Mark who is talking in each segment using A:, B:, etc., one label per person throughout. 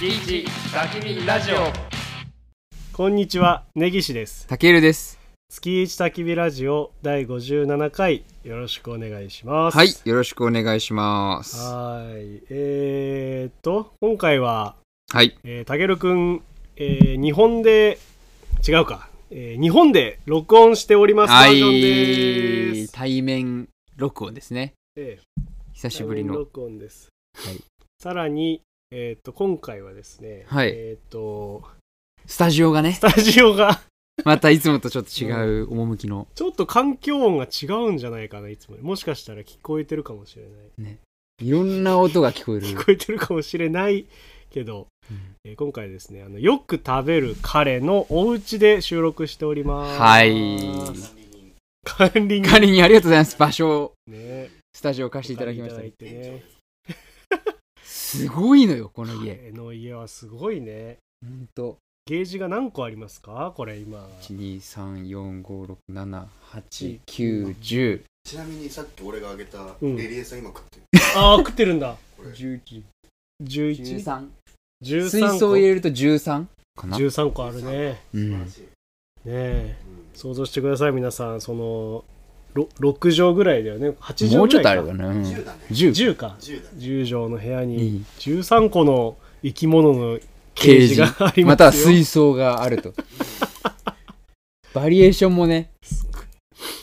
A: 月一ガキビラジオ
B: こんにちは、根岸です。
C: たけるです。
B: 月一焚き火ラジオ第57回、よろしくお願いします。
C: はい、よろしくお願いします。は
B: はーい。えー、っと、今回は、
C: い、
B: えー、たけるくん、えー、日本で、違うか、えー、日本で録音しておりますバ
C: は
B: ージョンで
C: い、
B: す。
C: 対面録音ですね。
B: えー
C: 久しぶりの。
B: 録音です。
C: はい
B: さらに、えー、っと、今回はですね、
C: はい
B: えー、っと、
C: スタジオがね
B: ス、タジオが、
C: またいつもとちょっと違う趣の。
B: ちょっと環境音が違うんじゃないかな、いつもより。もしかしたら聞こえてるかもしれない。
C: いろんな音が聞こえ
B: 聞
C: る。
B: こえてるかもしれないけど、
C: うん
B: えー今回ですねあのよく食べる彼のお家で収録しております
C: はい
B: 管理人
C: 仮にありがとうございます。場所を、
B: ね
C: スタジオを貸していただきましたね、
B: お借りいただいてね
C: すごいのよ、この家。
B: 彼の家はすごいね
C: ほんと。
B: ゲージが何個ありますかこれ今
C: 1、2、3、4、5、6、7、8、9、10。
D: ちなみにさっき俺があげた
B: うん
D: レリエさん今食ってる、
B: ああ食ってるんだ
D: これ
C: 11、
B: 1113
C: 13。水槽を入
B: 個
C: れると13かな。
B: 13個あるね
C: う
D: 素晴
C: ん
D: ら。しい、
B: ねえ
D: うん
B: 想像してください皆さんそのろ6畳ぐらいだよね8畳ぐらいか
C: もうちょっとあるかな。うん
D: 10だね
C: 10。
B: 10か
D: 10だね
B: 10畳の部屋に
C: に
B: 13個の生き物のケ
C: ケ
B: ー
C: ー
B: ジ
C: ジ
B: がありますよ
C: または水槽がある とバリエーションもね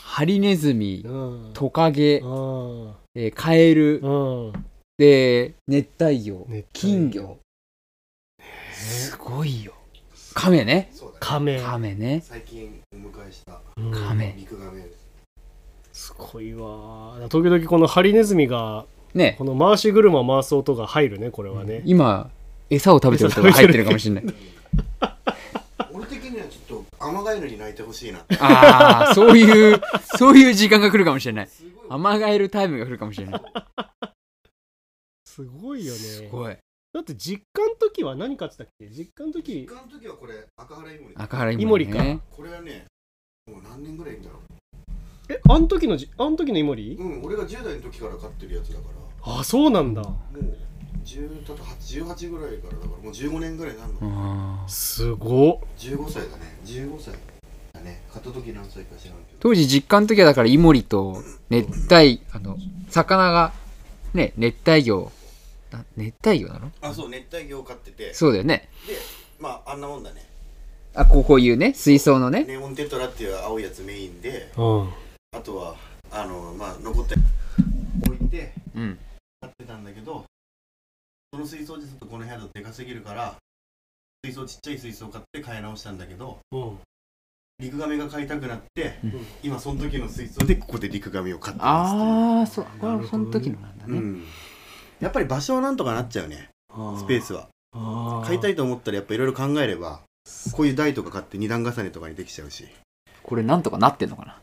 C: ハリネズミ
B: うん
C: トカゲ、
B: うん
C: えーカエル
B: うん
C: で熱帯魚
B: 熱帯魚
C: 金魚すごいよカメね
D: そうだね
B: カメ
C: カメね
D: 最近お迎えした
B: うん
C: カメ
D: 肉がね
B: すごいわ時々このハリネズミが
C: ね
B: この回し車を回す音が入るねこれはね
C: 今餌を食べてる人が入ってるかもしれない
D: 俺的にはちょっとアマガエルに泣いてほしいな
C: ああそういうそういう時間が来るかもしれないアマガエルタイムが来るかもしれない
B: すごいよ
C: す
B: ね
C: ごい
B: だって実家の時は何買ってたっけ実家の時
D: 実家の時はこれ赤原イモリ
C: 赤原
B: イ
C: イ
B: モ
C: モ
B: リ
C: リ
B: か
C: ね
D: これはねもう何年ぐらいいんだろ
B: えあん時のじあん時のイモリ
D: ううん俺が10代の時から飼ってるやつだから
B: あそうなんだ
D: もう10だと8 18ぐらいからだからもう15年ぐらいになるの、
C: あー
B: すごっ
D: 15歳だね15歳だね買った時何歳か知らんけど
C: 当時実家の時はだからイモリと熱帯あの魚がね熱帯魚な熱帯魚なの
D: あそう熱帯魚を飼ってて
C: そうだよね
D: でまああんなもんだね
C: あこうこういうね水槽のね
D: ネオンテトラっていう青いやつメインで
B: うん
D: あとはあのまあ残って置いて
C: うん
D: 飼ってたんだけどその水槽自体この部屋だとでかすぎるから水槽ちっちゃい水槽買って飼い直したんだけど
B: うん
D: リクガメが飼いたくなって、
C: うん
D: 今その時の水槽でここでリクガメを飼ってますっていう
C: ああそうこれ
B: なる
C: は
B: ほ
C: そ
B: ど
C: の
B: ね
C: 時のなんだ
D: う
C: ね、
D: んやっぱり場所はなんとかなっちゃうねスペースは
B: あー
D: 飼いたいと思ったらやっぱいろいろ考えればこういう台とか買って二段重ねとかにできちゃうし
C: これなんとかなってんのかな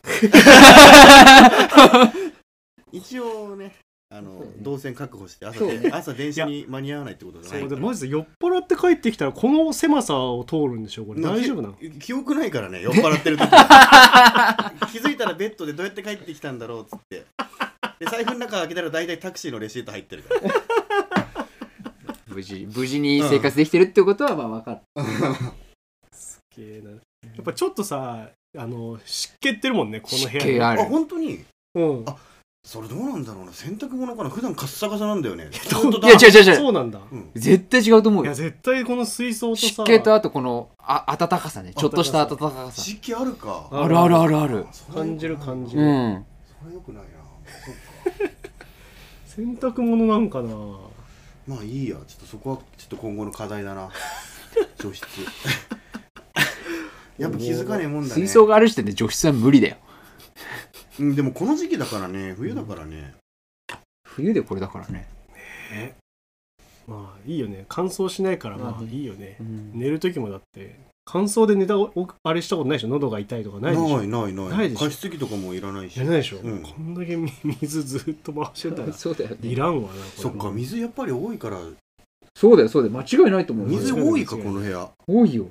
D: 一応ねあの
C: そうね
D: 動線確保して朝
C: そうね
D: で朝電車に間に合わないってことじゃない
B: そう
D: か
B: で
D: ら
B: マジで酔っ払って帰ってきたらこの狭さを通るんでしょこれ
D: な
B: 大丈夫なの
D: き記憶ないからね酔っ払ってる時 気づいたらベッドでどうやって帰ってきたんだろうっつってで財布の中開けたら大体タクシーのレシート入って るから
C: 無事無事に生活できてるってことはまあ分かっ
B: やっぱちょっとさあの湿気ってるもんねこの部
C: 湿気
B: 屋
C: が
B: ね
C: あ
D: あ
C: る
D: 本当に
B: うん
D: あそれどうなんだろうな洗濯物かな普段カッサカサなんだよねずっと
C: い
D: だ
C: や違う違う違う
B: そうなんだ
D: うん
C: 絶対違うと思
B: いうや
C: よ
B: 絶対この水槽とさ
C: 湿気とあとこのあ暖かさねちょっとした暖
B: 暖
C: かさ
D: 湿気あるか
B: あ
C: あるあるあるある
D: それは良くな
B: 感
D: い
B: じる感じ
C: う
B: る、
C: ん
D: それよくないなそっか
B: 洗濯物なんかな
D: まあいいやちょっとそこはちょっと今後の課題 だな除湿やっぱ気づかねえもんだね
C: 水槽がある時点で除湿は無理だよ
D: うん、でもこの時期だからね冬だからね、
C: 冬でこれだからね、
B: まあいいよね乾燥しないからまあいいよね
C: う、ん、
B: 寝る時もだって乾燥で寝たおおあれしたことないでしょ喉が痛いとかな
D: ないい
B: でしょ
D: ないない
B: ないでしょ
D: 加湿器とかもいらないし
B: じゃないでしょ、
D: うん
B: こんだけみ水ずっと回してたら
C: そうだよね
B: いらんわなこれは
D: そっか水やっぱり多いから
C: そうだよ、そうだよ。間違いないと思う。
D: 水
C: 俺
D: 多いかこの部屋
C: 多いよ。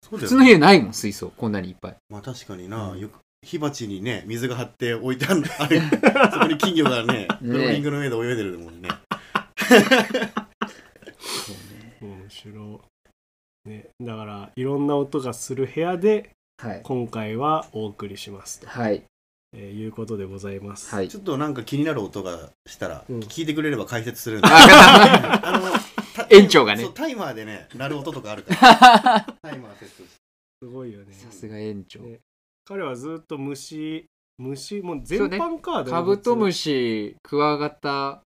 D: そうだ
C: 普
D: よ
C: 通の部屋ないもん、水槽。こんなにいっぱい。
D: まあ確かにな、よく火鉢にね水が張って置いてある あれそこに金魚がね
C: ね
D: ローリングの上で泳いでるもんね
B: うん白いねだからいろんな音がする部屋で
C: はい。
B: 今回はお送りしますと、
C: はい。
B: えーいうことでございます、
C: はい。
D: ちょっとなんか気になる音がしたら、
B: うん
D: 聞いてくれれば解説 するんで。
C: あ、
D: あのた
C: 園長がね
D: そうタイマーでね、鳴る音とかあるから。 タイマーセットして。
B: すごいよ ね
C: さすが園長。
B: ね彼はずっと虫虫もう全
C: そうね
B: 般カード
C: カブトムシ、クワガタ、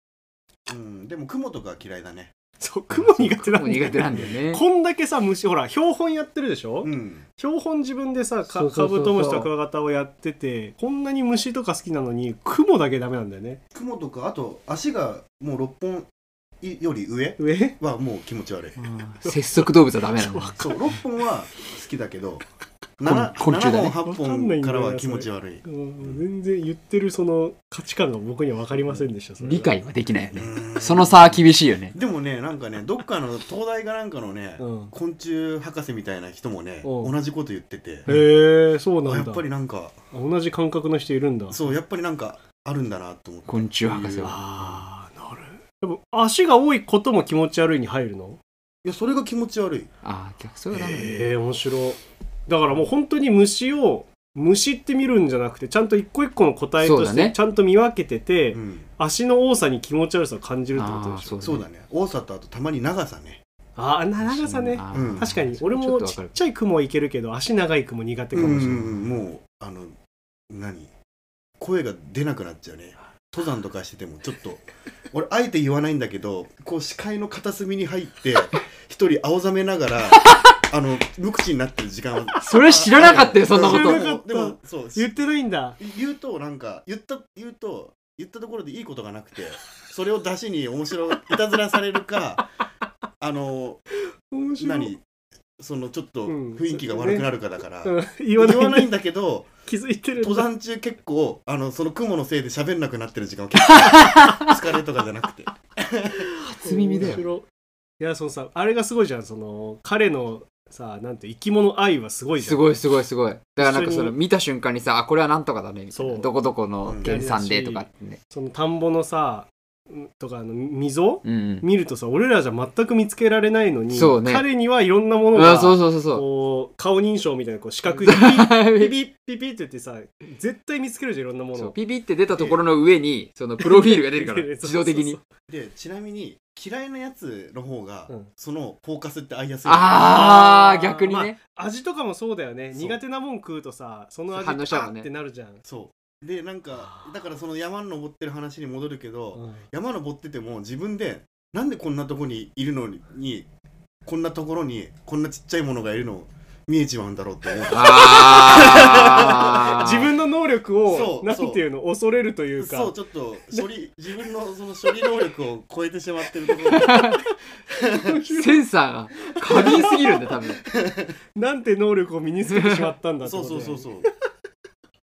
D: うん、でも雲とか嫌いだね。
B: そう雲苦手なん
C: も
B: だよ
C: 苦手なんだよね。
B: こんだけさ虫ほら標本やってるでしょ、
D: うん。
B: 標本自分でさか
C: そうそうそうそう
B: カブトムシとクワガタをやっててこんなに虫とか好きなのに雲だけダメなんだよね
D: 雲とか、あと足がもう6本いより上
B: 上
D: はもう気持ち悪い。
C: 節足動物はダメなんだ。
D: そう、6本は好きだけど、7,
C: 昆虫だね
D: 7本、8本からは気持ち悪い。
B: うん全然言ってるその価値観が僕には分かりませんでしたそれは
C: 理解はできないよね。
D: うん
C: その差は厳しいよね。
D: でもね、なんかね、どっかの東大かなんかのね、
B: うん
D: 昆虫博士みたいな人もね、
B: お
D: 同
B: う
D: じこと言ってて、
B: へえそう
D: あ
B: な
D: や
B: ん
D: っ
B: だ
D: ぱりなんか、
B: 同じ感覚の人いるんだ
D: そう、やっぱりなんかあるんだなと思って。
C: 昆虫博士は。
B: ああなるでも足が多いことも気持ち悪いに入るの
D: いや、それが気持ち悪い。
C: ああ、逆それはダメだね。
B: ええ面白いだからもう本当に虫を虫って見るんじゃなくてちゃんと一個一個の個体
C: そ
B: と
C: うだ
B: して
C: ね
B: ちゃんと見分けてて、
D: うん、
B: 足の多さに気持ち悪さを感じるってこと
C: あ
B: で
C: あ、
B: し
C: そ
B: ょ
C: う
D: そうだね。多さとあとたまに長さね。
B: ああ長さね
C: あ
D: うん
C: ー
B: 確かに
C: それ
B: 俺
C: はょっ
B: も
C: とわ
B: ち
C: か
B: っ
C: る
B: ちゃい雲はいけるけど足長い雲苦手か
D: う
B: も
D: ん
B: しれ
D: う
B: ない、
D: んうん、もう、あの、何声が出なくなっちゃうね。登山とかしててもちょっと俺あえて言わないんだけどこう視界の片隅に入って一人青ざめながらあの無口になってる時間は
C: それ知らなかったよ、そんなこ
B: 知らな
C: と。
B: かった
D: でもそう
B: 言ってないんだ
D: 言うとなんか言った言うと言ったところでいいことがなくてそれを出しに面白いいたずらされるかあの
B: 面白い
D: 何そのちょっと
B: うん
D: 雰囲気が悪くなるかだから、
B: うん言
D: 言
B: わない
D: わないんだけど
B: 気づいてるん
D: 登
B: だ
D: 山中結構あのその雲のせいで喋んなくなってる時間は結 構疲れとかじゃなくて
C: 初耳だ
B: 面
C: よ。
B: 白いいやそのさあれがすごいじゃんその彼のさなんて生き物愛はすごいじゃん
C: すごいすごいすごい。だからなんかそ
B: 一緒
C: の
B: に
C: 見た瞬間にさ、あ、これはなんとかだね、みたい
B: そ
C: な。
B: う
C: どこどこの原産でとかってね。
B: その田んぼのさんとかあの溝
C: うんうん。
B: 見るとさ俺らじゃ全く見つけられないのに、
C: そうね
B: 彼にはいろんなもの
C: う
B: が
C: わそうそうそうそう。
B: こう顔認証みたいなこう 視覚でピピピピピって言ってさ絶対見つけるじゃんいろんなも
C: そ
B: の
C: うピピって出たところの上に、そのプロフィールが出るから、
B: そうそうそう
C: 自動的に。
D: でちなみに嫌いなやつの方が、
B: うん
D: そのフォーカスって合いやすい
C: あ
B: あ
C: ー、
B: ー
C: 逆にね。
B: 味とかもそうだよね
D: そう
B: 苦手なもん食うとさその味
C: 反応しちゃうもん
B: パ
C: ね
B: ーってなるじゃん、
D: そうでなんかだからその山に登ってる話に戻るけど、
B: うん
D: 山登ってても自分でなんでこんなとこにいるのにこんなところにこんなちっちゃいものがいるの見えちまうんだろうって思う
C: あー。
B: 自分の能力
D: そ
B: を
D: う
B: な
D: そうん
B: ていうの恐れるというか
D: そうちょっと処理自分のその処理能力を超えてしまってる ところ
C: センサーが過敏すぎるんだ、 多分。なん
B: なんて能力を身につけてしまったんだって
D: そ
B: こ
D: う
B: と
D: そ
B: だよ
D: う
B: ね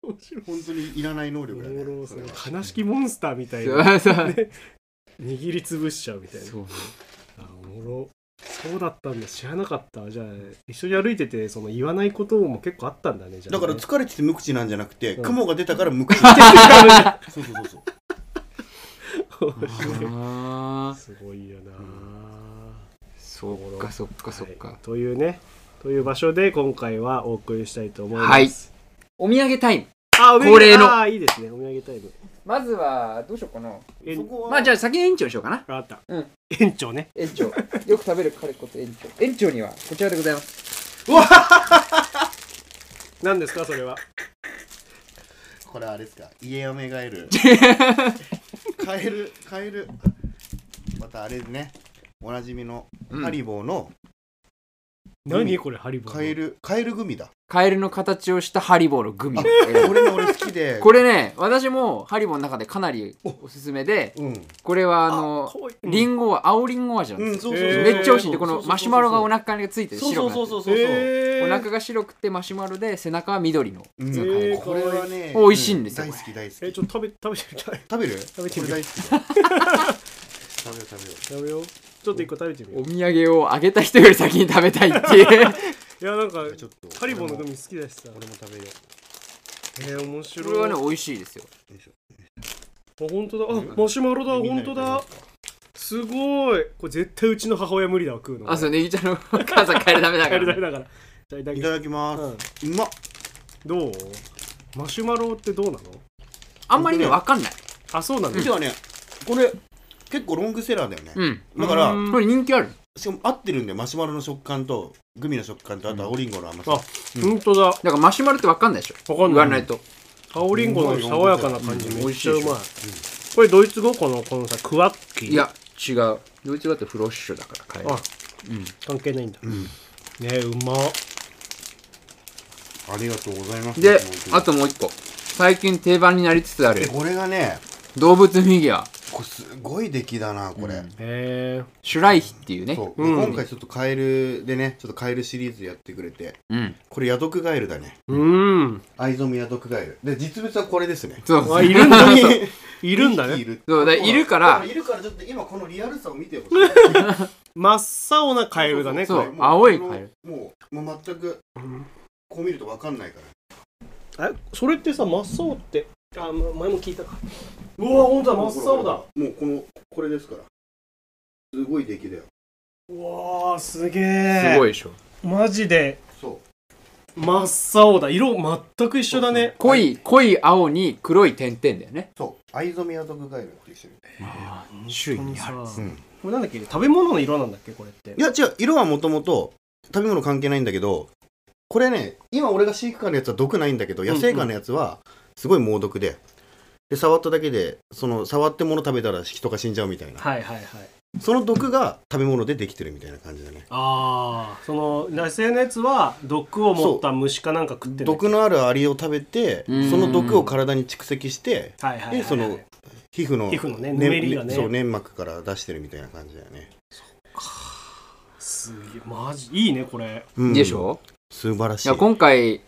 D: そうそう
B: 面白い
D: 本当にいらない能力だ
B: お も
D: ね
B: ろ
D: それは
B: そう悲しきモンスターみたいな
C: そうそう
B: ね握りつぶしちゃうみたいな
C: そうね
B: あおもろそうだったんだ知らなかったじゃあ一緒に歩いててその言わないことも結構あったんだねじゃあ
D: だ
B: ね
D: から疲れてて無口なんじゃなくて、
B: うん
D: 雲が出たから無口になる そうそうそうそう
C: あー
B: すごいよな、
C: そっかそっかそっか
B: はい。というねという場所で今回はお送りしたいと思います、
C: お土産タイム。
B: はい、あお土産
C: 恒例の
B: あーいいですねお土産タイム
C: まずは、どうしようかな。
B: え
D: そこは
C: まあじゃあ先に園長にしようかな。
B: ああった、
C: うん
B: 園長ね
C: 園長。よく食べる彼こと園長。園長にはこちらでございます。
B: 何ですかそれは
D: これあれですか家アメガエル カエルカエルまたあれねおなじみの
C: うん
D: ハリボーの
B: 何これハリボー
D: カエル、カエルグミだ
C: カエルの形をしたハリボーのグミ
D: あ。
C: えー
D: これね俺好きで
C: これね、私もハリボーの中でかなりおすすめで、
D: うん
C: これはあ
B: あ
C: の
B: こういう、うん
C: リンゴは青リンゴ味なん
D: う
C: で
D: ん
C: すよ。
D: そうそうそう
B: へ
C: めっちゃ美味しいんで、
B: えー
C: このマシュマロがお
D: な
C: 腹について
D: そう
C: 白
D: そ
C: く
D: う
C: なって
D: そ
C: る
D: うそうそうそう
B: え
C: お
B: ー
C: 腹が白くてマシュマロで背中は緑の。
D: うん
B: そうえー
D: これはね
C: 美味しいんですよ
D: う大好き大好き
B: えちょっと食べ食べてみた い
D: 食べる
B: 食べてみ
D: こ
B: よ
D: れ
B: う
D: 大好き だ食べよう食べよう
B: 食べようちょっと一個食べてみよ
C: お土産をあげた人より先に食べたいっていう。
B: ういやなんか
D: ちょっと
B: ハリボーのグミ好きだしさ
D: 俺も食べよう
B: えー、面白い
C: これはね、美味しいですよ。
B: あ本当だあマシュマロだ
D: みんな
B: 本
D: に
B: 当だすごいこれ絶対うちの母親無理だわ食うの
C: あ、そう、ネギちゃんの母さん帰るダメだ
B: 帰
C: か
B: り
C: らね。
B: だだからじゃあいただ
D: い
B: き
D: た
B: ます
D: だきます、うまっ
B: どうマシュマロってどうなの
C: あんまりね、わかんない。
B: あそうなんだ、
D: 実はねこれ結構ロングセラーだよね、
C: うん。
D: だから
B: うん
C: これ人気ある。
D: しかも合ってるんでマシュマロの食感とグミの食感とあと青りんごの甘さ、
B: あほんとだ
C: だからマシュマロってわかんないでしょ。
B: わかんない
C: 言わないと。
B: 青りんごの爽やかな感じ
C: うん
B: めっちゃうまい、
C: 美
B: これドイツ語このこのさクワッキー
C: いや、違う。ドイツだってフロッシュだから帰る。
B: あ
C: うん。
B: 関係ないんだ、
D: ん
B: ねえうま
D: ありがとうございます
C: で
D: 本当、に
C: あともう一個。最近定番になりつつあ
D: で
C: る
D: これがね
C: 動物フィギュア、
D: これすごい出来だなこれ、
B: へえ
C: シュライヒっていうね。
D: そう、
B: うん
D: 今回ちょっとカエルでねちょっとカエルシリーズやってくれて
C: うん。
D: これヤドクガエルだね
B: うん
D: 藍染めヤドクガエルで実物はこれですね
C: そう。
B: あいるんだい
D: い
B: るんだね
D: る
C: そうだからいるから
D: いるからちょっと今このリアルさを見てほしい
B: 真っ青なカエルだね
C: そう
B: こ
D: も
C: 青いカエル
D: もうもう全くこう見ると分かんないから
B: れえそれってさ真っ青ってあま前も聞いたかうわほんとだ真っ青だ
D: もうこのこれですからすごい出来だよ
B: うわーす げ
C: す
B: え
C: ごいでしょ。
B: マジで
D: そ
B: 真っ青だ色全く一緒だね
C: 濃い、濃い青に黒い点々だよね
D: う。そう藍染めヤドクガエルって一緒に
C: 種類
B: この
C: に
B: さ
C: ある。
D: うん
B: これなんだっけ食べ物の色なんだっけこれって
D: いや違う色はもともと食べ物関係ないんだけどこれね今俺が飼育下のやつは毒ないんだけど野生下のやつはすごい猛毒で,、で触っただけでその触って物食べたら人が死んじゃうみたいな
B: はいはいはい
D: その毒が食べ物でできてるみたいな感じだね
B: ああその野生のやつは毒を持った虫かなんか食ってる
D: 毒のあるアリを食べて
C: うん
D: その毒を体に蓄積して
B: はいはいはい、はい、
D: でその皮膚の
B: 皮膚のねぬめりがね
D: そう粘膜から出してるみたいな感じだよね、
B: すげえマジいいねこれ
D: うん
C: でしょ
D: 素晴らしい
C: いや今回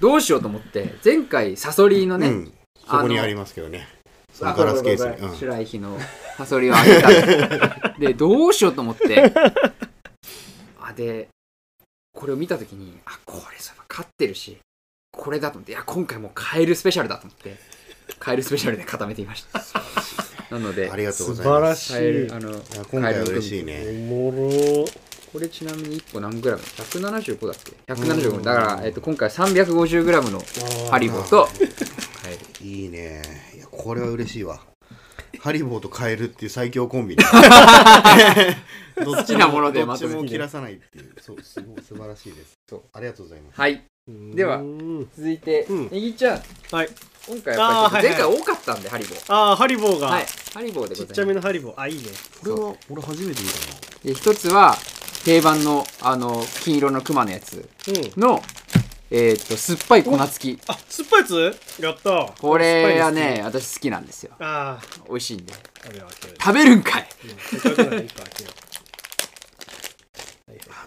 C: どうしようと思って前回サソリのね、
D: うん、そこにありますけどねその
C: あ
D: ガラスケースに
C: ごめんごめんごめん
D: うん
C: シュライヒのサソリをあげたの でどうしようと思ってあでこれを見た時にあこれさ勝ってるしこれだと思っていや今回もうカエルスペシャルだと思ってカエルスペシャルで固めてみましたなので
D: ありがとうございます
C: カエルあの
D: いや今回は嬉しいね。
B: おもろ
C: これちなみに1個何グラム ?175 だっけ ?175 だから、えっと、今回 350g のハリボとカエル
D: いいね。いや、これは嬉しいわ。ハリボーとカエルっていう最強コンビね。どっち
C: 好きなもので
D: どっ
C: ま
D: ち
C: と
D: も
C: めて
D: 切らさないっていう。そう、すごい素晴らしいです。そう、ありがとうございます。
C: はい。では
B: うん
C: 続いて、
B: うん
C: ネギちゃん、
B: はい
C: 今回やっぱりちょっと
B: あーはいはい
C: 前回多かったんで、ハリボー。
B: ああハリボーが、
C: はい、ハリボーでござ
B: ち
C: い
B: っ
C: ます。
B: ちゃめのハリボーあいいね
D: これは、俺初めて見た
C: で一つは、定番の、あの、金色のクマのやつ
B: うん
C: の、えーっと、酸っぱい粉付き。
B: あ酸っぱいやつやった
C: これはね、私好きなんですよ。
B: ああ
C: 美味しいんで。
B: 食べよう食べよ
C: 食べるんかいう
B: うんせっかくならいいから食べようはいは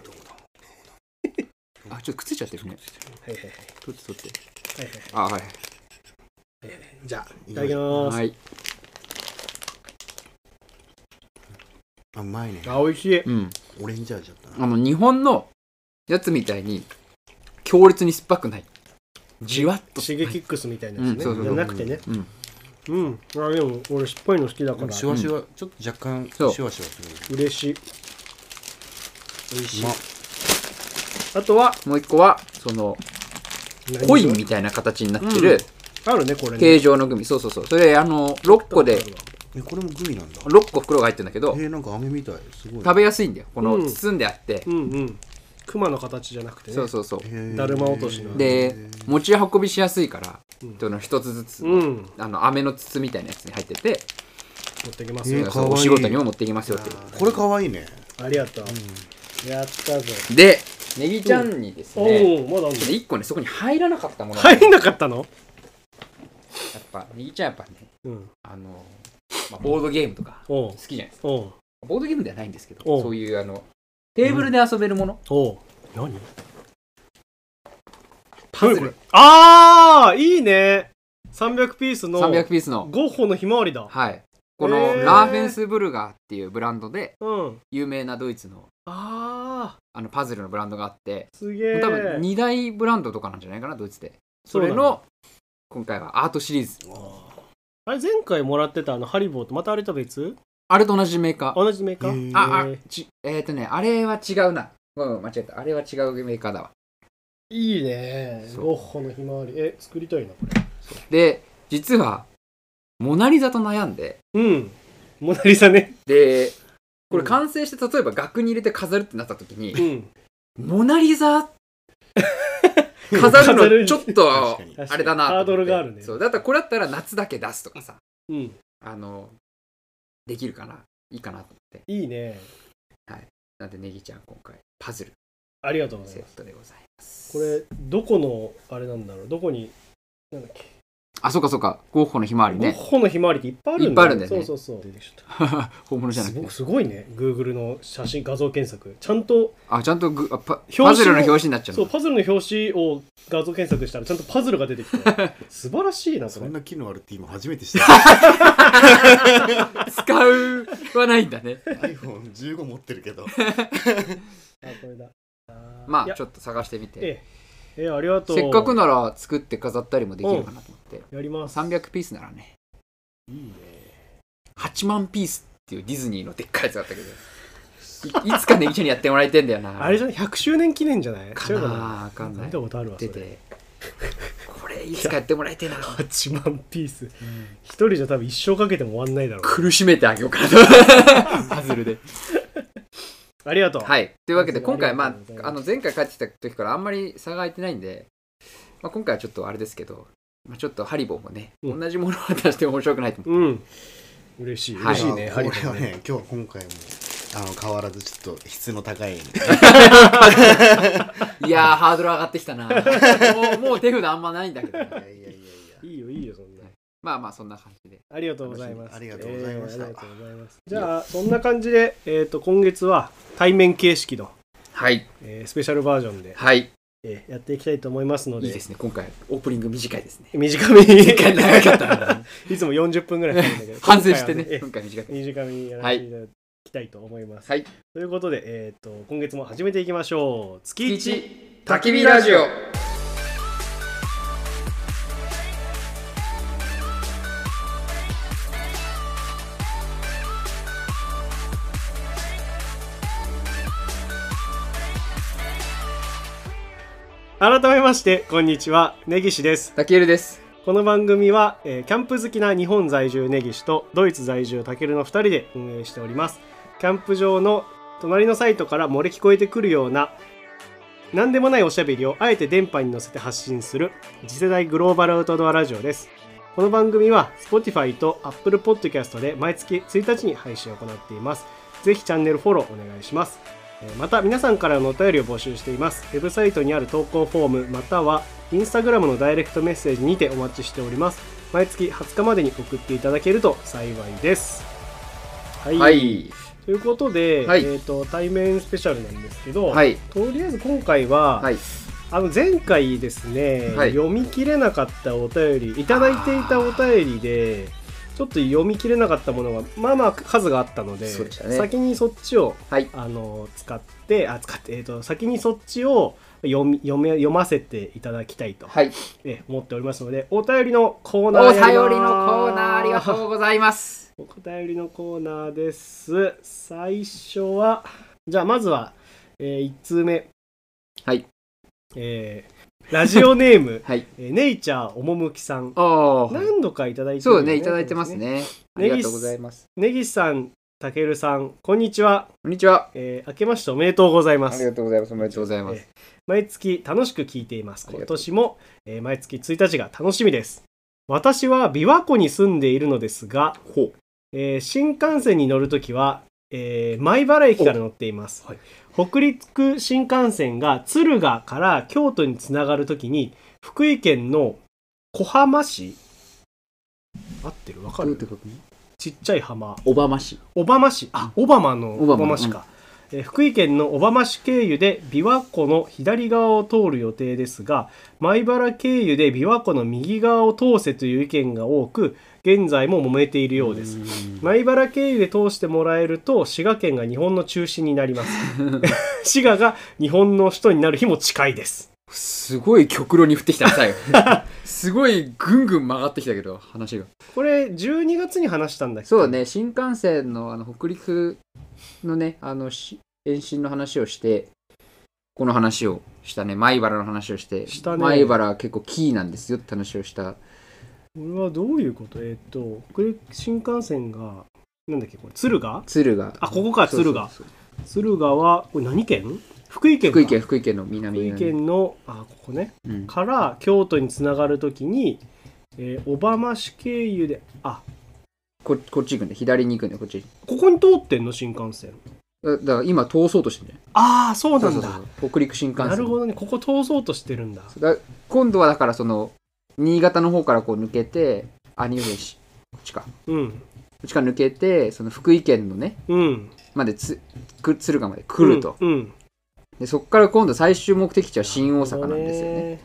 C: あ、ちょっとくっついちゃってるね。
B: いはいはい
C: 取って取って。
B: はい
C: あ、は
B: はい
C: い。
B: じゃあいただきます
C: はい。
D: の。あ、うまいね。
B: あ美味しい
C: うん。
D: オレンジ味だった
C: あ
D: な。
C: の、日本のやつみたいに、強烈に酸っぱくない。じわっと
B: シ
C: 酸っ
B: ゲ
C: ぱ
B: キ
C: い。
B: ックスみたいなやつ
C: うん
B: ね、
C: そうそう
B: じ
C: そ
B: ゃ
C: う
B: なくてね
C: うん。
B: うんあでも俺酸っぱいの好きだから
D: シュワシュワ、ちょっと若干、シ
C: そう
D: ュワシュワする。
B: 嬉しい美味しい
D: ま
B: あとは
C: もう一個は、その、コインみたいな形になってる、
B: あるねこれね
C: 形状のグミ。そうそうそう。それ、あの、6個で、
D: え、これもグミなんだ。
C: 6個袋が入ってるんだけど
D: え、ー、なんか飴みたい。すごい。
C: 食べやすいんだよ。こ
B: う
C: の、
B: ん
C: 包んであって
B: う。んうん熊の形じゃなくてね
C: そうそうそう。
D: べ
B: だるま落としの
C: で、持ち運びしやすいから
B: うん、
C: その、一つずつ、
B: うん
C: あの、飴の筒みたいなやつに入ってて、
B: 持ってきます
D: え
B: よ、
D: ー
C: そう
D: かわいい
C: お仕事にも持っていきますよっていう。
D: これかわいいね。
B: ありがとう、やったぞ
C: で、ネギちゃんにです
B: お
C: ね、
B: おまだあんの
C: ちょっと1個ね、そこに入らなかったものが
B: 入んなかったの
C: やっぱ、ネギちゃんやっぱね、
B: うん
C: あの、まあ、ボードゲームとか、好
B: おう
C: きじゃないですか。
B: おう
C: ボードゲームではないんですけど、
B: おう
C: そういう、あの、テーブルで遊べるもの、
B: おう何
C: パズ
B: 何これ
C: ル、
B: ああいいね300ピースの
C: 300ピースの、
B: ゴッホのひまわりだ
C: はい。こ
B: へ
C: の
B: ー
C: ラーフェンスブルガーっていうブランドで
B: うん
C: 有名なドイツの
B: ああ
C: あのパズルのブランドがあって、
B: すげえ
C: 多分2大ブランドとかなんじゃないかなドイツでそ
B: そうな
C: れ
B: の
C: の今回はアートシリーズ
B: あれ前回もらってたあのハリボーとまたあれと別
C: あれと同じメーカー。
B: 同じメーカー
D: へー
C: あ、あ、ちえっ、とね、あれは違うな。ごめんごめん、間違えた。あれは違うメーカーだわ。
B: いいね
C: そう
B: ゴッホのひまわりえ作りたいなこ
C: で、実は、モナリザと悩んで、
B: れうんモナリザね
C: で、これ
B: うん
C: 完成して、例えば額に入れて飾るってなった時に
B: う、ん
C: モナリザ飾
B: 飾
C: る
B: る
C: のちょっと
D: 確かに、
C: あれだなと思って
B: ハードルがあるね
C: そう、だったらこれだったら夏だけ出すとかさ、
B: うん
C: あの、できるかな。いいかなと思って。
B: いいね
C: なんで、ネギちゃん今回、パズル
B: ありがとうござ
C: セ
B: い
C: ッ
B: ます
C: トでございます。
B: これどこのあれなんだろうどこになんだっけ
C: あ、そうかそうか。ゴッホのひまわり
B: ゴッ
C: ね。
B: ホのひまわりっていっぱいあるん
C: いっぱいあ
B: だ
C: るんだよね
B: そうそうそう出てきちゃっ
C: 本物じ
B: た
C: ゃな
B: す
C: くて
B: ご。すごいね Google の写真画像検索ちゃんと
C: あ、ちゃんとグあパ
B: 表紙を
C: パズルの表紙になっちゃう
B: そ
C: の
B: うパズルの表紙を画像検索したらちゃんとパズルが出てきて 素晴らしいなそ
D: そ
B: れ
D: んな機能あるって今初めて知った
C: 使うはないんだ ね。
D: iPhone15 持ってるけど
B: あこれだあー
C: ま
B: い
C: あ、
B: や
C: ちょっと探してみて。
B: ええええありがとう
C: せっかくなら作って飾ったりもできるかなと思って。
B: やります
C: 300ピースならね、
D: いいね
C: 8万ピースっていうディズニーのでっかいやつだったけど、いいつかネギちゃんにやってもらいてんだよな。
B: あれじゃない100周年記念じゃない
C: か
B: 違うか
C: なわか
B: なん
C: ない
B: 見。たことあるわそ
C: 出
B: れ
C: て。これ、いつかやってもらいてえな。
B: 8万ピース一人じゃ多分一生かけても終わんないだろ
C: 苦しめてあげようか な。パズルで。
B: うありがとう
C: はい。というわけで、
B: まず
C: 今回、
B: あ
C: ま
B: りがとうございま
C: あ、
B: す
C: あの前回帰ってきた時からあんまり差が開いてないんで、まあ、今回はちょっとあれですけど、まあ、ちょっとハリボーもね、
B: うん
C: 同じものを出しても面白くないと思う。
B: うん嬉しい
C: はい
B: 嬉しいね
D: まあ
B: ハリ
D: こ
B: ボ
D: れ
B: ー
D: は
B: ね
D: ね今日今回もあの変わらずちょっと質の高 い
C: いやー、ハードル上がってきたな。もうもう手札あんまないんだけどね、
D: いやい
B: いいよいいよそんな
C: まあまあ、そんな感じで。
B: ありがとうございます
D: ありがとうございました
B: ええありがとうございますじゃあそんな感じでえっと今月は対面形式の
C: はい。
B: えースペシャルバージョンで
C: はい。
B: えーやっていきたいと思いますの
C: い
B: で
C: いですね。今回、オープニング短いですね。
B: 短めに
C: 一回長かったからね
B: いつも40分ぐらいかかるんだけど
C: 反省してね
B: 今回、は
C: 今回短い。
B: え短めにやらせていただきたいと思います、
C: はい
B: ということで、えー、と今月も始めていきましょう月1
C: 1、焚き火ラジオ。
B: 改めましてこんにちは根岸です
C: たけるです。
B: この番組は、えーキャンプ好きな日本在住根岸とドイツ在住たけるの2人で運営しておりますキャンプ場の隣のサイトから漏れ聞こえてくるような何でもないおしゃべりをあえて電波に乗せて発信する次世代グローバルアウトドアラジオですこの番組は Spotify と Apple Podcast で毎月1日に配信を行っていますぜひチャンネルフォローお願いしますえーまた皆さんからのお便りを募集していますウェブサイトにある投稿フォームまたは Instagram のダイレクトメッセージにてお待ちしております毎月20日までに送っていただけると幸いですはい、
C: はい。
B: ということで、
C: はい
B: えー、と対面スペシャルなんですけど、
C: はい。
B: とりあえず今回は、
C: はい。
B: あの前回ですね、
C: はい
B: 読み切れなかったお便りいただいていたお便りでちょっと読み切れなかったものがまあまあ数があったので
C: そうでしたね
B: 先にそっちを
C: はい。
B: あの使ってあ使って、えー、と先にそっちを読み読め読ませていただきたいと、
C: はい。
B: え思っておりますのでお便りのコーナー
C: お
B: や
C: 便
B: りま
C: り
B: す
C: のコーナーありがとうございます。
B: お便りのコーナーです。最初は、じゃあまずは、え1通目。
C: はい。、
B: えーラジオネーム
C: はい。
B: えーネイチャーおもむきさん。
C: ああ。
B: 何度かいただいてる
C: そう
B: よ
C: だね、いただいてます。ね。あ
B: ネギス
C: りがとうございます。
B: ネギさん、たけるさん、こんにちは。
C: こんにちは。
B: えー明けましておめでとうございま
C: あり
B: す。
C: がとうございます。おめでとうございます。
B: 毎月楽しく聞いています。
C: あり
B: 今
C: がとう
B: 年も、えー毎月1日が楽しみです。私は琵琶湖に住んでいるのですが、
C: ほ
B: えー新幹線に乗るときは、えー米原駅から乗っています、
C: おはい
B: 北陸新幹線が敦賀から京都につながるときに福井県の小浜市合ってるわかる
C: ことね。
B: ちっちゃい浜
C: 小浜市。
B: 小浜市あ小浜の
C: 小浜
B: 小浜市か、えー福井県の小浜市経由で琵琶湖の左側を通る予定ですが米原経由で琵琶湖の右側を通せという意見が多く現在も揉めているようです米原経由で通してもらえると滋賀県が日本の中心になり ます滋賀が日本の首都になる日も近いです
C: すごい極論に降ってきたね最後。すごいぐんぐん曲がってきたけど話が
B: これ12月に話したんだっけ
C: そうだね新幹線のあの北陸のねあのし延伸の話をしてこの話をしたね米原の話をして
B: したね
C: 米原は結構キーなんですよって話をした
B: これはどういうことえーっと北陸新幹線がなんだっけこれ敦賀
C: 敦賀
B: あここか
C: そうそう
B: 敦賀
C: そう
B: 敦賀はこれ何県福井県か
C: 福井県福井県の南
B: 福井県のあここね
C: うん
B: から京都につながるときに、えー小浜市経由であ
C: ここっち行くんで左に行くんでこっち
B: ここに通ってんの新幹線
C: だだから今通そうとしてるね
B: ああそうなん
C: そう
B: だ
C: そうそう北陸新幹線
B: なるほどねここ通そうとしてるんだ
C: だ今度はだからその新潟の方からこう抜けてあ新潟県しこっちかこ
B: うん
C: っちから抜けてその福井県のね
B: うん
C: までつく敦賀まで来ると、
B: うん、うん
C: でそこから今度最終目的地は新大阪なんですよね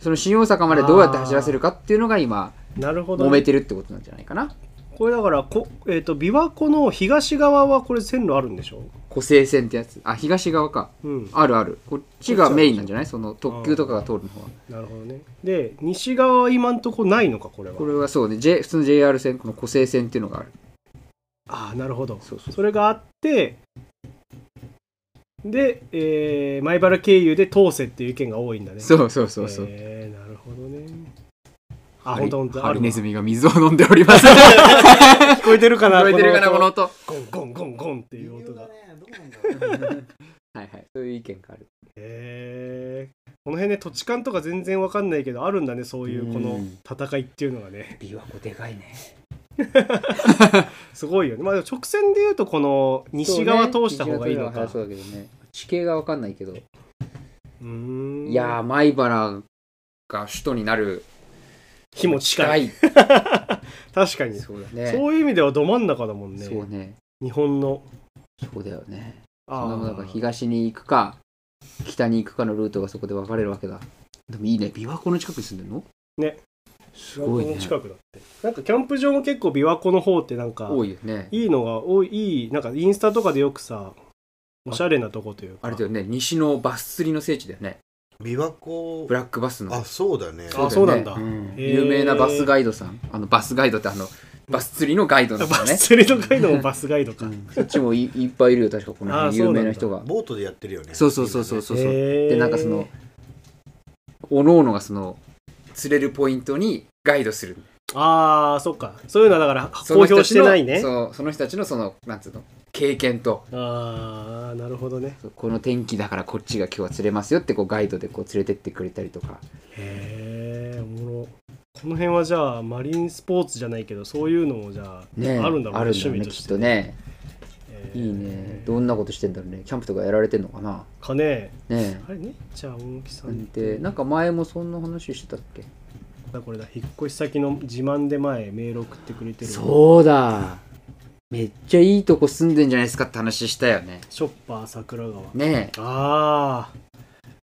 C: その新大阪までどうやって走らせるかっていうのが今
B: なるほどね
C: 揉めてるってことなんじゃないかな
B: これだからこ、えー、と琵琶湖の東側はこれ線路あるんでしょ、
C: 湖西線ってやつあ東側か
B: うん、
C: あるあるこっちがメインなんじゃないその特急とかが通るの方は
B: なるほどねで西側は今んとこないのかこれは
C: これはそうね、J、普通の JR 線この湖西線っていうのがある
B: ああなるほど
C: そうそう
B: それがあってで、えー、米原経由で通せっていう意見が多いんだね
C: そうそうそうそう、
B: えーなるほどねあ
C: ハ
B: 本
C: リ
B: 当本当
C: ハ
B: あ
C: リ
B: る
C: ネ
B: わ
C: ズミが水を飲んでおり ます。聞
B: 聞こえてるかな
C: こえてるかな、この
B: 音
C: 音。は
B: ゴンゴンゴンゴンっていう音がへ
D: ねどうなんだろう
C: いはい。そういう意見がある。
B: えー、この辺ね土地勘とか全然わかんないけどあるんだねそういうこの
D: うん
B: 戦いっていうのがね
C: 琵琶湖でかいね。
B: すごいよね。まあ、でも直線で言うと、この西側通した方がいいのか。
C: そうだけどね。地形がわかんないけど。
B: うーん
C: いやー、米原が首都になる。
B: 日も近い。
C: い。
B: 確かに。
C: そうだね。
B: そういう意味ではど真ん中だもんね。
C: そうね。
B: 日本の。
C: そうだよね。
B: あ
C: そ
B: ー
C: のなんか東に行くか、北に行くかのルートがそこで分かれるわけだ。でもいいね。琵琶湖の近くに住んでるの
B: ね。
C: すごい
B: 琵琶湖
C: ね
B: の。近くだって。なんかキャンプ場も結構琵琶湖の方ってなんか、
C: 多いよね。
B: いいのが多い、いい、なんかインスタとかでよくさ、おしゃれなとこというか。
C: あれだよね。西のバス釣りの聖地だよね。
D: 琵琶湖
C: ブラックバスの。
D: あそうだね
B: あそうなんだ
C: ん
B: へー
C: 有名なバスガイドさん。あの、バスガイドってあの、バス釣りのガイドなんだ
B: バ
C: よね
B: ス。釣りのガイドもバスガイドか。
C: うんそっちもいいっぱいいるよ、確かこの
B: あー
C: 辺、有名な人が。
D: ボートでやってるよね
C: そうそうそうそうそう。そう
B: で
C: で、なんかその、おのおのがその、釣れるポイントにガイドする。
B: ああそっかそういうのはだから
C: そ
B: 公
C: の人
B: 表
C: た
B: し
C: ち
B: て
C: の
B: ないね
C: そう、その人たちのその、なんつうの、経験と、
B: ああなるほどね
C: そうこの天気だからこっちが今日は釣れますよって、こう、ガイドでこう、連れてってくれたりとか。
B: へえおもろこの辺はじゃあマリンスポーツじゃないけどそういうのもじゃあ、
C: ねえ
B: あるんだろうね
C: あるんだ
B: 趣
C: ろう
B: 味
C: ね、
B: とし
C: きってとね。
B: えー
C: いいね。どんなことしてんだろうね。キャンプとかやられてんのかな。
B: かね
C: ね
B: あれねじゃあ大木さ
C: え。
B: ん
C: で、なんか前もそんな話してたっけ
B: だこれだ引っ越し先の自慢で前メール送ってくれてる
C: そうだ。めっちゃいいとこ住んでんじゃないですかって話したよね。
B: ショッパー桜川
C: ね
B: あ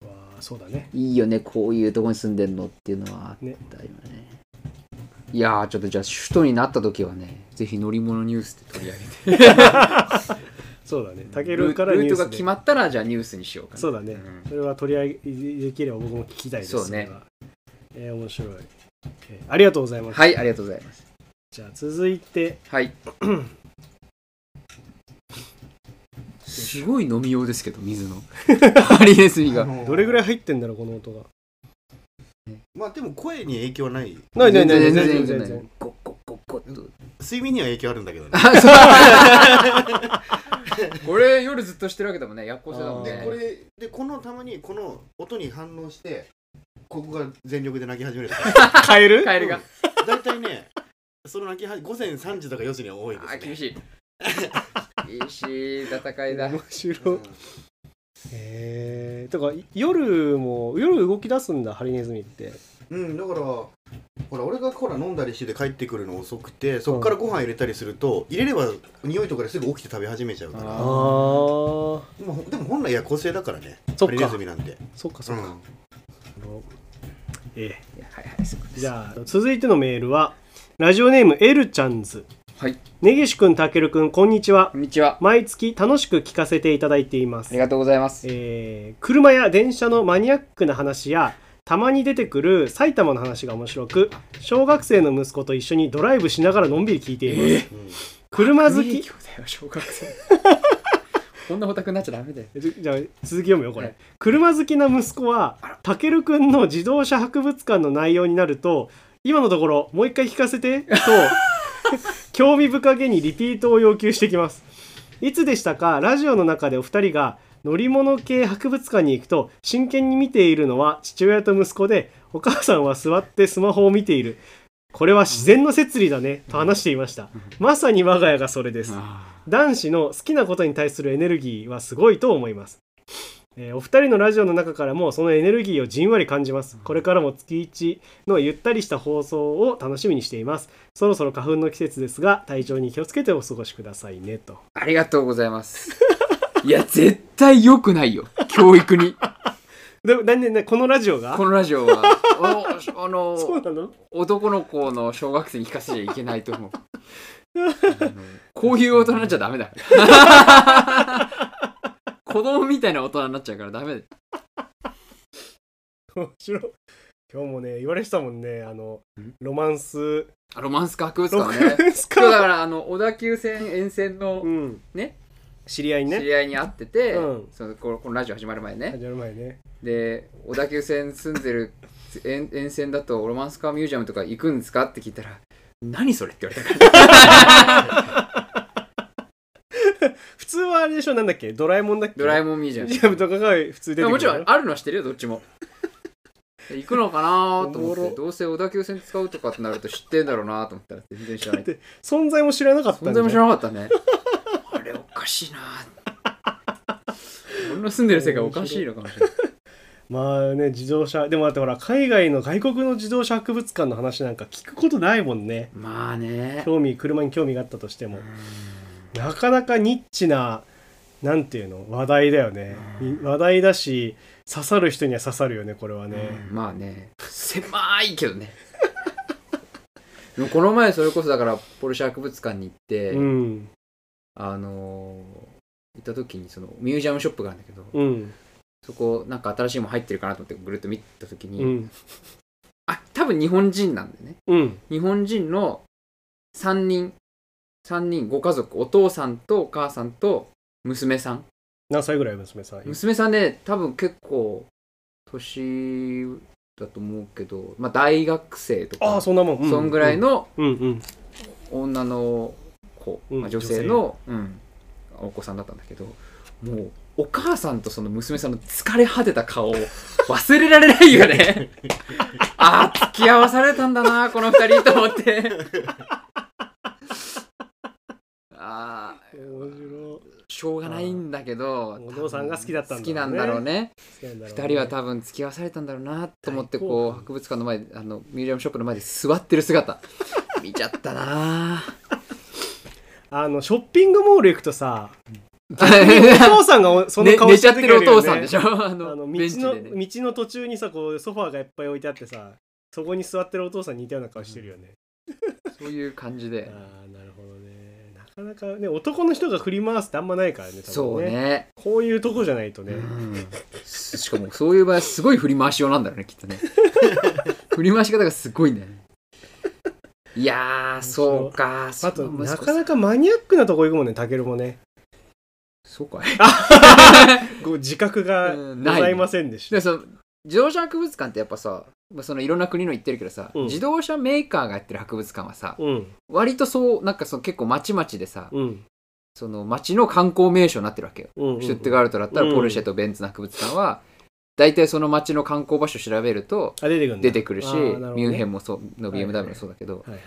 B: あわあそうだね
C: え。いいよね、こういうとこに住んでんのっていうのはあったよね。いやー、ちょっとじゃあ、首都になった時はね、ぜひ乗り物ニュースで取り上げて。
B: そうだねたけ
C: ル
B: る
C: ー
B: からニュ
C: ト
B: ース
C: が
B: で
C: 決まったら、じゃあニュースにしようかな。
B: そうだね、
C: ん
B: それは取り上げできれば僕も聞きたいです
C: そうね
B: れはえー面白い、えーありがとうございます、
C: はい、ありがとうございます。
B: じゃあ続いて
C: はい。すごい飲みようですけど、水の。ハリネズミが。
B: どれぐら
D: い
B: い入ってんだろうこの音が
D: まあでも声に影響はない
B: ないないない
C: 全然
B: 全
C: 全
B: 然
C: 然
B: 全然
C: ゴッゴッゴッゴッと
D: 睡眠には影響あるんだけどね
C: これ夜ずっとしてるわけだもんね夜行性だもん
D: で
C: ね
D: これでこのたまにこの音に反応してここが全力で泣き始める
B: カエル
C: カエルが
D: うん大体ねその泣きは午前3時とか4時には多いです、
C: あ
D: ね、
C: ー厳しい厳しい戦いだ
B: 面
D: う
B: 白い
D: ん
B: へえとか夜も夜動き出すんだハリネズミって
D: うん、だからほら俺がほら飲んだりして帰ってくるの遅くてそこからご飯入れたりすると入れれば匂いとかですぐ起きて食べ始めちゃうから
B: あ
C: あ
B: あー
D: でもでも本来夜行性だからね
B: そ
D: ハ
B: っ
D: リネ
B: か
D: ズミなんて
B: そっかそっか、
D: うん
B: あのえ
C: いやはいはいそう
B: えじゃあ続いてのメールはラジオネームエルちゃんズ
C: はい
B: 根岸くんたけるくんこんにちは
C: こんにちは
B: 毎月楽しく聞かせていただいていま
C: あ
B: す
C: りがとうございます
B: えー車や電車のマニアックな話やたまに出てくる埼玉の話が面白く小学生の息子と一緒にドライブしながらのんびり聞いています、
D: うん
B: 車好
C: 悪影
B: き
C: 響だよ小学生こんなオタクになっちゃダメだよ
B: じじゃあ続き読むよこれ、
C: はい
B: 車好きな息子はたけるくんの自動車博物館の内容になると今のところもう一回聞かせて と興味深げにリピートを要求してきますいつでしたかラジオの中でお二人が乗り物系博物館に行くと真剣に見ているのは父親と息子でお母さんは座ってスマホを見ているこれは自然の摂理だねと話していましたまさに我が家がそれです男子の好きなことに対するエネルギーはすごいと思います、えーお二人のラジオの中からもそのエネルギーをじんわり感じますこれからも月一のゆったりした放送を楽しみにしていますそろそろ花粉の季節ですが体調に気をつけてお過ごしくださいねと
C: ありがとうございますいや絶対良くないよ教育に
B: でもなんでねこのラジオが
C: このラジオはおあの
B: そうなの
C: 男の子の小学生に聞かせちゃいけないと思うあのこういう大人になっちゃダメだ子供みたいな大人になっちゃうからダメだ
B: 面白い今日もね言われてたもんねあの
C: ん
B: ロマンス
C: あロマンス科博物
B: ロマ
C: 館ね
B: ンス
C: 今日だ
B: か
C: からあの小田急線沿線の
B: うん
C: ね
B: 知り合いに
C: 知
B: ね
C: り合いに会ってて、
B: うん
C: そのこのこのラジオ始まる前ね
B: 始まる前ね
C: で小田急線住んでる沿沿線だとロマンスカーミュージアムとか行くんですかって聞いたら「何それ?」って言わ れたから
B: 普通はあれでしょなんだっけドラえもんだっけ
C: ドラえ
B: も
C: もんミュージアム
B: ジャムとかが普通出
C: で
B: てくる
C: も
B: の
C: ちろんあるのは知ってるよどっちも行くのかなと思
B: おも
C: っ
B: ろ
C: てどうせ小田急線使うとかってなると知ってんだろうなと思ったら全然知ら ない
B: 存在も知らなかったんじ
C: 存
B: ゃん
C: 在も知らなかったねあれおかしいな 俺の住んでる世界おかしいのかもしれない
B: まあね自動車でもだってほら海外の外国の自動車博物館の話なんか聞くことないもんね
C: まあね
B: 興味車に興味があったとしてもなかなかニッチななんていうの話題だよねい話題だし刺さる人には刺さるよねこれはね
C: まあね狭いけどね でもこの前それこそだからポルシェ博物館に行って、
B: うん
C: あのー行った時にそのミュージアムショップがあるんだけど、
B: うん
C: そこなんか新しいもん入ってるかなと思ってぐるっと見た時に、
B: うん
C: あ多分日本人なんだよね
B: うん
C: 日本人の3人3人ご家族お父さんとお母さんと娘さん
B: 何歳ぐらい娘さん
C: 娘さんね多分結構年だと思うけど、まあ、大学生と
B: あ
C: か
B: あそんなもん、う
C: そんぐらいの
B: うんうん
C: 女の子、
B: うん
C: まあ、女性の、うん、お子さんだったんだけどもうお母さんとその娘さんの疲れ果てた顔を忘れられないよ ねああ付き合わされたんだなこの二人と思って ああ
B: 面
C: しょうがないんだけど
B: お父さんが好きだったんだろうね
C: 好きなんだろうね
B: 白
C: 二
B: い
C: 人は
B: た
C: 多分付き合わされたんだろうなと思って
B: 大興奮
C: こう博物館の前あのミュージアムショップの前で座ってる姿見ちゃったな
B: あのショッピングモール行くとさ お
C: ぁ
B: 父さんがおそ の
C: ね
B: 顔
C: 寝
B: し
C: ちゃ
B: て
C: っ
B: る
C: て
B: 時
C: る
B: あ
C: お
B: よね
C: 父さん でしょあの
B: あの道
C: ベンチ
B: の、
C: でね
B: 道の途中にさこうソファーがいっぱい置いてあってさそこに座ってるお父さんに似たような顔してるよね、
C: そういう感じで
B: ああなるほどねなかなかね男の人が振り回すってあんまないからね多
C: そう
B: 分ね
C: ね
B: こういうとこじゃないとね、
C: うん しかもそういう場合すごい振り回し用なんだろうねきっ とね振り回し方がすごいんだよねいやーそうか
B: あ
C: そ
B: と
C: の息子
B: なかなかマニアックなとこ行くもんねたけるもね
C: そうかい
B: こう自覚が
C: う
B: ご
C: んない
B: ざいませんでした、
C: でその自動車博物館ってやっぱさまあそのいろんな国の行ってるけどさ、
B: うん
C: 自動車メーカーがやってる博物館はさ
B: うん
C: 割とそうなんかその結構まちまちでさ、
B: うん
C: その町の観光名所になってるわけよ、
B: うんうん
C: シュットガルトだったら
B: うん
C: ポルシェとベンツの博物館は、大体その町の観光場所調べると
B: あ出てくるんだ
C: 出てくるし
B: あーなほどね
C: ミュンヘンもそうの
B: はいはい
C: BMW もそうだけど、
B: はいはい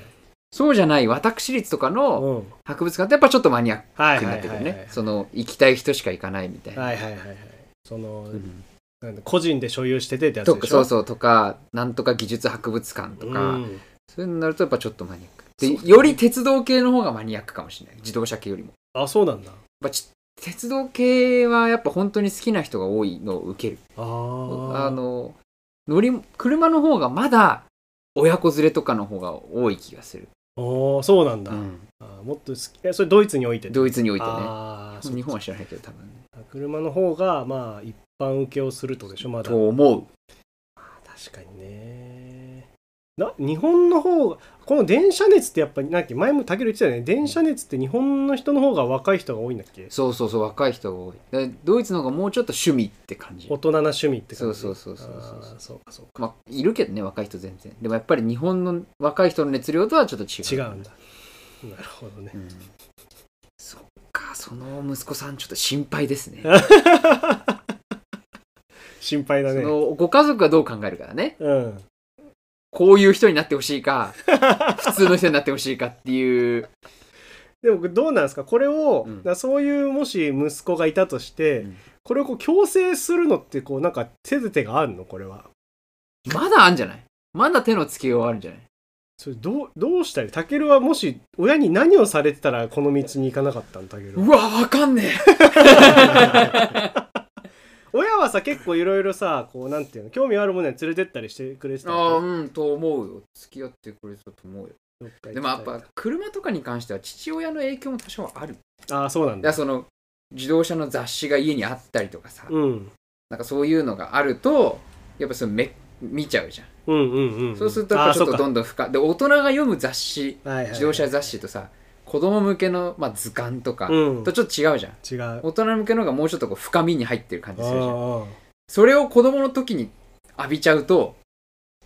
C: そうじゃない私立とかの
B: うん
C: 博物館ってやっぱちょっとマニアッ
B: はい
C: クに
B: は
C: なっ
B: い
C: てく
B: は
C: る
B: いはい
C: ねその行きたい人しか行かないみたいな、
B: はいはいはいはいその、
C: うん
B: なんだ個人で所有しててってやつ
C: と
B: で
C: か
B: しょ
C: そうそうとかなんとか技術博物館とか、
B: うん
C: そういうのになるとやっぱちょっとマニアックで、
B: そうだね
C: より鉄道系の方がマニアックかもしれない自動車系よりも
B: あそうなんだ
C: やっぱち鉄道系はやっぱ本当に好きな人が多いのを受ける
B: あ
C: あ
B: ー
C: の乗り車の方がまだ親子連れとかの方が多い気がする、
B: おーそうなんだ、
C: うん
B: あーもっと好きえそれドイツにおいて
C: ド
B: イ
C: イツにお
B: ツ
C: いてね
B: あーそっか
C: 日本は知らないけど多分ね
B: 車の方がまあ一般受けをするってことでしょまだ
C: と思う
B: 確確かにねな日本の方がこの電車熱ってやっぱりなんか前もたける言ってたよね電車熱って日本の人の方が若い人が多いんだっけ
C: そうそうそう若い人が多いだからドイツの方がもうちょっと趣味って感じ
B: 大人な趣味って感じ
C: そうそうそうそうそうそう
B: あーそうかそうか
C: まあいるけどね若い人全然でもやっぱり日本の若い人の熱量とはちょっと違
B: 違
C: う
B: うんだなるほどね
C: うんそっかその息子さんちょっと心配ですね
B: 心配だ
C: そ
B: ね
C: のご家族がどう考えるかだね
B: うん
C: こういう人になってほしい か普通の人になってほしいかっていう
B: でもどうなんですかこれを、
C: うん
B: だからそういうもし息子がいたとして、
C: うん
B: これをこう強制するのってこうなんか手立てがあるのこれは
C: まだあんじゃないまだ手のつけようあるんじゃない
B: それどうどうしたりたけるはもし親に何をされてたらこの道に行かなかったのたけるは
C: うわわかんね
B: 親はさ結構いろいろさこうなんていうの興味あるものに連れてったりしてくれて
C: え
B: た
C: ああ
B: あ
C: うんと思うよ付き合ってくれてたと思うよでもやっぱ車とかに関しては父親の影響も多少はある
B: ああそうなん
C: だから
B: だ
C: その自動車の雑誌が家にあったりとかさ、
B: うん
C: なんかそういうのがあるとやっぱそのめ見ちゃうじゃん、
B: うんうんうんん
C: そうするとやっぱちょっと
B: あ
C: どんどん深で大人が読む雑誌
B: ーそっかはいはいはい
C: 自動車雑誌とさ子供向けの、まあ、図鑑とか、
B: うん
C: とちょっと違うじゃん
B: 違うあ
C: 大人向けのがもうちょっとこう深みに入ってる感じするじゃん
B: ー
C: それを子供の時に浴びちゃうと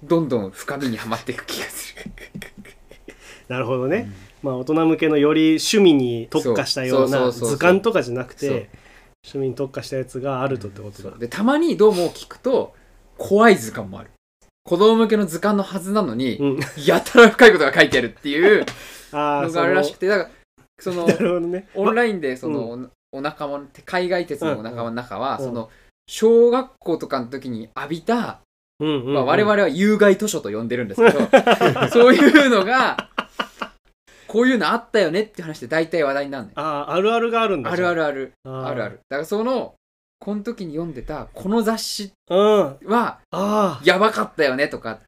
C: どんどん深みにはまっていく気がする
B: なるほどね、まあ大人向けのより趣味に特化したよう
C: そ
B: な
C: うそうそうそう
B: 図鑑とかじゃなく
C: そう
B: て趣味に特化したやつがあるとってことだ、
C: そうでたまにどうも聞くと怖い図鑑もある子供向けの図鑑のはずなのに、
B: うん、
C: やたら深いことが書いてあるっていう
B: ああ
C: の
B: そ
C: があるらしく
B: の
C: てだからその
B: なるほどね
C: オンラインでそのお,、仲間の海外鉄のお仲間の中は、
B: うんうん
C: その小学校とかの時に浴びた、
B: うんうん
C: まあ、我々は有害図書と呼んでるんですけど、 そういうのがこういうのあったよねって話で大体話題になるのよ
B: あああるあるがあるんだ
C: あるあ
B: る
C: るある
B: あー
C: あるあるだからそのこの時に読んでたこの雑誌
B: うんあ
C: は
B: あ
C: やばかったよねとか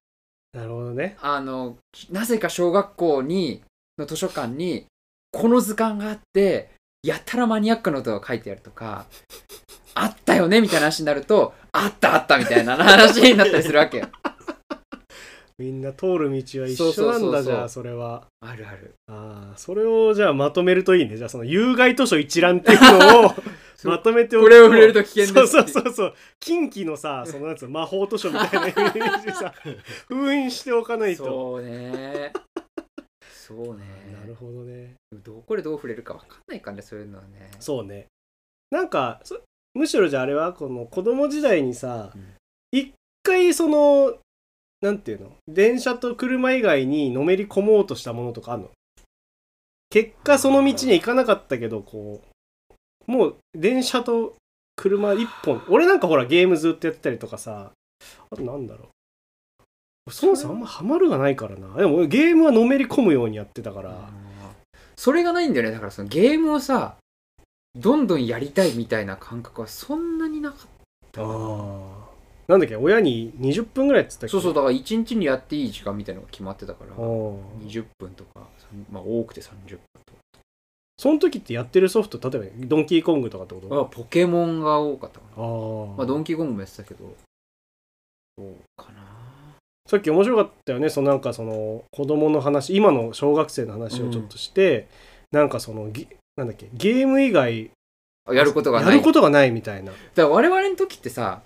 B: なるほどね
C: あのなぜか小学校にの図書館にこの図鑑があってやたらマニアックなことが書いてあるとかあったよねみたいな話になるとあったあったみたいな話になったりするわけよ
B: みんな通る道は一
C: そ
B: 緒
C: うそう
B: なん
C: そうそ
B: だ
C: う
B: じゃあそれは
C: あるある
B: ああ、それをじゃあまとめるといいね。じゃあその有害図書一覧っていうのを
C: そう
B: まとめておく
C: これを触れると危険です
B: そうそうそうそう。近畿のさ、そのやつ魔法図書みたいなイメージで さ、封印しておかないと。
C: そうねそうね
B: なるほどね。
C: どこでどう触れるか分かんないからねそういうのはね
B: そうね。なんか、そむしろじゃああれは、この子供時代にさ
C: うん、
B: 一、回その、なんていうの電車と車以外にのめり込もうとしたものとかあるの結果その道に行かなかったけどこうもう電車と車一本俺なんかほらゲームずっとやってたりとかさあとなんだろうそもそもあんまハマるがないからなでも俺ゲームはのめり込むようにやってたから、
C: それがないんだよねだからそのゲームをさどんどんやりたいみたいな感覚はそんなになかった
B: ああなんだっけ親に20分ぐらいっつったっけ
C: そうそう
B: だ
C: だから1日にやっていい時間みたいなのが決まってたから
B: そ
C: 20分とか、まあ、多くて30
B: の時ってやってるソフト例えばドンキーコングとかってこと
C: 分あポケモンが多かったかな、
B: あ
C: まあ、ドンキ
B: キ
C: ーコングもやってたけどそうかな
B: さっき面白かったよねそのなんかその子供の話今の小学生の話をちょっとして、なんかそのぎなんだっけゲーム以外
C: あやることが
B: や
C: ない
B: ることがないみたい
C: だ
B: な、
C: から我々の時ってさ、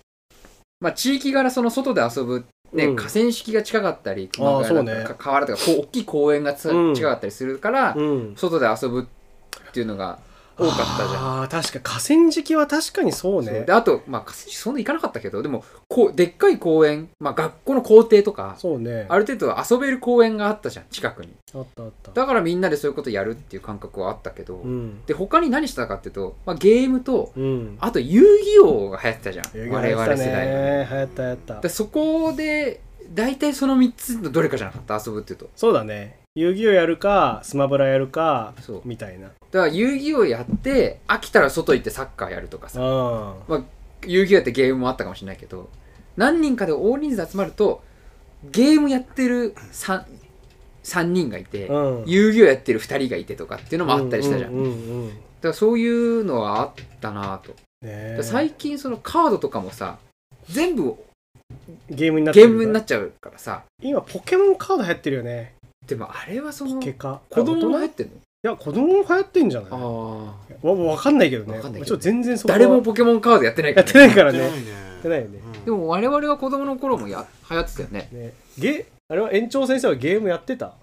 C: まあ、地域柄その外で遊ぶ、ね
B: うん
C: 河川敷が近かったり
B: あーそうね
C: なんか河原とかこう大きい公園がつ、
B: うん
C: 近かったりするから、
B: うん、
C: 外で遊ぶっていうのが多かったじゃん
B: んあー確か河川敷は確かにそう
C: そう
B: ね
C: であと、まあ、河川敷そんな行かなかったけどでもこうでっかい公園、まあ、学校の校庭とか
B: そうね
C: ある程度遊べる公園があったじゃん近くに
B: あったあった
C: だからみんなでそういうことやるっていう感覚はあったけど、
B: うん
C: で他に何してたかっていうと、まあ、ゲームと
B: うん
C: あと遊戯王が流行ってたじゃん
B: 流
C: 我
B: 行
C: 々世
B: っ
C: 代は
B: た
C: ね
B: ね流行った流行った
C: でそこで大体その3つのどれかじゃなかった遊ぶっていうと
B: そうだね遊戯王やるかスマブラやるか
C: そう
B: みたいな
C: だから遊戯王やって飽きたら外行ってサッカーやるとかさ
B: ああ
C: 遊戯王やってゲームもあったかもしれないけど何人かで大人数で集まるとゲームやってる 3, 三人がいて、
B: うん
C: 遊戯王やってる2人がいてとかっていうのもあったりしたじゃん,、
B: うんうんうんうんね
C: だからそういうのはあったなぁと、
B: え
C: 最近そのカードとかもさ全部
B: ゲームになって
C: ゲ
B: る
C: ー
B: から
C: ムになっちゃうからさ
B: 今ポケモンカード流行ってるよね
C: でもあれはその
B: 結果
C: 子供も
B: い
C: 入ってん
B: や子供も流行ってんじゃないわ
C: のああ
B: わかんないけどね
C: わかんないけどね
B: ちょっと全然そこは
C: 誰もポケモンカードやってない
B: や
C: か
B: っ
C: ら
B: てない
C: ね
B: から
D: やっ
B: ね
D: てないよね
B: やってないよね
D: うん
C: でも我々は子供の頃もや流行ってたよね
B: ねゲあれは園長先生はゲームやってた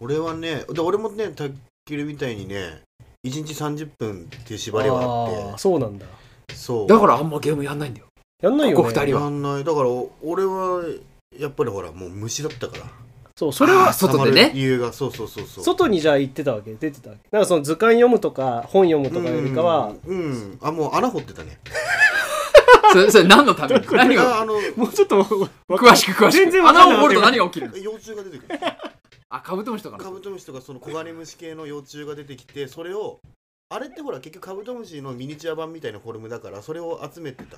D: 俺はねで俺もね卓球みたいにね1日30分っていう縛りはあ
B: ー
D: っ
B: そうなんだ
D: てそう
C: だからあんまゲームやんないんだよ
B: やんないよね
C: ここ二人
D: やんないだからお俺はやっぱりほらもう虫だったから
B: そうそれは
C: あー外で
D: たまる
C: ね
D: 理由がそうそうそうそう
B: 外にじゃあ行ってたわけ出てたわけなんかその図鑑読むとか本読むとかよりかは
D: うん、うんあもう穴掘ってたね
C: それそれ何の ために何が
D: ああの
B: もうちょっと
C: 詳しく詳しく
B: 全然わかんな
C: 穴
B: い
C: を掘ると何が起きる
D: 幼虫が出てくる
C: あカブトムシとか
D: カ
C: の
D: ブトムシとかそのコガネムシ系の幼虫が出てきてそれをあれってほら結局カブトムシのミニチュア版みたいなフォルムだからそれを集めてた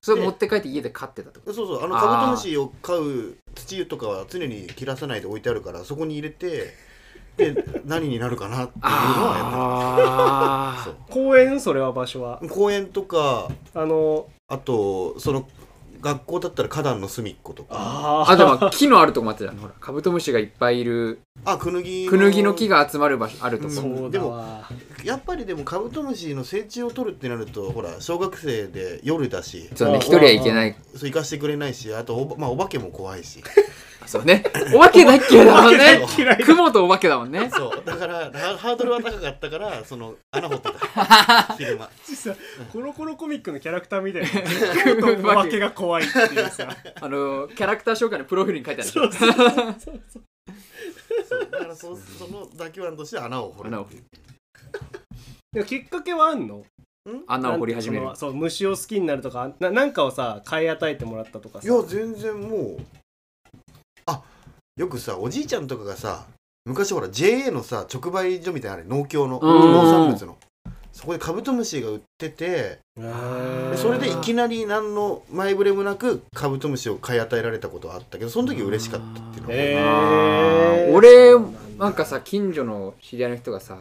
C: それ持って帰って家で飼ってたってこと
D: そうそうあの
C: あー
D: カブトムシを飼う土とかは常に切らさないで置いてあるからそこに入れて で何になるかなっていうのはや
C: あ
D: って
C: あ
D: る
B: 公園それは場所は
D: そう公園とか
B: あの
D: あとその学校だったら花壇の隅っことか
B: あ
C: あとは木のあるとこもあってたのほらカブトムシがいっぱいいる
D: あクヌギ
C: クヌギの木が集まる場所あるとこ、
B: そうだわ
D: やっぱりでもカブトムシの成虫を取るってなるとほら小学生で夜だし
C: そうね
B: あ
C: 一人はいけない
D: そう行かしてくれないしあとおば,、まあ、お化けも怖 いし
C: そうねお化けだっけだもんね
D: お化け
B: 嫌い
C: 雲とお化けだもんね
D: そうだからハハードルは高かったからその穴掘って た昼間
B: コロコロコミックのキャラクターみたい な雲とお化けが怖いっていうさ
C: あのキャラクター紹介のプロフィールに書いてあるでしょ
D: そうだからそその妥協案として穴を掘る
C: 穴を
B: でもきっかけはあんの
C: 穴を掘り始める
B: なんかそのそう虫を好きになるとかななんかをさ買い与えてもらったとか
D: い
B: さ
D: や全然もうあよくさおじいちゃんとかがさ昔ほら JA のさ直売所みたいなのあれ農協の
C: うんうんうん
D: 農産物のそこでカブトムシが売ってて
B: へー
D: それでいきなり何の前触れもなくカブトムシを買い与えられたことはあったけどその時嬉しかったっていうのが
B: へ
C: あ
B: ー
C: ー俺
B: そうなんだ
C: なんかさ近所の知り合いの人がさ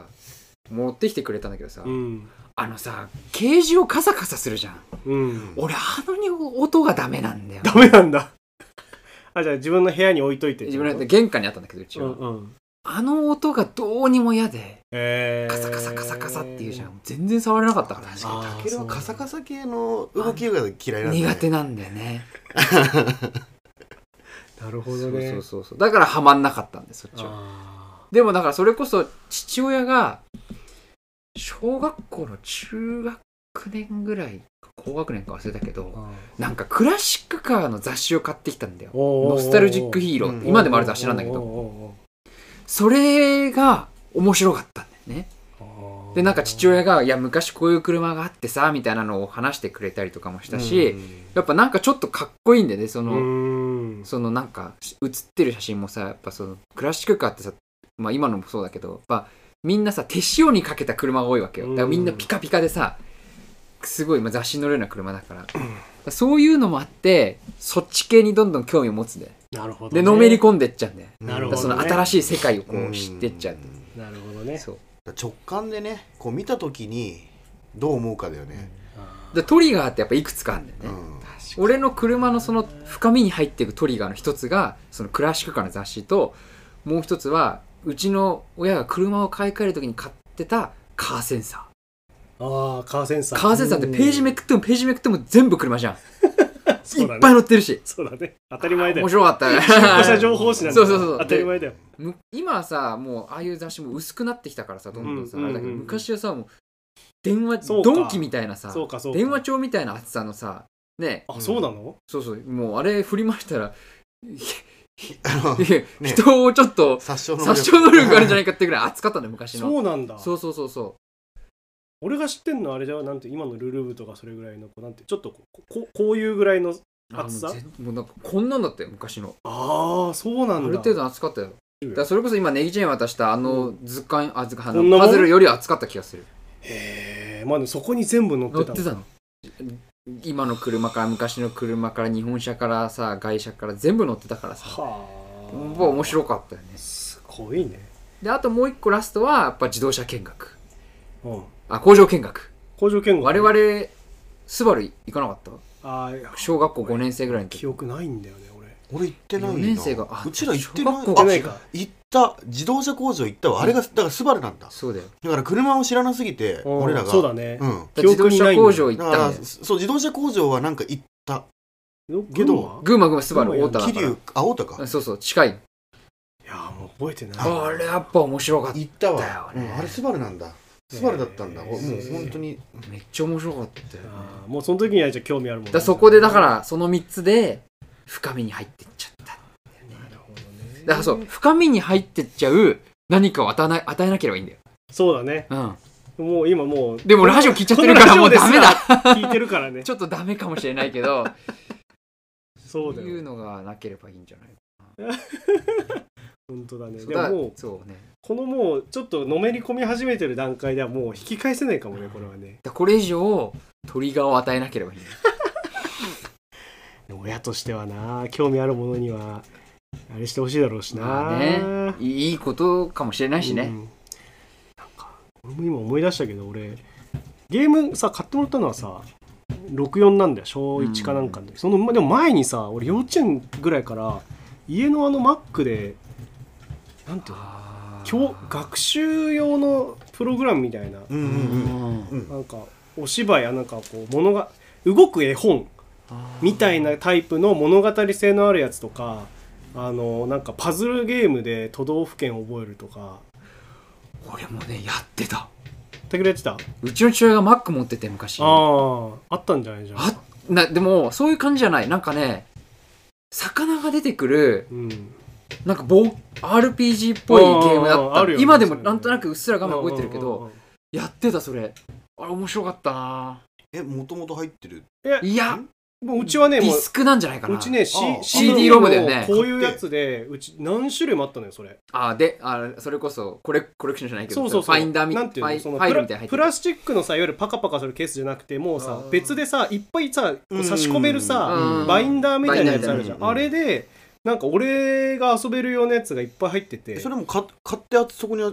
C: 持ってきてくれたんだけどさ、
B: うん
C: あのさケージをカサカサするじゃん
B: うん
C: 俺あのに音がダメなんだよ
B: ダメなんだあじゃあ自分の部屋に置いといて
C: 自分の玄関にあったんだけどうちは、
B: うんうん
C: あの音がどうにも嫌で
B: へー
C: カサカサカサカサっていうじゃん全然触れなかったからね
D: 確か
B: あー
D: にタケルはカサカサ系の動きが嫌いなんだ、ね、
C: 苦手なんだよね
B: なるほ
C: そ
B: ど
C: う
B: ね
C: そうそうそうだからハマんなかったんでそっちは
B: あ
C: でもだからそれこそ父親が小学校の中学年ぐらい高学年か忘れたけど、
B: ー
C: なんかクラシックカーの雑誌を買ってきたんだよ。
B: おー
C: ノスタルジックヒーローって、
D: うん
C: 今でもある雑誌なんだけど、
B: ど
C: それが面白かったんだよね。で、なんか父親
B: が
C: が、いや、昔こういう車があってさ、みたいなのを話してくれたりとかもしたし、やっぱなんかちょっとかっこいいんだよね、その、
B: うん
C: そのなんか写ってる写真もさ、やっぱそのクラシックカーってさ、まあ今のもそうだけど、やっぱみんなさ、手塩にかけた車が多いわけよ。だからみんなピカピカでさ、すごい、まあ、雑誌に乗るような車だから。だからそういうのもあって、そっち系にどんどん興味を持つんだよ。
B: なるほど
C: で、
B: ね
C: のめり込んでっちゃうんだよ。
B: なる
C: だ
B: ほ
C: か
B: ど
C: ら
B: ね
C: その新しい世界をこう知ってっちゃう。
D: ん
B: なるほどね
C: そう。
D: 直感でねこう見た時にどう思うかだよね、
C: で、トリガーってやっぱいくつかあるんだよね。
D: うん
C: 俺の車のその深みに入っていくトリガーの一つがそのクラシックカーの雑誌ともう一つはうちの親が車を買い替える時に買ってたカーセンサ
B: ああカーセンサ
C: ー
B: ー
C: カーセンサーってページめ
B: く
C: くってもページめくっても全部車じゃん、
B: い
C: いっぱい乗ってるし
B: そうだね当たり前だよ
C: 面白かったね
B: 放射情報誌なんだ
C: そうそうそう
B: 当たり前だよ
C: む今はさもうああいう雑誌も薄くなってきたからさどんどんさ、
B: うん
C: あれだけど
B: うんうん
C: 昔はさもう電話
B: そうか
C: ドンキみたいなさ
B: そうかそうか
C: 電話帳みたいな厚さのさね
B: あそうなの
C: そうそうもうあれ振りましたらい
D: あの
C: やいや 人をちょっと
D: 殺傷能力
C: 殺傷能力があるんじゃないかってぐらい熱かったん だよ昔の
B: そうなんだ
C: そうそうそうそ
B: 俺が知ってんのあれじゃなんて今のルルブとかそれぐらいのこうなんてちょっとこうここういうぐらいの
C: うあもう
B: 厚さ
C: 全もうなんかこんなんだったよ昔の
B: ああそうな
C: あ
B: んだ
C: る程度熱かったよだからそれこそ今ネギちゃんに渡したあの図鑑あ図鑑あ
B: こんな
C: の
B: もん
C: パズルより熱かった気がする
B: へえまあでもそこに全部載って
C: 乗ったてたの今の車から昔の車から日本車からさ外車から全部乗ってたからさ
B: はあ
C: やっぱ面白かったよね
B: すごいね
C: であともう一個ラストはやっぱ自動車見学
B: うん
C: あ工場見学
B: 工場見学
C: 我々スバル行かなかった
B: あーいや
C: 小学校5年生ぐらいの時
B: 記憶ないんだよね俺
D: 俺行ってないな
C: 四年生があ
D: うちら行ってない
C: 小学校
B: 行って
D: あ
B: ないか
D: 行った自動車工場行ったわあれがだからスバルなんだ
C: そうだよ
D: だから車を知らなすぎて
B: うん
D: 俺らが
B: そうだね
D: うん
B: 記
C: 自動
B: 憶にな
C: 車
B: いんだ
C: 工場行
D: だ
C: った
D: から
C: んだよ
D: そう自動車工場はなんか行った
B: け
D: け
B: ど
D: ど
C: 群馬群馬スバル
B: 群馬
C: 太田だ
D: 桐
C: か
D: 生あ太田から
C: そうそう近い
B: いやーもう覚えてない
C: あれやっぱ面白かった
D: 行った
C: だよ
D: わ、
C: ね
D: うんあれスバルなんだスバルだったんだ、
B: へー
D: もう本当に
C: めっちゃ面白かったよだか
B: あーもうその時にはじゃあ興味あるもん
C: らそこでだからその3つで深みに入ってっちゃったんだよね
B: なるほどね
C: だからそう深みに入ってっちゃう何かを与えな与えなければいいんだよ、
B: そうだね
C: うん、
B: もう今もう
C: でもラジオ聞いちゃってるからもうダメだ
B: 聞いてるから ね
C: ちょっとダメかもしれないけど
B: そうだ
C: いう
B: よ
C: のがなければいいんじゃない
B: 本当だね
C: そう
B: でも
C: だ
B: もう
C: そうね
B: このもうちょっとのめり込み始めてる段階ではもう引き返せないかもねこれはね
C: だこれ以上トリガーを与えなければいいんだよ
B: 親としてはな興味あるものにはあれしてほしいだろうしな、
C: まあねいいいことかもしれないし
B: うん
C: ね、
B: なんか俺も今思い出したけど俺ゲームさ買ってもらったのはさ64なんだよ小1かなんかで、そのまでも前にさ俺幼稚園ぐらいから家のあの Mac でなんていうの
C: あー
B: 教学習用のプログラムみたいな、
D: う
C: う
D: んう
C: んん
D: うんうん
B: なんかお芝居やなんかこう物が動く絵本みたいなタイプの物語性のあるやつとかあのなんかパズルゲームで都道府県を覚えるとか
C: 俺もねやってた
B: 竹田やってた
C: うちの父親がマック持ってて昔
B: あああったんじゃないじゃん
C: あなでもそういう感じじゃないなんかね魚が出てくる
B: うん
C: なんかぼ RPG っぽいゲームだ
B: あ
C: っ
B: ー
C: た、
B: あるよね
C: 今で
B: そ
C: も
B: れね
C: なんとなくうっすら画面覚えてるけ
B: うんうん
C: ど
B: うんう
C: やってたそれあれ面白かったな
D: えもともと入ってる
C: いや
B: んもううちはね
C: ディ
B: もう
C: スクなんじゃないかな
B: うちね、C
D: あー
C: CD ロムだよね
B: こういうやつでうち何種類もあったのよそれ
C: あーであーそれこそコレコレクションじゃないけど
B: そうそうそう
C: ファインダーみた
B: ないんていうのその
C: ファイ
B: プ
C: ル
B: ラ
C: みたいな入って
B: プ
C: る
B: ラスチックのさいわゆるパカパカするケースじゃなくてもう
C: あ
B: さ
C: ー
B: 別でさいっぱいさこう差し込める
C: うんう
B: さ
C: ん
B: バインダーみたいなやつあるじゃん
D: バ
B: あ
D: インダー
B: れでなんか俺が遊べるようなやつがいっぱい入って
D: え
B: て
D: それもか買ってあってそこに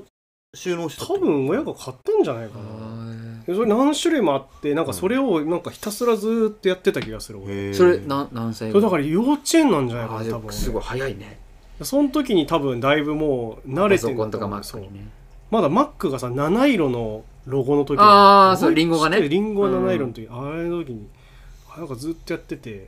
D: 収納してた
B: 多分親が買ったんじゃないか
C: あ
B: な
C: ー
B: それ何種類もあってなんかそれをなんかひたすらずーっとやってた気がする俺
D: へー
C: それな何歳
B: それだ
C: か
B: から幼稚園なんじゃない
C: あ
B: か
C: ー
B: な
C: で
B: 多
C: も
B: 分
C: すごい早いね
B: その時に多分だいぶもう慣
C: パ
B: れて
C: ソコ
B: んだ思う
C: ンとかマッ
B: そ
C: ク
B: う
C: にね
B: まだ Mac がさ七色のロゴの時
C: あー
B: 覚
C: そ
B: え
C: うリンゴがね
B: 知ってるリンゴが七色の時、あれの時にあなんかずっとやってて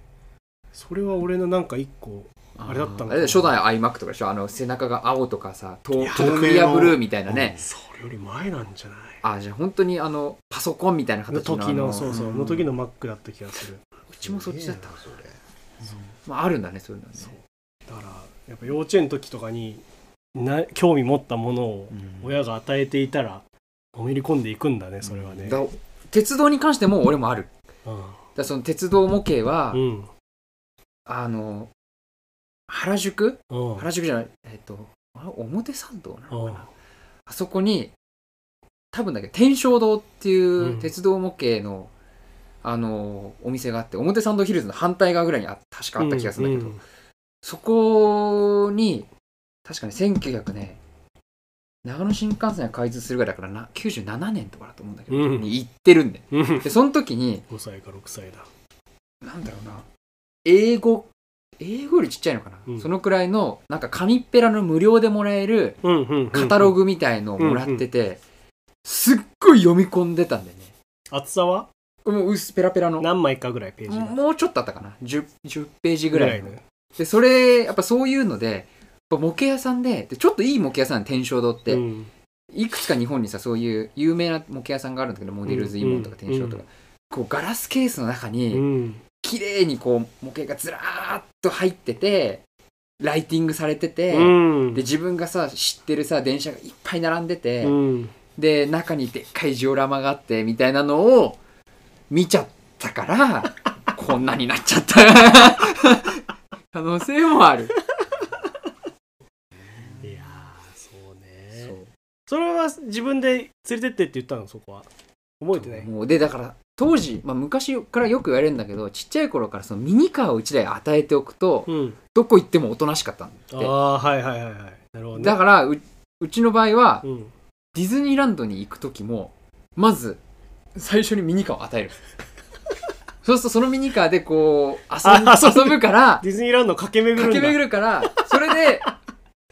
B: それは俺のなんか一個
C: あ
B: あれだったのか
C: の
B: な
C: あれだよ初代 iMac とかでしょあの背中が青とかさと
B: いや
C: ちょっとクリアブルーみたいなね
B: それより前なんじゃない
C: あじゃあ本当にあのパソコンみたいな
B: の
C: 形の
B: 時
C: あ
B: のそうそう、の時
C: う
B: の Mac だった気がする
C: ちもそっちだった
D: すげえな
C: まああるんだねそういうのはね
B: そうだからやっぱ幼稚園の時とかにな興味持ったものを
C: うん
B: 親が与えていたらのめり込んでいくんだねそれはね、
C: だ鉄道に関しても俺もある
B: うん
C: だからその鉄道模型は、
B: うん
C: あの原宿
B: うん
C: 原宿じゃないえっ、とあれ表参道なのか
B: う
C: なあそこに多分だけど天正堂っていううん鉄道模型の、あのお店があって表参道ヒルズの反対側ぐらいにあ確かあった気がするんだけど、
B: うん
C: そこに確かに1900ね長野新幹線が開通するぐらいだからな97年とかだと思うんだけど、
B: うん
C: に行ってるんで
B: うんうん
C: でその時に
B: 5歳か6歳だ
C: なんだろうな英語英語よりちっちゃいのかな、
B: うん
C: そのくらいのなんか紙っぺらの無料でもらえるカタログ
B: グ
C: みたいのをもらってて、すっごい読み込んでたんだよね
B: 厚さは
C: もう薄ペラペラの
B: 何枚かぐらいページ
C: もうちょっとあったかな 10, 10ページぐ
B: ぐ
C: ら
B: ら
C: い
B: い
C: の
B: の
C: でそれやっぱそういうのでやっぱ模型屋さんででちょっといい模型屋さん天正堂って、
B: うん
C: いくつか日本にさそういう有名な模型屋さんがあるんだけどモデルズイモンとか
B: うん
C: 天正とか、こうガラスケースの中
B: う
C: に
B: ん
C: 綺麗にこう模型がずらーっと入っててライティングされてて、
B: うん
C: で自分がさ知ってるさ電車がいっぱい並んでて、
B: うん
C: で中にでっかいジオラマがあってみたいなのを見ちゃったからこんなになっちゃった 可能性もある、
B: いやーそう
C: そ
B: ね
C: う
B: それは自分で連れてってって言ったのそこは覚えてない
C: もうでだから当時、まあ、昔からよく言われるんだけどちっちゃい頃からそのミニカーを1台与えておくと
B: うん
C: どこ行ってもおとなしかったん
B: あ
C: だっ
B: あーはいはいはいはいなるほど
C: て
B: ね
C: だからううちの場合は
B: うん
C: ディズ ニーランドに行く時もまず最初にミニカーを与えるそうするとそのミニカーでこう遊
B: あ遊
C: ぶ
B: ぶ
C: 遊ぶから
B: ディズニーランド駆け巡るんだ
C: 駆け巡るからそれで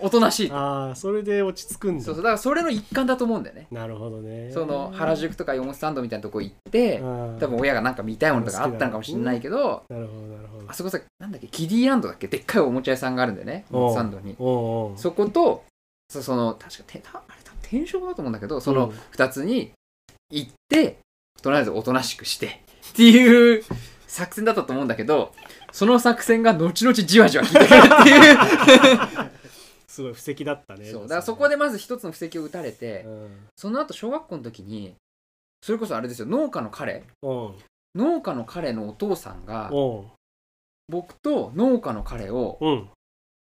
C: おとな しいと
B: ああそれで落ち着くんだ
C: そうそうだからそれの一環だと思うんだよね
B: なるほどね
C: その原宿とか四スタンドみたいなとこ行って
B: 多
C: 多分親がなんか見たいものとかあったのかもしれないけど
B: なるほどなるほど
C: あそこさなんだっけキディランドだっけでっかいおもちゃ屋さんがあるんだよね
B: おう
C: 四スタンドに
B: おうおう
C: そことそその確かてたあれ多分転職だと思うんだけどその
B: うん
C: 2つに行ってとりあえずおとなしくしてっていう作戦だったと思うんだけどその作戦が後々じわじわ効いてくるっていう
B: すごい布石だったね
C: そうだからそこでまず一つの布石を打たれて
B: うん
C: その後小学校の時にそれこそあれですよ農家の彼
B: おう
C: 農家の彼のお父さんが
B: おう
C: 僕と農家の彼を
B: うん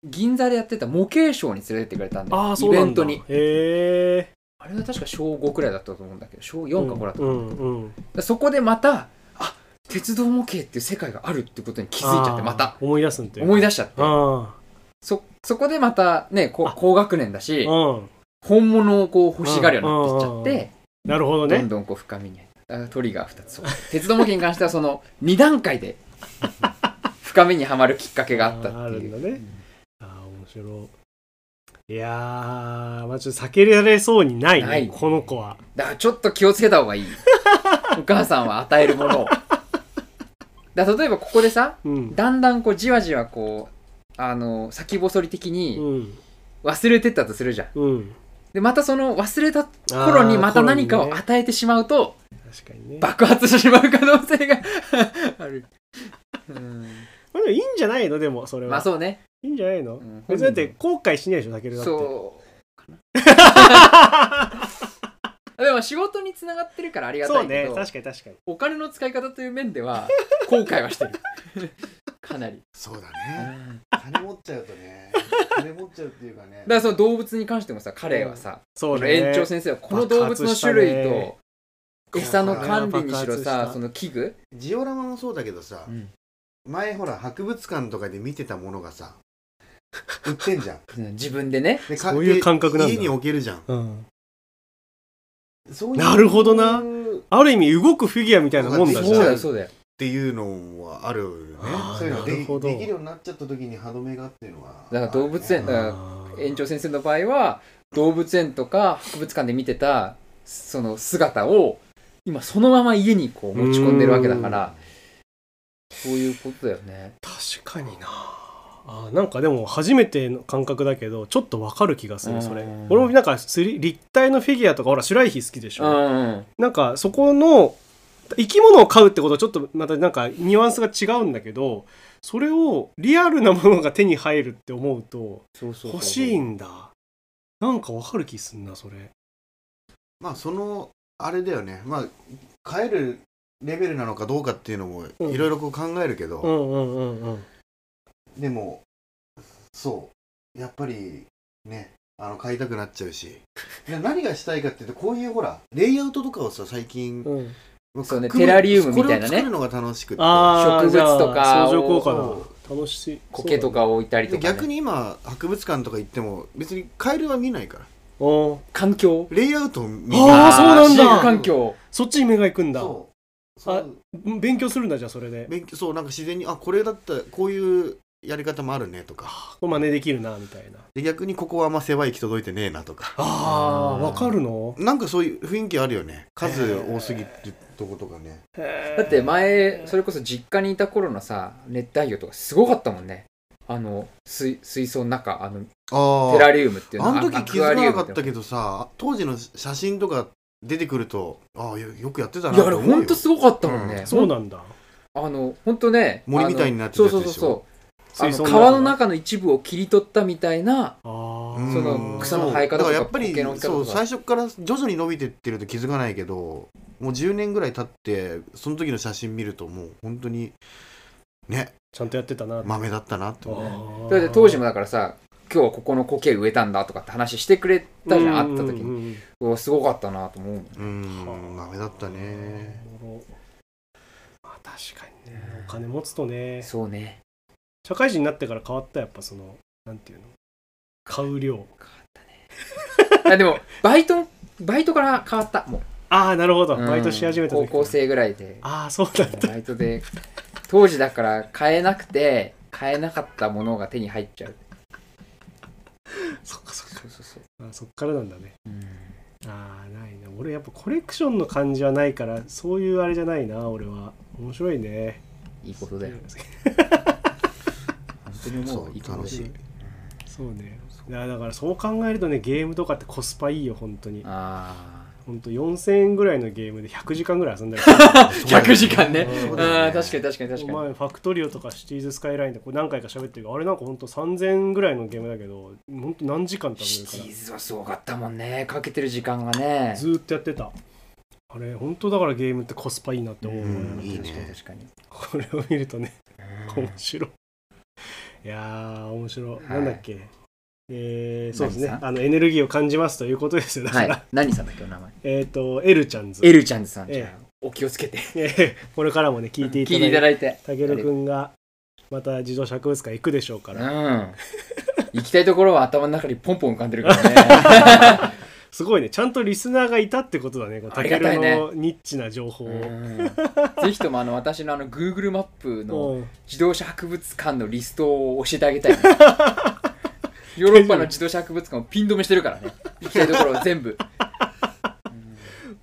C: 銀座でやってた模型ショーに連れてってくれたんで
B: ああ
C: イ
B: そう
C: ベ
B: なん
C: ン
B: だ
C: トに
B: へえ
C: あれは確か小5くらいだったと思うんだけど小4か5だったと
B: う
C: 思うん
B: んうん
C: だからそこでまたあ鉄道模型っていう世界があるってことに気づいちゃってま
B: あ
C: た
B: ー思い出すんという
C: 思い
B: 出
C: 出しちゃって
B: あ
C: そそこでまたねこ
B: あ
C: う高学年だ
B: あ
C: し
B: うん
C: 本物をこう欲しがるようになってきちゃって
B: なるほど
C: ど
B: ね
C: んどんこう深みにだからト リガー2つそう鉄道模型に関してはその2段階で 深みにはまるきっかけがあった
B: あーあ
C: って
B: る
C: い
B: んだ
C: う
B: ねああ面白いいやーまあちょっと避けられそうにない
C: な
B: ね
C: い
B: この子は
C: だからちょっと気をつけた方 がいいお母さんは与えるものをだから例えばここでさ
B: うん
C: だんだんこうじわじわこうあの先細り的に、
B: うん
C: 忘れてったとするじゃん
B: うん
C: でまたその忘れた頃にまた何か
B: あー
C: を
B: 頃にね
C: 与えてしまうと、
B: 確かにね
C: 爆発してしまう可能性が ある うん
B: まあでもいいんじゃないのでもそれは
C: まあそうね、
B: いいんじゃないの
C: うん
B: 別にだって後悔しないでしょ、タケルだって。
C: そうかな でも仕事につながってるからありが
B: そ
C: た
B: う
C: いけ
B: ね、
C: ど、
B: 確かに確かに。
C: お金の使い方という面では後悔はしてる かなり、
D: そうだ
C: う
D: ね
C: ん
D: 金持っちゃう とね金持っちゃうっていうかね
C: だからその動物に関してもさ彼はさ、
B: そう
C: この
B: ね。
C: 園長先生はこの動物の種類と
D: 爆発したね
C: 餌の管理にしろ
B: 爆発し
C: さ
B: た
C: その器具、
D: ジオラマもそうだけどさ、前ほら博物館とかで見てたもの がさ売ってんじゃん
C: うん自分でね
D: でか
B: そういう感覚なんだ
D: 家に置けるじゃん
B: うん。
D: そういう
B: なるほどな
D: っ
B: ある意味、動くフィギュアみたいなもんだ
D: そう
B: じ
C: そう
B: ゃ
C: だ
B: ん。
C: よそうだよ
D: ていうのはあるよね
B: あー
D: そういうの
B: なるほ
D: で
B: ど
D: できるようになっちゃった時に歯止めがっていうのは
C: だから動物園だから園長
B: 先
C: 先生の場合は動物園とか博物館で見てたその姿を今そのまま家にこう持ち込んでるわけだからそういうことだよね
B: 生。確かにな。あーなんかでも初めての感覚だけどちょっとわかる気がす
C: う
B: る
C: ん
B: それ俺もなんかすり立体のフィギュアとかほらシュライヒ好きでし
C: う
B: ょ
C: んうん
B: なんかそこの生き物を飼うってことはちょっとまたなんかニュアンスが違うんだけどそれをリアルなものが手に入るって思うと
C: そうそうそう
B: 欲しいんだなんかわかる気すんなそれ
D: まあそのあれだよねまあ帰るレベルなのかどうかっていうのも
B: うん
D: いろいろこう考えるけど、
B: うんうんうんうん
D: でもそうやっぱりねあの買いたくなっちゃ うしで何がしたいかっていうとこういうほらレイアウトとかをさ最近
B: うん
C: そうね
D: 組む
C: テラリウムみたいなね
D: これを作るのが楽しくて
B: あー
C: 植物とか
B: じゃあ相乗効果
D: そ
B: だ楽しい
C: 苔とかを置いたりと
D: で
C: か、ね、
D: 逆に今博物館とか行っても別にカエルは見ないから
B: そう
C: 環境
D: レイアウトを見
B: あーそうなんだ
C: 飼育環境
B: だそっちに目が行くんだ
D: そうそう
B: 勉強するんだじゃあそれで
D: 勉強そうなんか自然にあこれだったらこういうやり方もあるねとか
B: こう真似できるなみたいな
D: で逆にここはあんま狭い行き届いてねえなとか
B: あーわかるの
D: なんかそういう雰囲気あるよね数多すぎるとことかね
C: だ
B: だ
C: って前それこそ実家にいた頃のさ熱帯魚とかすごかったもんねあの水水槽の中あの
D: あ
C: テラリウムっていうの
D: あの
C: ア
D: 時
C: ク
D: 気づか
C: アリウ
D: な
C: ム
D: か
C: て
D: っ
C: いうの
D: たけどさ当時の写真とか出てくるとああよよくやってたない
C: やあれ
D: と思うよ
C: ほんとすごかったもんね、
D: うん
B: そうなんだ
C: あの本当ね
D: 森みたいになってるやつ
C: あの
D: でしょ
C: そうそう
B: 水
C: そ
B: 槽
C: うあの川
B: の中
C: の中の一部を切り取ったみたいな
B: あ
D: うん
B: ー
C: その草の生え方とか
D: そうだらやっぱり
C: 苔の置き方
D: そ
C: と
D: う
C: か
D: 最初から徐々に伸びてってると気づかないけどもう10年ぐらい経ってその時の写真見るともう本当にね
B: ちゃんとやってたなって
D: 豆だったなって
B: あ
D: 思う
B: ー
C: それで当時もだからさ今日はここの苔植えたんだとかって話してくれたじゃん会った時
B: うんう
C: に
B: んうん
C: うわすごかったなと思うもん
D: うーん豆だったね
B: おもろまあ確かにねお金持つとね
C: そうね
B: 社会人になってから変わったやっぱそのなんていうの買う量
C: いやでもバイトバイトから変わったもう
B: ああなるほど、
C: うん
B: バイトし始めた
C: 高
B: 時
C: 校生ぐらいで
B: ああそうだ った
C: バイトで当時だから買えなくて買えなかったものが手に入っちゃう
B: そっかそっか
C: そうそうそう、
B: あーそっからなんだね
C: うん
B: ああないな俺やっぱコレクションの感じはないからそういうあれじゃないな俺は面白いね
C: いいことだよ本当にも
D: そうう
C: いいこと
D: 楽
C: だ
D: し
C: よ
D: い
B: そうねいやだからそう考えるとねゲームとかってコスパいいよ本当に
C: あ
B: 本当4000円ぐらいのゲームで100時間ぐらい遊んだり する
C: あ100時間ね
B: そう
D: だよね
C: あー確かに確かに確かに
B: 前ファクトリオとかシティーズスカイラインでこう何回か喋ってるけどあれなんか本当3000円ぐらいのゲームだけど本当何時間食
C: シ
B: べ
C: テ
B: るか
C: ィーズはすごかったもんねかけてる時間がね
B: らずーっとやってたあれ本当だからゲームってコスパいいなって思う、
D: うんいい
C: 確かに
D: ね
C: 確かに
B: これを見るとね
C: うん
B: 面白い。いやー、面白い。
C: い
B: なんだっけ。えー、そうです
C: 何
B: ね。
C: さ
B: あのエネルギーを感じますということですよ。だ
C: は
B: から、
C: い何さんだっけお名前
B: えっ、と、エルちゃんズ。
C: エルちゃんさん
B: ええ
C: じゃあお気をつけて
B: えーこれからもね、聞いていた
C: 聞いていた
B: だいて、
C: だいて
B: たけるくんがまた自動博物館行くでしょうか
C: う
B: ら、
C: ん行きたいところは頭の中にポンポン浮かんでる からね
B: すごいね、ちゃんとリスナーがいたってことだね、こう
C: あ
B: た
C: り
B: け
C: がた
B: る
C: いね
B: のニッチな情報を。
C: うんぜひともあの私のあの Google マップの
B: うん
C: 自動車博物館のリストを教えてあげ たいね、ヨーロッパの自動車博物館をピン止めしてるからね行きたいところを全 部、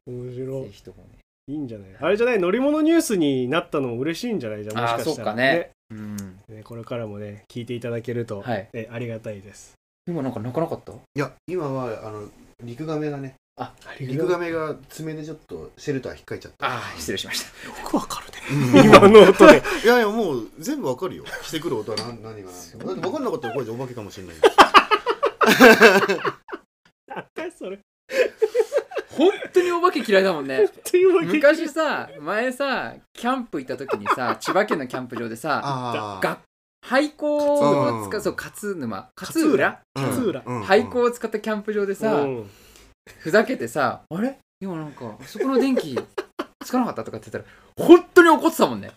B: 面
C: う
B: 白
C: んぜ
B: い。
C: ひともね
B: いいんじゃないあれじゃない、乗り物ニュースになったのも嬉しいんじゃないじゃあ、も
C: ああ
B: し
C: そ
B: か
C: っ
B: した、
C: からねうん
B: ねねこれからもね、聞いていただけると、
C: はい
B: えありがたいです。
C: 今なんか泣かなかった
D: いや今はあの陸亀がね
B: あり
D: 陸亀が爪でちょっとシェルター引っかいち ゃった
C: ああ失礼しました
B: よくわかるね。今の 音で。
D: いやいやもう全部わかるよしてくる音は何何が
C: す
D: 何
C: ごい
D: だって分かんなかったらこれじゃお化けかもしれない
B: それ。っ
C: 本当にお化け嫌いだもんね
B: ていうわけ。
C: 昔さ前さキャンプ行った時にさ千葉県のキャンプ場でさ
D: あ
C: が廃校を使
D: う
C: うんそう勝沼勝浦
D: あ
B: 勝浦
C: 廃校を使ったキャンプ場でさ、
B: うん
C: ふざけてさあれ今なんかあそこの電気つかなかったとかって言ったら本当に怒ってたもんね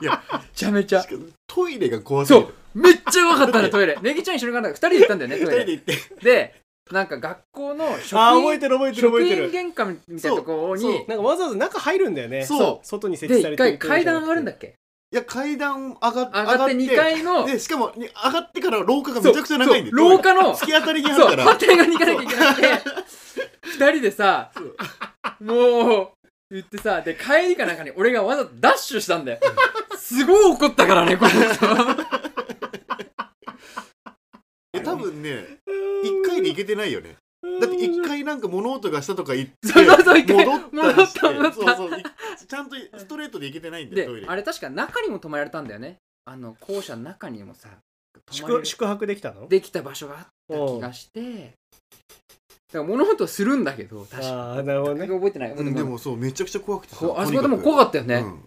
D: いや
C: めちゃめちゃ
D: トイレが怖すぎ
C: そ
D: る
C: うめっちゃうまかったねトイレネギちゃん一緒に行かなかった2人で行ったんだよね
D: 二
C: ト
D: 人
C: イ
D: で
C: レ
D: 行って
C: でなんか学校の職
B: あー、覚え
C: 員
B: てる覚えてる
C: 職
B: 覚えて
C: 員
B: る。
C: 玄関みたいなところ
D: そうそ
C: に
B: なんかわざわざ中入るんだよね。
D: そう
B: 外に設
C: で
B: 置さ
C: 一
B: れてる
C: 回階段上がるんだっ
B: け
C: け
D: いや階段上がっ
C: 上がって2階の
D: でしかもに上がってから廊下がめちゃくちゃ長いんで
C: そう廊下の
D: 突き当たりにある
C: そ
D: か
C: う
D: ら
C: 反対側に行かなきゃいけなくて2人でさ
D: そう
C: もう言ってさで帰りかなんかに俺がわざとダッシュしたんだよすごい怒ったからねこの人
D: え多分ね1回で行けてないよねだって1回なんか物音がしたとか言って
C: そうそうそう一回
D: 戻ったりして
C: 戻った戻った
D: そうそういちゃんとストレートで行けてないんだ
C: で
D: よトイレ
C: あれ確か中にも泊まられたんだよねあの校舎の中にもさ泊まれ
B: 宿
C: る
B: 宿泊できたの
C: できた場所があった気がしてだから物音するんだけど確か
B: ああ、なるほど
C: 全
B: ね。
C: く覚えてない、
D: うんでもそうめちゃくちゃ怖くてさ
C: こうあそこでも怖かったよね、
D: うん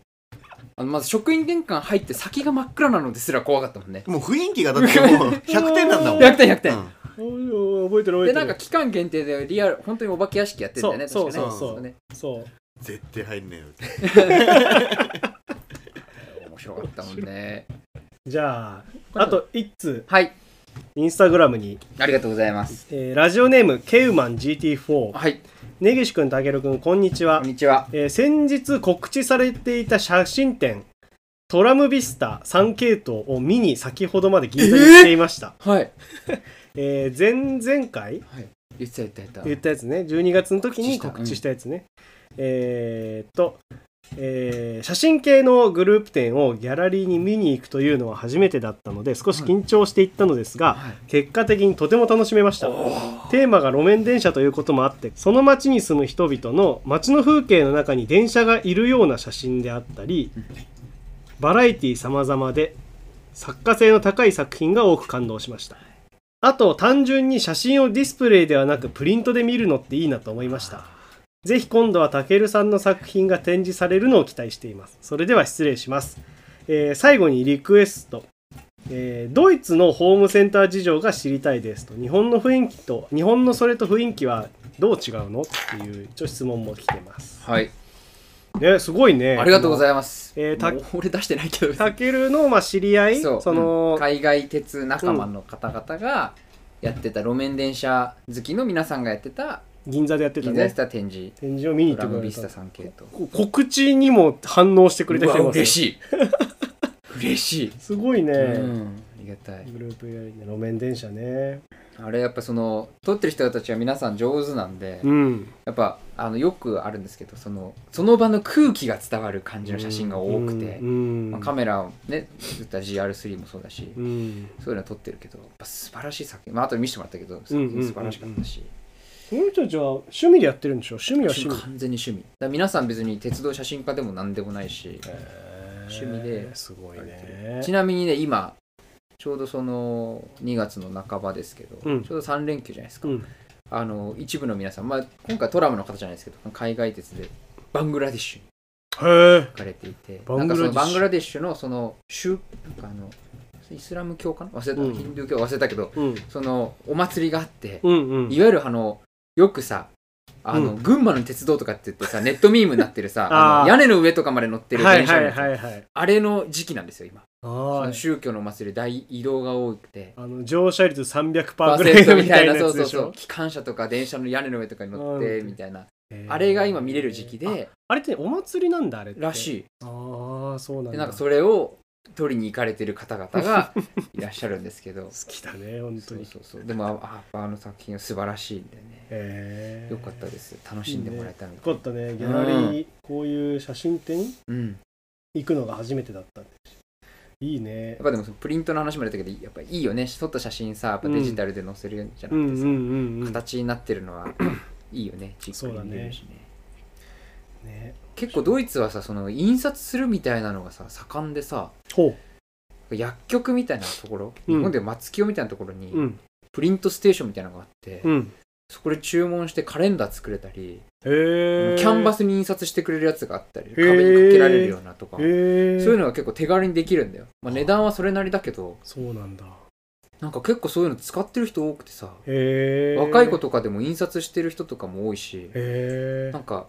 C: あのまず職員玄関入って先が真っ暗なのですら怖かったもんね
D: もう雰囲気がだってもう100 点なんだもん
C: 100点100点、
D: うん
B: おー覚えてる覚
C: で
B: えてる。
C: なんか期間限定でリアル本当にお化け屋敷やってんだよね
B: そう
C: 確かね
D: そうそうそう
C: だね
B: そう。
D: 絶対入んねえよ
C: 面白かったもんね
B: じゃあ、あと一通、
C: はい
B: インスタグラムに、
C: ありがとうございます
B: えーラジオネーム、ケウマン GT4。
C: はい
B: 根岸くん、たけるくん、こんにち
C: こ
B: は
C: ん。にちは
B: えー先日告知されていた写真展トラムビスタ3系統を見に先ほどまで銀座に来ていました、
C: はい
B: えー前々回
C: 言ってた言ってた
B: 言
C: 言っ
B: ったやつね12月の時に
C: 告
B: 告
C: 知し
B: 知したやつね、えーっと、えー写真系のグループ展をギャラリーに見に行くというのは初めてだったので少し緊張していったのですが、
C: たはい
B: 結果的にとても楽しめましたテーマが路面電車ということもあってその町に住む人々の街の風景の中に電車がいるような写真であったりバラエティ様々で作家性の高い作品が多く感動しましたあと単純に写真をディスプレイではなくプリントで見るのっていいなと思いましたぜひ今度はたけるさんの作品が展示されるのを期待していますそれでは失礼します、えー最後にリクエストえードイツのホームセンター事情が知りたいですと日本の雰囲気と日本のそれと雰囲気はどう違うのっていうちょ質問も来てます
C: はい
B: ねすごいね
C: ありがとうござ
B: い
C: います
B: えーた
C: もう俺出してないけど
B: たけるの、まあ、知り合い
C: そ
B: そう
C: う
B: の
C: ん、海外鉄仲間の方々がやってた路面電車好きの皆さんがやってた
B: 銀座でやってた
C: 銀座
B: ね
C: スタ展示
B: 展示を見に行って
C: ラ
B: く
C: ム
B: れ
C: ビスタ
B: た
C: さん系と
B: こ告知にも反応してくれた人いますよ
C: 嬉しい嬉しい、
B: すごいね、
C: うんありがたい
B: グループやりね路面電車ね
C: あれやっぱその撮ってる人たちは皆さん上手なんで、
B: うん
C: やっぱあのよくあるんですけどそのその場の空気が伝わる感じの写真が多くて、
B: うん
C: まあ、カメラをね映った GR3 もそうだし、
B: うん
C: そういうの撮ってるけどやっぱ素晴らしい作品、まあ後で見せてもらったけど作
B: うんうんうん
C: 品素晴らしかったし、
B: この人たちは趣味でやってるんでしょ趣味は趣味
C: 完全に趣味だから皆さん別に鉄道写真家でも何でもないし、趣味
B: ですごいね
C: ちなみにね今ちょうどその2月の半ばですけど、
B: うん
C: ちょうど3連休じゃないですか、
B: うん
C: あの一部の皆さん、まあ、今回トラムの方じゃないですけど海外鉄でバングラディッシュに
B: へえ
C: 行かれていて
B: バ
C: な
B: ン
C: ん
B: グラ
C: かそのバ
B: ディッシュ
C: ングラディッシュのその宗なんかあのイスラム教かな忘れた、
B: うん
C: ヒンドゥー教忘れたけど
B: うん
C: そのお祭りがあって、
B: うんうん
C: いわゆるあのよくさあの、
B: う
C: 群馬の鉄道とかって言ってさネットミームになってるさ
B: あ
C: あ
B: ー
C: の屋根の上とかまで乗ってる
B: はい
C: 電車
B: は
C: の
B: いはいはい
C: あれの時期なんですよ今、そ
B: あ
C: の
B: ー
C: 宗教のお祭り大移動が多くて
B: あの乗車率300%
C: パ
B: ぐ
C: ー
B: ら
C: セント
B: い
C: み
B: みた
C: た
B: い
C: い
B: な
C: な
B: や
C: そう
B: つ
C: そ
B: で
C: う
B: し
C: そう
B: ょ
C: 機関車とか電車の屋根の上とかに乗っ
B: う
C: て
B: ん
C: みたいな
B: へー
C: あれが今見れる時期で
B: あれってお祭りなんだあれって
C: らし
B: ああそうないん
C: で
B: だ
C: なんかそれを取りに行かれてる方々 がいらっしゃるんですけど
B: 好きだね本当
C: そ
B: に
C: うそうそうでもあああの作品は素晴らしいんでね
B: へえ
C: よかったです楽しんでもらえたの
B: よ
C: で、
B: かったねギャラリーこういう写真展
C: うん、
B: 行くのが初めてだったんですいいね
C: やっぱでもそのプリントの話も出たけどやっぱいいよね撮った写真さやっぱデジタルで載せるんじゃな
B: う
C: く
B: ん
C: て
B: うん
C: さ、
B: うんうん
C: 形になってるのはいいよねじっくり見れるしね
B: ね
C: 結構ドイツはさその印刷するみたいなのがさ盛んでさ
B: ほ
C: 薬局みたいなところ、
B: うん
C: 日本でいう松清みたいなところに、
B: ううん
C: プリントステーションみたいなのがあって、
B: うん
C: そこで注文してカレンダー作れたり、
B: へえ
C: キャンバ
B: ス
C: スに印刷してくれるやつがあったり
B: ー
C: 壁にかけられるようなとか、
B: へえ
C: そういうのが結構手軽にできるんだよ、まあ、値段はそれなりだけど
B: そうなんだ
C: なんか結構そういうの使ってる人多くてさ、
B: へえ
C: 若い子
B: と
C: とかでも印刷してる人とかも多いし、
B: へえ
C: なん か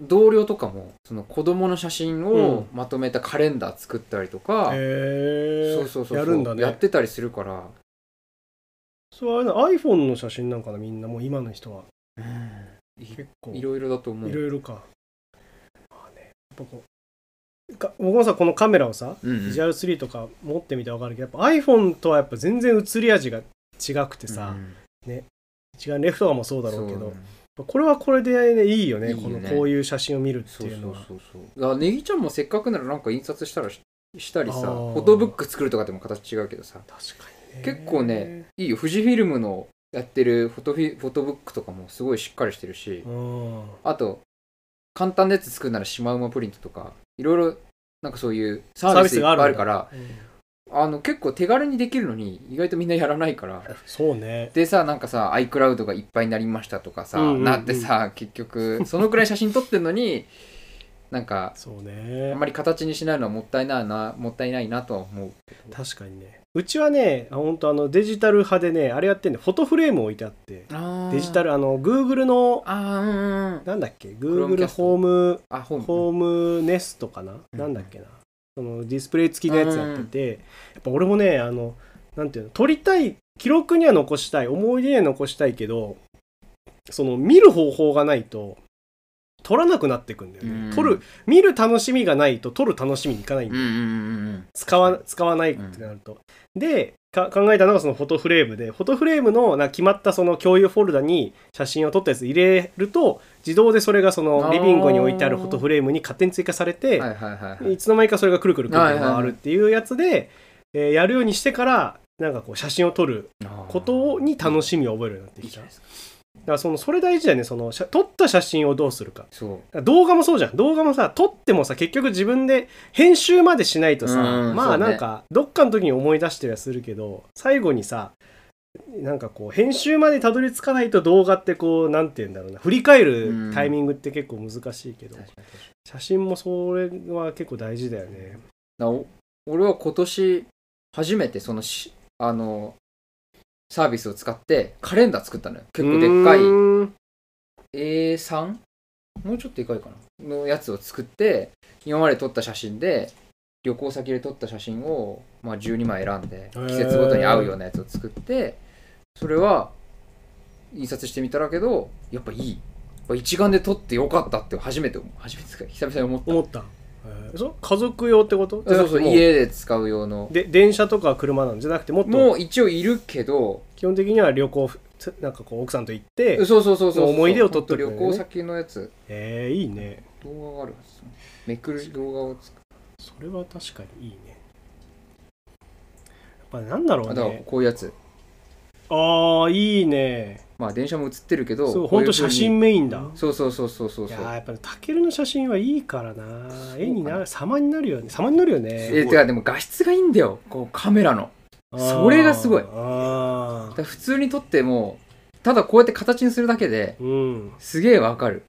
C: 同僚とかもその子供の写真
B: う
C: を
B: ん
C: まとめたカレンダー作ったりとか、
B: へえ
C: そうそうそうそう
B: やるんだね
C: やってたりするから、
B: そうあれな iPhone の写真なんかなみんなもう今の人は結構
C: いろいろだと思う
B: いろいろかまあねやっぱこうか僕もさこのカメラをさ
C: うんうん
B: GR3 とか持ってみて分かるけどやっぱ iPhone とはやっぱ全然写り味が違くてさ、
C: うん
B: 違うレフトとかもそうだろうけ
C: そ
B: ど
C: う
B: これはこれで、ね、いいよ
C: い
B: ね
C: いよね
B: このこういう写真を見るって
C: そう
B: い
C: そうう
B: のは
C: そうそうあネギちゃんもせっかくならなんか印刷したらししたりさ
B: あー
C: フォトブック作るとかでも形違うけどさ
B: 確かにね
C: 結構ねいいよ富士フィルムのやってるフォトフィフォトブックとかもすごいしっかりしてるし、
B: うん
C: あと簡単なやつ作るならシマウマプリントとかいろいろなんかそういうサ
B: ー
C: ー
B: ビ
C: ビ
B: ス
C: スが
B: があ
C: あ
B: るんだ
C: るからあの結構手軽にできるのに意外とみんなやらないから
B: そうね
C: でさなんかさ iCloud がいっぱいになりましたとかさ、
B: うんうんうん
C: なってさ結局そのくらい写真撮ってんのになんか
B: そう
C: あ
B: ね
C: んまり形にしないのはもったいないなもったいないなとは思う
B: 確かにねうちはねあ本当あのデジタル派でねあれやってんでフォトフレーム置いてあってデジタ
C: ル
B: ルあの Google の
C: あーうんうんうん
B: なんだっけ
C: Chromecast
B: Google ホーム
C: あホーム
B: ホームネストかな、
C: うん
B: なんだっけなそのディスプレイ付きのやつやってて、やっぱ俺もねあのなんていうの撮りたい記録には残したい思い出には残したいけどその見る方法がないと撮らなくなってくんだよね、
C: うん
B: 撮る見る楽しみがないと撮る楽しみにいかないんだよ
C: うんうんうんうん
B: 使わ使わないってなると。でか考えたのがそのフォトフレームでフォトフレームのなんか決まったその共有フォルダに写真を撮ったやつ入れると自動でそれがその
C: あー
B: リビングに置いてあるフォトフレームに勝手に追加されて、
C: はい
B: い
C: はいはいはい
B: つの間にかそれがくるくるくるく
C: は
B: る
C: いはいはい
B: 回るっていうやつで、えーやるようにしてからなんかこう写真を撮ることに楽しみを覚えるようになって
C: いい
B: き
C: じ
B: た
C: ゃな
B: だ
C: いですか
B: からそのそれ大事だよねその写撮った写真をどうするか
C: そう
B: 動画もそうじゃん動画もさ撮ってもさ結局自分で編集までしないとさ
C: うん
B: ま
C: そ
B: あ
C: うね
B: なんかどっかの時に思い出してはするけど最後にさなんかこう編集までたどり着かないと動画ってこうなんて言うんだろうな振り返るタイミングって結構難しいけど
C: 確かに確かに
B: 写真もそれは結構大事だよね。
C: なお俺は今年初めてそのしあのサービスを使ってカレンダー作ったのよ結構でっかいう
B: ーん
C: A3? もうちょっとでかいかなのやつを作って今まで撮った写真で旅行先で撮った写真を、まあ、12枚選んで
B: ー
C: 季節ごとに合うようなやつを作ってそれは印刷してみたらけどやっぱいいやっぱ一眼で撮ってよかったって初めて思う初めてですか久々に思った
B: 思った、えー、そう家族用ってこと
C: そうそうそう
B: も
C: 家で使う用の
B: で電車とか車なんじゃなくてもっ
C: も
B: と
C: う一応いるけど
B: 基本的には旅行つなんかこう奥さんと行って
C: そうそうそうそうそう
B: 思い出を撮っとくよ
C: 旅
B: ね
C: 行先のやつ
B: えー、いいね
C: 動画があるはずですねめくる動画を作る
B: それは確かにいいねやっぱなんだろ
C: あ
B: う
C: だから
B: ね
C: こういうやつ
B: ああいいね
C: まあ電車も写ってるけど
B: そう
C: こ
B: ほ
C: うんいう
B: と
C: 風
B: 写
C: に
B: 真メインだ
C: そうそうそうそうそう
B: い
C: そ
B: や
C: う
B: ーやっぱねたけるの写真はいいからな
C: そう
B: 絵になる様になるよね様になるよね
C: えてかでも画質がいいんだよこうカメラの
B: あー
C: それがすごい
B: あ
C: だか
B: ー
C: ら普通に撮ってもただこうやって形にするだけで
B: うん
C: すげえわかる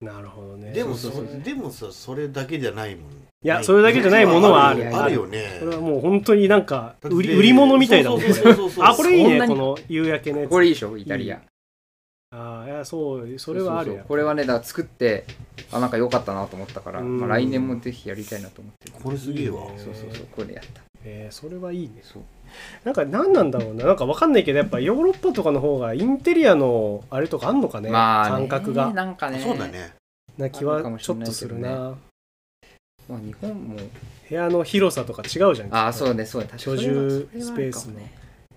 B: なるほどね
D: でも
B: そう
D: そ
B: そうそう
D: でもさそれだけじゃないもんい
B: やそれだけじゃないものはあ
C: る
D: あるよね
B: これはもう本当になんか
D: だって
B: 売り売り物みたいだもん
D: そうそうそうそう
B: あこれいい
C: そん
B: ね
C: なに
B: この夕焼けのやつ
C: これいいでしょイタリア
B: いいあーいやそうそれはある
C: そうそう
B: や
C: そうこれはねだから作ってあなんか良かったなと思ったから、
B: うん
C: まあ、来年もぜひやりたいなと思ってる
D: これすげえわ
B: いいね
C: そうそうそうこれでやった
B: えーそれはいいね
C: そう
B: なんか何なんだろうななんかわかんないけどやっぱヨーロッパとかの方がインテリアのあれとかあんのかね,、
C: まあね
B: 感覚が
C: なんかね
D: そうだね
B: な気
C: あるか
B: は
C: もし
B: ちょ
C: れ
B: っ
C: ないけどね
B: とするな
C: まあ日本も
B: 部屋の広さとか違うじゃん
C: ああそうねそうね確かに
B: 居住スペースの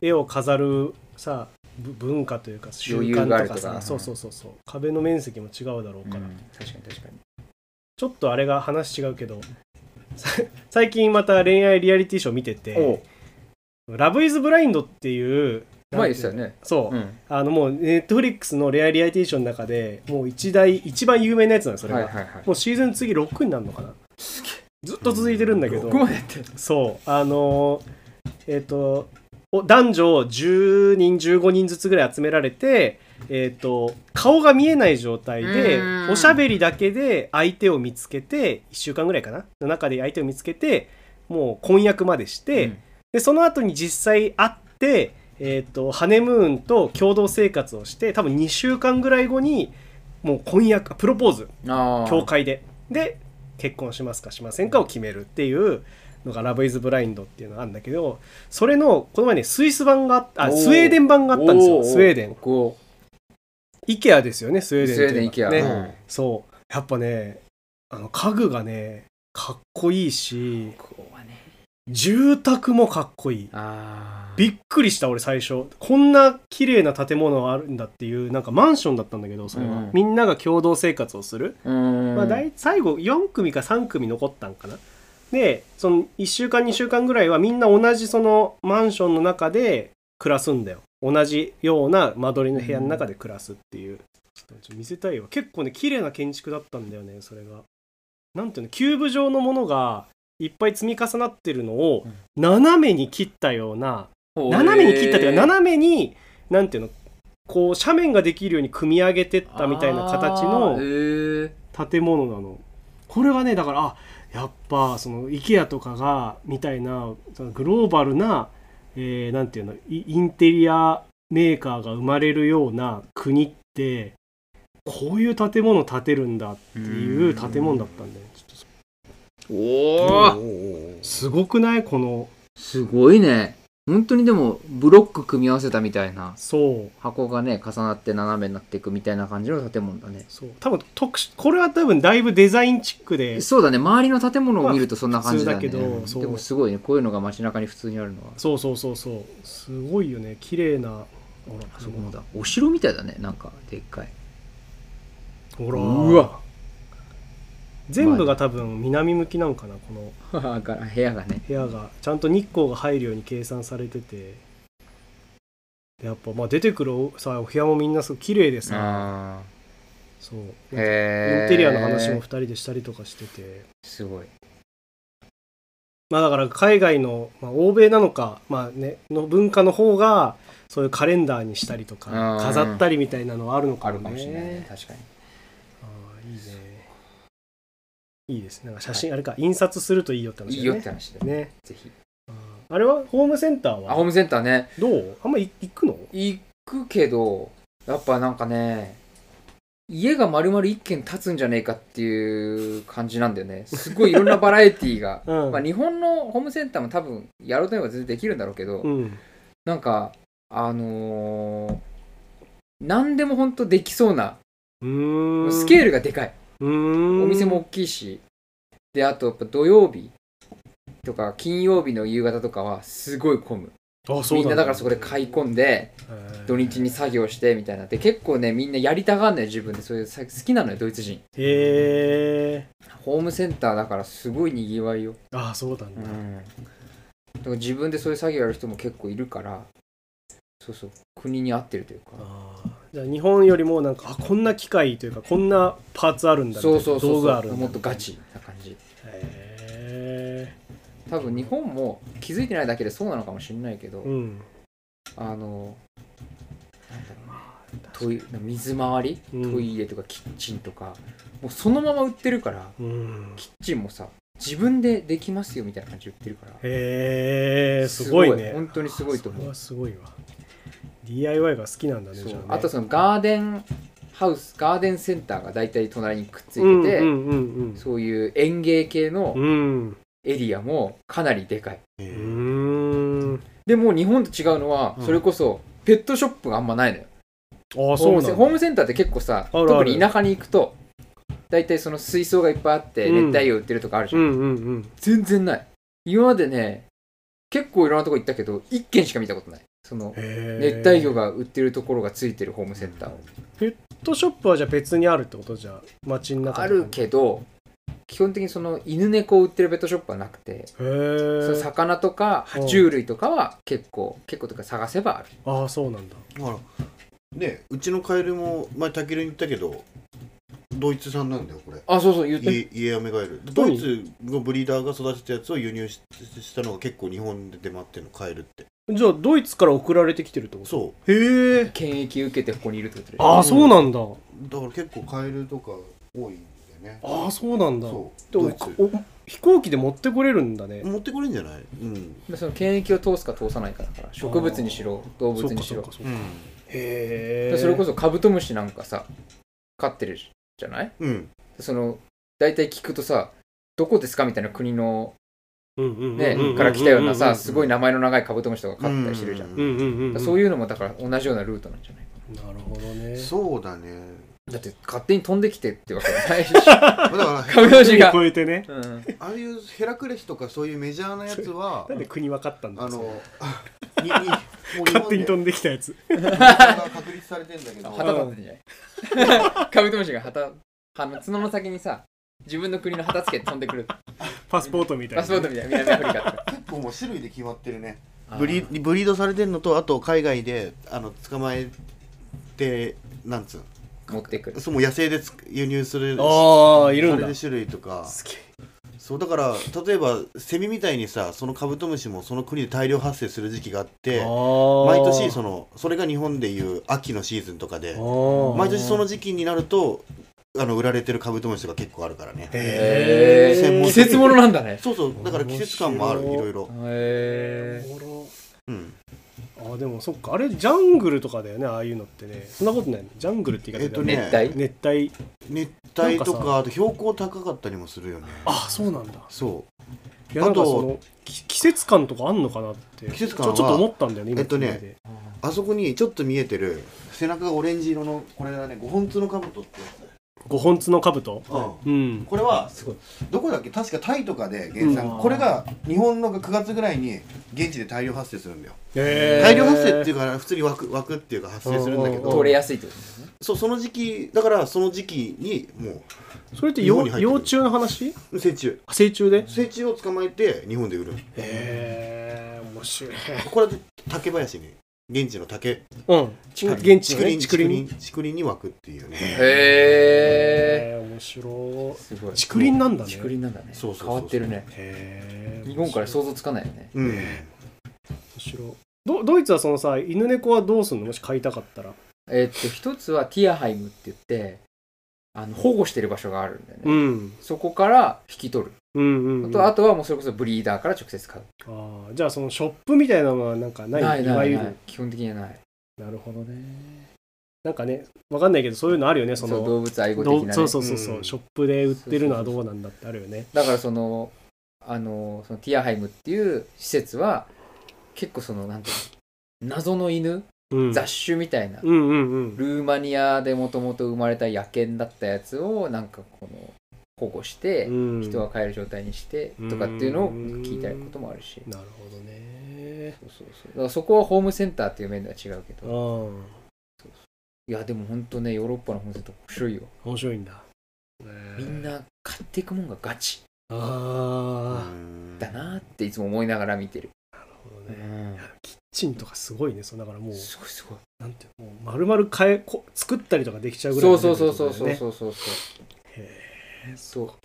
B: 絵を飾るさぶ文化というか習
C: 余裕があ
B: 慣
C: る
B: と
C: と
B: か
C: か
B: さ
C: うん
B: そうそうそうそう壁の面積も違うだろう
C: うん
B: から、
C: 確かに確かに
B: ちょっとあれが話違うけどさ最近また恋愛リアリティショー見て
C: お
B: て「ラブ・イズ・ブラインド」っていう
C: うまいですよね
B: そう、
C: うん
B: あのもうネットフリックスの恋愛リアリティショーの中でもう一大一番有名なやつなんですそれが、
C: はいはいはい
B: もうシーズン次6になるのかなずっと続いてるんだけど、
C: ここまでやってる
B: そうあのーえっ、とお男女10人15人ずつぐらい集められて、えっと顔が見えない状態で
C: うん
B: おしゃべりだけで相手を見つけて1週間ぐらいかなの中で相手を見つけてもう婚約までして、
C: うん
B: でその後に実際会って、えっとハネムーンと共同生活をして多分2週間ぐらい後にもう婚約プロポーズ
C: ああ
B: 教会でで結婚しますかしませんかを決めるっていうのが「ラブ・イズ・ブラインド」っていうのがあるんだけどそれのこの前ねスイス版があったあ
C: おー
B: スウェーデン版があったんです
C: お
B: よ
C: ー
B: スウェーデン
C: こ
B: IKEA ですよねスウェーデンっていうのは
C: スウェーデン IKEA
B: ね、
C: うん
B: そうやっぱねあの家具がねかっこいいし
C: うこうはね
B: 住宅もかっこいい
C: ああ
B: びっくりした俺最初こんな綺麗な建物あるんだっていうなんかマンションだったんだけどそれは、
C: うん
B: みんなが共同生活をするま
C: ま
B: あ、大最後4組か3組残ったんかなでその1週間2週間ぐらいはみんな同じそのマンションの中で暮らすんだよ同じような間取りの部屋の中で暮らすっていう、ちょっと見せたいわ結構ね綺麗な建築だったんだよねそれがなんていうのキューブ状のものがいっぱい積み重なってるのを
C: うん
B: 斜めに切ったような斜めに切ったというか斜めになんていうのこう斜面ができるように組み上げてったみたいな形の
C: あーへー
B: 建物なのこれはねだからあやっぱその IKEA とかがみたいなそのグローバルな、えーなんていうのイインテリアメーカーが生まれるような国ってこういう建物建てるんだっていう建物だったんだよちょっと
C: おお
D: おー
B: すごくないこの
C: すごいね本当にでもブロック組み合わせたみたいな
B: そう
C: 箱がね重なって斜めになっていくみたいな感じの建物だね
B: そう多分特殊これは多分だいぶデザインチックで
C: そうだね周りの建物を見るとそんな感じだよね、
B: まあ普通だけどそう
C: でもすごいねこういうのが街中に普通にあるのは
B: そうそうそうそうすごいよね綺麗なほら
C: あそこもだお城みたいだねなんかでっかい
B: ほら
C: うわ
B: 全部が多分南向きなんかなこの
C: はは部屋がね
B: 部屋がちゃんと日光が入るように計算されててでやっぱまあ出てくるおさお部屋もみんなすごい綺麗でさ
C: あ
B: そう
C: ー
B: なんか
C: へ
B: イ
C: え
B: ンテリアの話も2人でしたりとかしてて
C: すごい
B: まあだから海外の、まあ、欧米なのか、まあね、の文化の方がそういうカレンダーにしたりとか
C: うん
B: 飾ったりみたいなのはあるのか
C: あるか
B: も
C: もしれないね
B: ね
C: 確かに
B: あーいいねいいですねなんか写真あれか印刷するといいよって話だ
C: い
B: ね
C: いよって話で、ね、
B: ね
C: ぜひ
B: あれはホームセンター
C: あホー
B: は
C: ムセンターね
B: どうあんま行くの、
C: 行くけどやっぱなんかね家が丸々一軒建つんじゃねえかっていう感じなんだよねすごいいろんなバラエティーが
B: うん
C: まあ、日本のホームセンターも多分やろうと思えば全然できるんだろうけど、
B: うん
C: なんかあのー何でも本当できそうな
B: うーん
C: スケールがでかいお
B: お
C: 店も大きいしであとやっぱ土曜日とか金曜日の夕方とかはすごい混む
B: あそう
C: み
B: な
C: な
B: ん
C: だからそこで買い込んで土日に作業してみたいなで結構ねみんなやりたがんない自分でそういうさ好きなのよドイツ人
B: へえ
C: ホームセンターだからすごいにぎわいよ
B: あそうなんだ、
C: だから自分でそういう作業やる人も結構いるからそうそう国に合ってるというか
B: あーじゃあ日本よりもなんかあこんな機械というかこんなパーツあるんだみたい
C: そ
B: な
C: うそうそう
B: 道具あ
C: そ
B: る
C: うんも
B: だ
C: っとガチな感じ
B: へ
C: 多分日本も気づいてないだけでそうなのかもしれないけど、
B: えうん
C: あのなんだろうねトイ水回り、
B: うん
C: トイレとかキッチンとかもうそのまま売ってるから
B: うん
C: キッチンもさ自分でできますよみたいな感じで売ってるから
B: へえすごいね
C: 本当にすごいと
B: それ
C: 思う
B: はすごいわ DIY が好きなんだね
C: そう
B: じゃあね
C: あとそのガーデンハウスガーデンセンターが大体隣にくっついてて、
B: うんうんうんうん
C: そういう園芸系の
B: うん
C: エリアもかなりでかい
B: うんん
C: でもう日本と違うのは、
B: うん
C: それこそペットショップがあんまないのよ
B: あ
C: ホー
B: そう
C: ム
B: な
C: セン
B: んだ
C: ホームセンターって結構さ
B: あるある
C: 特に田舎に行くと大体その水槽がいっぱいあって熱
B: うん
C: 帯魚売ってるとかあるじ
B: う
C: ゃん、
B: んうんうん
C: 全然ない今までね結構いろんなとこ行ったけど1軒しか見たことないその熱
B: 熱
C: 帯魚が売ってるところがついてるホームセンターを
B: ペットショップはじゃあ別にあるってことじゃあ街の中とか
C: あ
B: に
C: るけど基本的にその犬猫を売ってるペットショップはなくて
B: へ
C: その
B: え
C: 魚とか爬虫類とかは結構結構というか探せばある
B: ああそうなんだ
D: ほらねうちのカエルも前たけるに言ったけどドイツ産なんだよこれ
C: あそうそう言っ
D: イイエアメガエルドイツのブリーダーが育てたやつを輸入ししたのが結構日本で出回ってるのカエルって
B: じゃあドイツから送られてきてるってこと
D: そう
B: へえ
C: 検疫受けてここにいるってことで
B: ああそうなんだ
D: だから結構カエルとか多いんだよね
B: ああそうなんだ
D: そう
B: で
D: ド
B: も
D: イツ
B: お飛行機で持ってこれるんだね
D: 持ってこれんじゃないうん、
C: でその検疫を通すか通さないかだから植物にしろ動
B: そ
C: 物
B: うか
C: にし
B: そう
C: ろ
B: かそう
D: う
B: か
D: ん
B: へ
C: で
B: え
C: それこそカブトムシなんかさ飼ってるじゃない
D: うん、
C: でその大体聞くとさどこですかみたいな国の、ね
D: うんうんうんうんうん
C: から来たようなさすごい
B: な
C: 名前の長いカブトムシとか飼ったりしてるじゃん、
D: う
B: うんうんうん
C: だからそう
B: い
C: いうのもだから同じようなルートなんじゃないか
B: うんなるほどね
D: そうだね
C: なだって勝手に飛んできてってわけじゃないし
D: まあだから
C: カブトムシ
B: 国
C: が、
B: 超えてね
C: うん、
D: ああいうヘラクレスとかそういうメジ ャーなやつは
B: なんで国分かったんだ
D: あ
B: それ
D: のあににもう日
B: 勝
D: 本
B: 手
D: で
B: に飛んできたやつ
D: が確立されてんだけど
C: 旗立ってんじゃ ないカブトムシが旗あの角の先にさ自分の国の旗つけて飛んでくる
B: パスポートみ たいな
C: パスポートみたいな南アフリカとか
D: 結構もう種類で決まってるね
C: あー
D: ブリブリードされてんのとあと海外であの捕まえてなんつう
C: 持ってくる
D: のそうもう野生でつ輸入する
B: ああいるん
D: そ
B: だ
D: れで種類とか
B: すげえ
D: そうだから例えばセミみたいにさそのカブトムシもその国で大量発生する時期があって毎
B: 毎
D: 年そのそれが日本でいう秋のシーズンとかで
B: の
D: 毎年その時期になるとあの売られてるカブトムシが結構あるからね
C: へ
D: ー
C: ー季節ものなんだね
D: そうそうだから季節感もあるい
B: 面白い
D: ろいろ、
C: へえ
D: うん、
B: あでもそっかあれジャングルとかだよねああいうのってねそんなことないのジャングルって言い
D: えっ
B: 方だ
D: と
B: よ
D: ね
B: ね、
C: 熱帯
B: 熱帯
D: 熱帯と
B: なん
D: か
B: かさ
D: あと標高高かったりもするよね
B: あそうなんだ
D: そ
B: いやなんか
D: あと
B: そのき季節感とかあんのかなって
D: 季節感は
B: ちょちょっと思ったんだよね今
D: えっとね
B: 聞いて
D: うあそこにちょっと見えてる背中がオレンジ色のこれだね五本角のカブトってや
B: 五本角の兜
D: つ、うん
B: うん
D: これは
C: すごい
D: どこだっけ確かタイとかで原産、
C: うん
D: これが日本の9月ぐらいに現地で大量発生するんだよ、
B: へー
D: 大量発生っていうか普通に湧く湧くっていうか発生するんだけ
B: うんうんうん
D: ど
C: 取れやすいってことですね
D: そうその時期だからその時期にも
B: それって
D: 日本
B: 幼
D: に入ってる
B: 幼虫の話
D: う成虫
B: あ成虫で
D: 成虫を捕まえて日本で売る
B: へえ面白い
D: これは竹林に現地の竹
B: うん
D: 竹
B: 現地のね
D: 竹林
B: 竹
D: 竹林に湧くっていうね
C: へえ
B: へえ面白
C: すごい
B: い竹林なんだね
C: 竹林なんだね
D: そうそうそうそう
C: 変わってるね
B: へえ
C: 日本から想像つかないよね
D: うん
B: 面白いどドイツはそのさ犬猫はどうすんのもし飼いたかったら
C: えっと一つはティアハイムって言ってあの保護してる場所があるんだよね
B: ん
C: そこから引き取る
B: うんうん、
C: あ
B: うん、
C: とあとはもうそれこそブリーダーから直接買う
B: あーじゃあそのショップみたいなのはなんかない
C: ないない
B: わゆ
C: ない
B: る
C: 基本的にはない
B: なるほどねなんかねわかんないけどそういうのあるよねそ
C: そう
B: の
C: 動物愛護的
B: ど
C: なね
B: そうそうそうそう、
D: うん
B: ショップで売ってるのはどうなんだってあるよね
C: だからそのあのそのティアハイムっていう施設は結構そのなんていうの謎の犬
B: うん
C: 雑種みたいな、
B: うんうんうん
C: ルーマニアでもともと生まれた野犬だったやつをなんかこの保護して、
B: うん
C: 人が飼える状態にしてとかっていうのを聞いたこともあるし、
B: なるほどね
C: そうそうそうだからそこはホームセンターっていう面では違うけ
B: あ
C: ど
B: あ
C: いやでもほんとねヨーロッパのホームセンター面白いよ
B: 面白いんだ
C: みんな買っていくもんがガチ
B: ああ
C: だなっていつも思いながら見てる、
B: なるほどねチンとかすごいねそうだからもう
C: すごいすごい
B: なんていうのもう丸々変えこ作ったりとかできちゃうぐらい
C: そ
B: の
C: うそうそうそう
B: レ
C: そう
B: ベルってこ
C: そうそうそう
B: とだよねへえ
C: そう好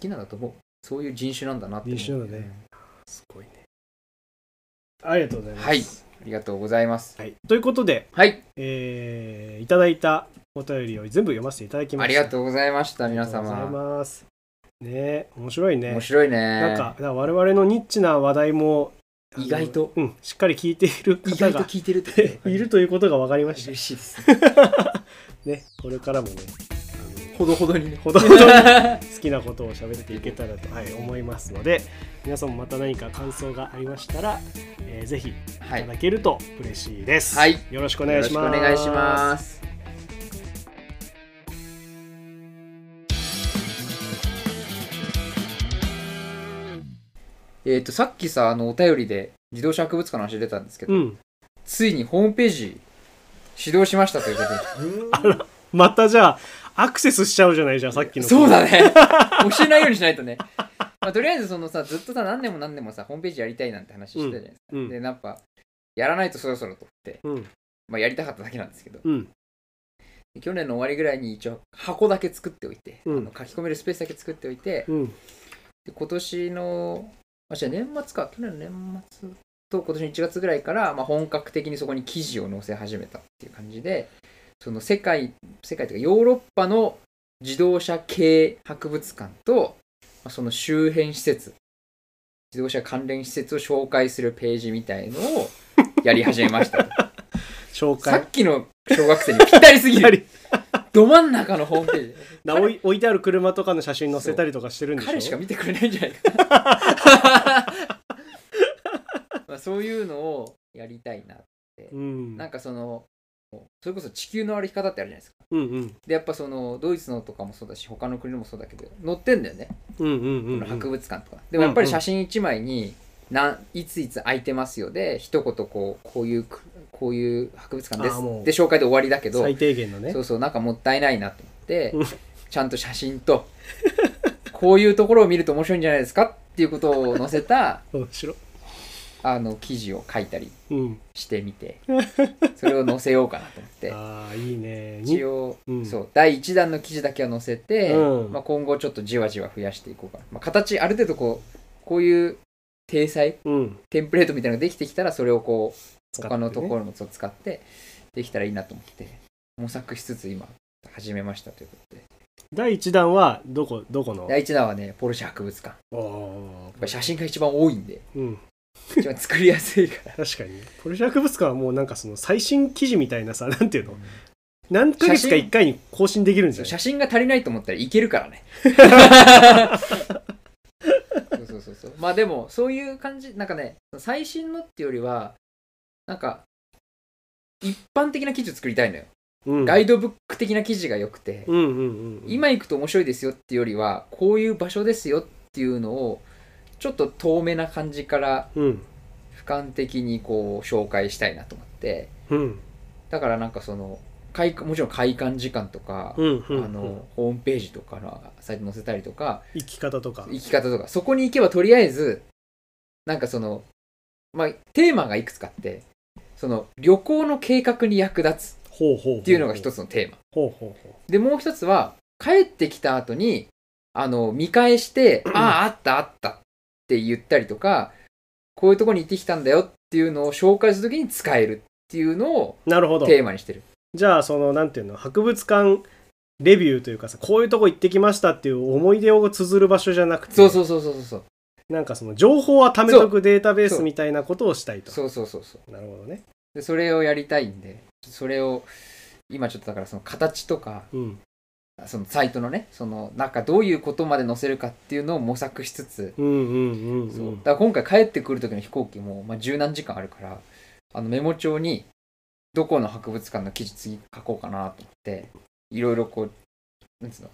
C: きなんだと思うそういう人種なんだなって思う
B: 人種なんだねすごいねありがとうございます
C: はいありがとうございます
B: はい、ということで
C: はい
B: えーいただいたお便りを全部読ませていただきました。
C: ありがとうございました皆
B: ありがとうご
C: 様
B: ざいます。ねえ面白いね。
C: 面白いね
B: なんか、だから我々のニッチな話題も、あの
C: 意外と、
B: うん、しっかり聞いている
C: 意
B: 方
C: 外と
B: が
C: 聞いてるってこと
B: いるということが分かりまし
C: 嬉しい です
B: た。ね、これからもね、
C: ほどほどにね
B: ほどほどに好きなことを喋っていけた らと、はい、思いますので、皆さんもまた何か感想がありましたら、えーぜひい
C: は
B: た
C: い
B: だけると嬉しいです。
C: はい
B: よろしくお
C: よ
B: 願い
C: ろし
B: し
C: くお
B: ます。
C: 願いしますえっ、とさっきさあのお便りで自動車博物館の話出たんですけど、
B: うん、
C: ついにホームページ始動しましたということで
B: またじゃあ、アクセスしちゃうじゃないじゃん、さっきの。
C: そうだね 教えないようにしないとね、まあ、とりあえずそのさずっとさ何年も何年もさホームページやりたいなんて話してたじゃないですか、
B: うん
C: でなんかやらないとそろそろと思って、
B: うん
C: まあ、やりたかっただけなんですけど
B: うん
C: で去年の終わりぐらいに一応箱だけ作っておいて、
B: うん
C: あの書き込めるスペースだけ作っておいて、
B: うん
C: で今年のあじゃあ年末か去年の年末と今年の1月ぐらいから、まあ、本格的にそこに記事を載せ始めたっていう感じでその世界世界というかヨーロッパの自動車系博物館と、まあ、その周辺施設自動車関連施設を紹介するページみたいのをやり始めま したと
B: 紹
C: さ
B: 介
C: っきの小学生にぴったりすぎる
B: り
C: ど真ん中のホームページ
B: なおい置いてある車とかの写真載せたりとかしてるんでしょ
C: 彼しか見てくれないんじゃない かまあそういうのをやりたいな
B: うん
C: なんかそのそれこそ地球の歩き方ってあるじゃないですか
B: うんうん
C: でやっぱそのドイツのとかもそうだし他の国のもそうだけど載ってんだよね
B: うんうんう
C: こ
B: ん
C: の
B: うん
C: 博物館とか、でもやっぱり写真1枚になんいついつ空いてますよで一言こうこういうくこういう博物館です
B: あーもう
C: で紹介で終わりだけど
B: 最低限のね
C: そうそうなんかもったいないなと思って
B: うん
C: ちゃんと写真とこういうところを見ると面白いんじゃないですかっていうことを載せた
B: 面白い
C: あの記事を書いたり
B: うん
C: してみてそれを載せようかなと思って
B: ああいいねに
C: 一応、
B: うん
C: そう第1弾の記事だけは載せて、
B: うん
C: まあ、今後ちょっとじわじわ増やしていこうかな、まあ、形ある程度こうこういう体裁
B: うん
C: テンプレートみたいなのができてきたらそれをこう
B: 使って
C: 他
B: ね
C: のところもそう使ってできたらいいなと思って模索しつつ今始めましたということで
B: 第一弾はどこどこの
C: 第1弾はねポルシェ博物館や
B: お
C: っぱ写真が一番多いんで
B: うん
C: 一番作りやすいから
B: 確かにポルシェ博物館はもうなんかその最新記事みたいなさなんていうの何ヶ月か一回に更新できるんじ
C: そ
B: ゃ
C: う
B: ない
C: 写真が足りないと思ったらいけるからねそうそうそうそうまあでもそういう感じなんかね最新のってよりはなんか一般的な記事を作りたいのよ、
B: うん
C: ガイドブック的な記事が良くて、
B: うんうんうんうん
C: 今行くと面白いですよっていうよりはこういう場所ですよっていうのをちょっと遠目な感じから
B: うん
C: 俯瞰的にこう紹介したいなと思って
B: うん
C: だからなんかその開もちろん開館時間とか、
B: うんうん
C: あのホームページとかのサイトに載せたりとか
B: 生き方とか
C: 行き方とかそこに行けばとりあえずなんかそのまあテーマがいくつかあってその旅行の計画に役立つ
B: ほうほうほう
C: っていうのが一つのテーマ
B: ほうほうほ
C: でもう一つは帰ってきた後にあの見返 して「あああったあった」って言ったりとかこういうとこに行ってきたんだよっていうのを紹介するときに使えるっていうのを
B: うなるほど
C: テーマにしてる
B: じゃあそのなんていうの博物館レビューというかさこういうとこ行ってきましたっていう思い出を綴る場所じゃなくて
C: そうそうそうそうそう
B: なんかその情報は貯めとくデータベースみたいなことをしたいと
C: そうそうそうそう
B: なるほどね
C: でそれをやりたいんでそれを今ちょっとだからその形とか
B: うん
C: そのサイトのねそのなんかどういうことまで載せるかっていうのを模索しつつ
B: うんうんうんう
C: そうんだから今回帰ってくる時の飛行機も、まあ、十何時間あるからあのメモ帳にどこの博物館の記事次書こうかなと思っていろいろこうなんつうの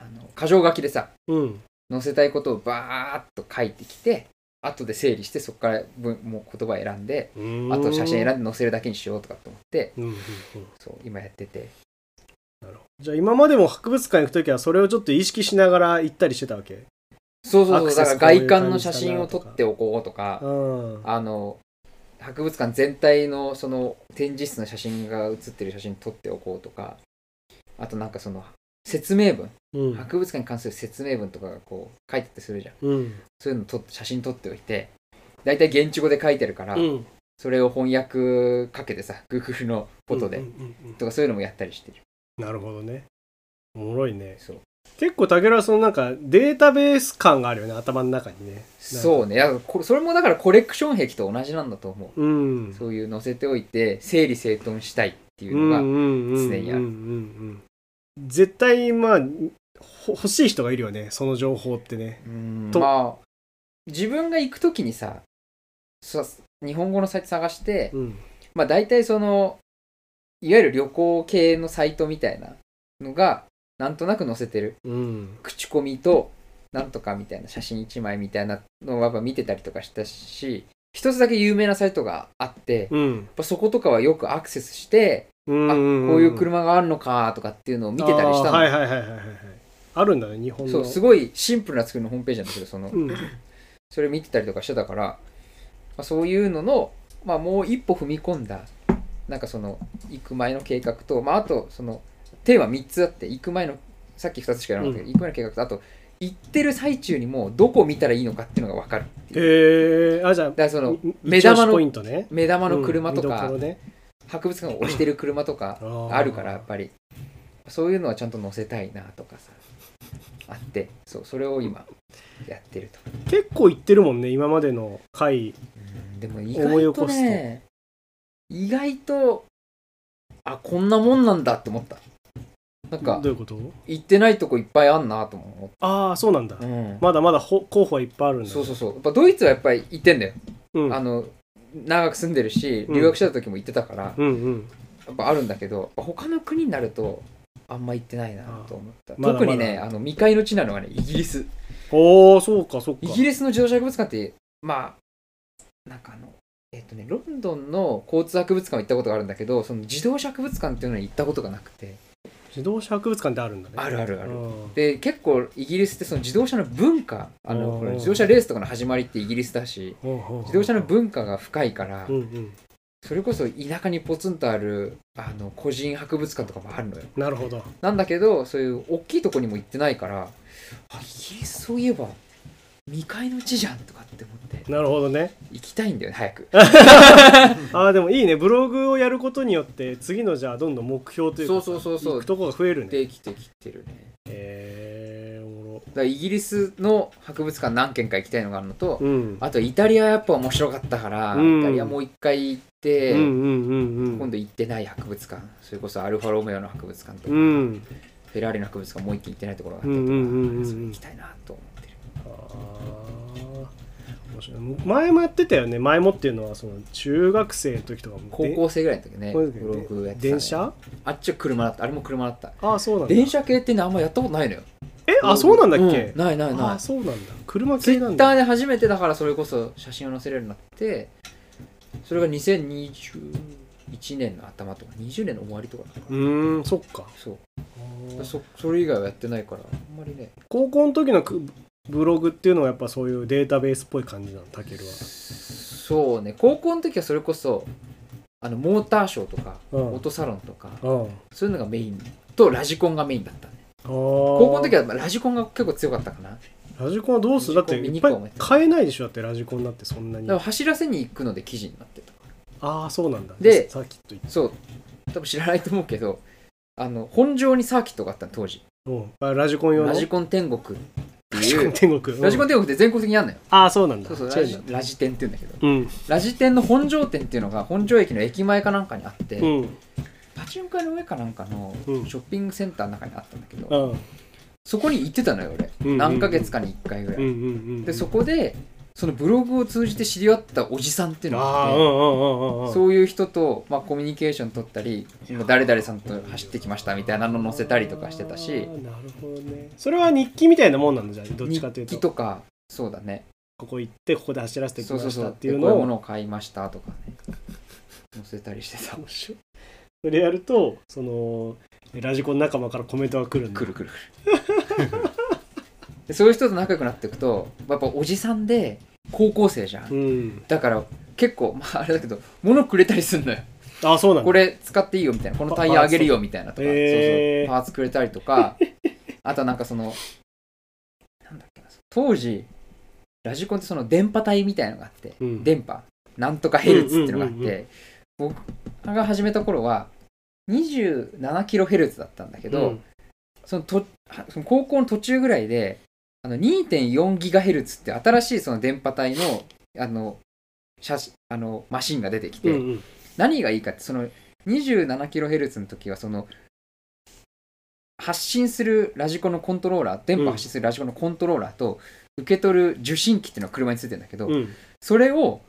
C: あの箇条書きでさ
B: うん。
C: 載せたいことをバーッと書いてきて後で整理してそこから文もう言葉選んであと写真選ん
B: 選
C: で載せるだけにしようとかと思って
B: うんうんうん、
C: そう今やってて
B: じゃあ今までも博物館行くときはそれをちょっと意識しながら行ったりしてたわけ
C: そうそ
B: ア
C: う
B: ク
C: そうだ
B: セ
C: か
B: ス
C: ら外観
B: こうい
C: の
B: う感
C: 写
B: じだ
C: 真
B: な
C: を
B: とか
C: 撮っておこうとか
B: うん。
C: あの博物館全体のその展示室の写真が写ってる写真撮っておこうとかあとなんかその説明文
B: うん。
C: 博物館に関する説明文とかがこう書いてあってするじゃん
B: うん。
C: そういうの撮って写真撮っておいて大体現地語で書いてるから、
B: うん。
C: それを翻訳かけてさ Google のことで、
B: うんうんうん
C: とかそういうのもやったりしてる
B: なるほどね。おもろいね。
C: そう
B: 結構、武尊はそのなんかデータベース感があるよね、頭の中にね。
C: そうねいやこれそれもだからコレクション壁と同じなんだと思う
B: うん。
C: そういう載せておいて整理整頓したいってい
B: うん
C: う
B: う
C: のが
B: んうん
C: 常にある
B: うんうんうん絶対まあほ欲しい人がいるよねその情報ってね
C: うん
B: と
C: まあ自分が行く時にささ日本語のサイト探して、
B: うん
C: まあ大体そのいわゆる旅行系のサイトみたいなのがなんとなく載せてる
B: うん
C: 口コミとなんとかみたいな写真1枚みたいなのをやっぱ見てたりとかしたし一つだけ有名なサイトがあってやっ
B: うん
C: ぱそことかはよくアクセスして、
B: うん
C: あこういう車があるのかとかっていうのを見てたりした
B: あー
C: の、
B: はいはいはいはいはいはいあるんだね日本の
C: そうすごいシンプルな作りのホームページなんだけどその、
B: うん
C: それ見てたりとかしてたから、まあ、そういうのの、まあ、もう一歩踏み込んだなんかその行く前の計画と、まあ、あとそのテーマ3つあって行く前のさっき2つしかやらなかったけど、行く前の計画とあと行ってる最中にもうどこ見たらいいのかっていうのが分かるっていう
B: へえあじゃあ
C: だからその
B: い
C: 目玉の
B: 一押しポイントね
C: 目玉の車と
B: う
C: か、
B: ん見どころね
C: 博物館を押してる車とか
B: あー
C: あるからやっぱりそういうのはちゃんと載せたいなとかさあってそうそれを今やってると。
B: 結構行ってるもんね今までの回
C: うんでも意
B: 思い
C: 外
B: 起
C: と
B: こす
C: ね意外とあこんなもんなんだって思ったなん
B: ど
C: か
B: ういうこと
C: 行ってないとこいっぱいあんなとも思っ
B: ああそうなんだ
C: た、うん
B: まだまだほ候補はいっぱいあるんだ
C: そうそう
B: う
C: そうやっぱドイツはやっぱり行ってんだよ、
B: うん
C: あの長く住んでるし
B: うん
C: 留学してた時も行ってたから、や
B: うんうん
C: っぱあるんだけどやっぱ他の国になるとあんま行ってないなと思った
B: あーまだまだ
C: 特にねあの未開の地なのがねイギリス
B: おおそうかそうか
C: イギリスの自動車博物館ってまあなんかあのえっ、とねロンドンの交通博物館は行ったことがあるんだけどその自動車博物館っていうのに行ったことがなくて
B: 自動車博物館ってあるんだね
C: あるあるある
B: うん
C: で結構イギリスってその自動車の文化あの
B: おー
C: ほら自動車レースとかの始まりってイギリスだし
B: ほうほうほう
C: 自動車の文化が深いから
B: うんうん
C: それこそ田舎にポツンとあるあの個人博物館とかもあるのよ
B: なるほど
C: なんだけどそういう大きいとこにも行ってないからあイギリスそういえば未開の地じゃんとかって思って
B: なるほどね
C: 行きたいんだよね早く
B: ああでもいいねブログをやることによって次のじゃあどんどん目標というか
C: そうそうそうそう
B: 行くとこが増えるねへ
C: できてきてるね
B: えおも
C: だからイギリスの博物館何軒か行きたいのがあるのと、
B: ろうん
C: あとイタリアやっぱ面白かったから、
B: うん
C: イタリアもう一回行って、
B: うんうんうんう
C: 今
B: ん
C: 度行ってない博物館それこそアルファロメオの博物館とか、
B: う
C: フ
B: ん
C: ェラーリの博物館もう一軒行ってないところがあった
B: う
C: り
B: ん
C: と
B: う
C: か、
B: んうんうん
C: それ行きたいなと思ってる
B: あー面白い前もやってたよね前もっていうのはその中学生の時とかも
C: 高校生ぐらいの時ね
B: で
C: ブログやってた、ね、
B: 電車
C: あっちは車だったあれも車だった
B: ああそうなんだ
C: 電車系ってねあんまやったことないのよ
B: えあそうなんだっ
C: うん
B: け
C: ないない
B: あ
C: な
B: あ
C: い
B: そうなんだ車
C: ツイ
B: 系なん
C: ッタ
B: だ
C: ーで初めてだからそれこそ写真を載せるようになってそれが2021年の頭とか20年の終わりとかだか
B: う
C: ら、
B: ーんそっか
C: そう
B: あー
C: そそれ以外はやってないからあんまりね
B: 高校の時のくブログっていうのはやっぱそういうデータベースっぽい感じなのタケルは
C: そうね高校の時はそれこそあのモーターショーとか、
B: うん
C: オートサロンとか
B: うん
C: そういうのがメインとラジコンがメインだったね
B: 高
C: 高校の時はラジコンが結構強かったかなだか
B: ラジコンはどうするだって
C: ラジコン
B: い
C: ミ
B: っ
C: ニコ
B: ぱ
C: ン
B: い買えないでしょだってラジコンだってそんなに
C: ら走らせに行くので記事になってた
B: ああそうなんだ
C: で
B: サーキット行っ
C: そう多分知らないと思うけどあの本庄にサーキットがあったの当時
B: うんあラジコン用の
C: ラジコン天国って
B: ラジコ
C: い
B: ン
C: う
B: 天国
C: ラジコン
B: ン
C: 天国って全国的にあるのよ
B: ああそうなんだ
C: そうそう
B: チェ
C: ラ
B: ーン
C: ジ
B: なんだ
C: ラジ店って言うんだけど
B: うん
C: ラジ店の本庄店っていうのが本庄駅の駅前かなんかにあって、
B: うん
C: パチンコ屋の上かなんかのシ
B: うん
C: ョッピングセンターの中にあったんだけど、
B: うん
C: そこに行ってたのよ俺、
B: うんうんうん
C: 何ヶ月かに1回ぐらい、
B: うんうんうん
C: でそこでそのブログを通じて知り合ったおじさんっていうのが
B: ああ、
C: あっ
B: う
C: て
B: んうんうんうんうん。
C: そういう人と、まあ、コミュニケーション取ったり誰々さんと走ってきましたみたいなの載せたりとかしてたし
B: あーなるほどね。それは日記みたいなもんなんだじゃん。どっち
C: 日
B: かという
C: 記
B: と。
C: とかそうだね
B: ここ行って、ここで走らせてき
C: そ
B: ま
C: うそう
B: し
C: そ
B: た
C: う
B: って
C: で
B: い
C: こ
B: う
C: ういう
B: の
C: も
B: を。
C: のを買いましたとかね載せたりしてた
B: 面白いそれやると、その、ラジコン仲間からコメントが来るんだ。
C: くるくるくるでそういう人と仲良くなっていくとやっぱおじさんで高校生じゃん、
B: うん。
C: だから結構まああれだけど物くれたりすんのよ
B: あ、そうなんだ。
C: これ使っていいよみたいなこのタイヤあげるよみたいなとか
B: パ
C: そう
B: ーツ
C: そう
B: へー
C: パーツくれたりとかあとなんかそのなんだっけな当時ラジコンってその電波帯みたいのがあって、
B: うん
C: 電波なんとかヘルツっていうのがあって、
B: うんうんうん
C: 僕が始めた頃は27キロヘルツだったんだけど、
B: うん
C: そのとその高校の途中ぐらいであの2.4ギガヘルツって新しいその電波帯のあの写真あのマシンが出てきて、
B: うんうん
C: 何がいいかってその 27kHz の時はその発信するラジコンのコントローラー電波発信するラジコンのコントローラーと受け取る受信機っていうのが車についてるんだけど、
B: うん
C: それを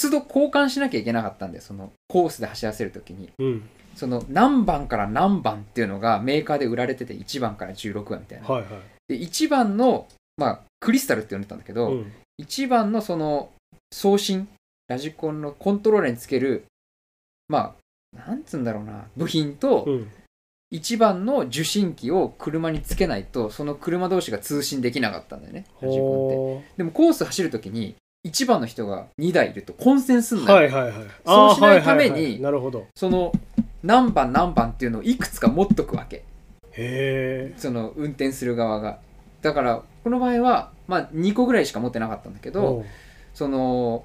C: 都度交換しなきゃいけなかったんだよそのコースで走らせる時に
B: うん
C: その何番から何番っていうのがメーカーで売られてて1番から16番みたいな、
B: はいはい
C: で1番の、まあ、クリスタルって呼んでたんだけど、
B: うん
C: 一番のその送信ラジコンのコントローラーにつけるまあなんつうんだろうな部品
B: う
C: と
B: ん
C: 一番の受信機を車につけないとその車同士が通信できなかったんだよねラジコンって
B: ほ
C: でもコース走るときに一番の人が2台いると混戦すん
B: ー
C: だよ、
B: はいはいはい
C: そうしないために
B: あーはははなるほど
C: その何番何番っていうのをいくつか持っとくわけ
B: へえ
C: その運転する側がだからこの場合はまあ2個ぐらいしか持ってなかったんだけど、その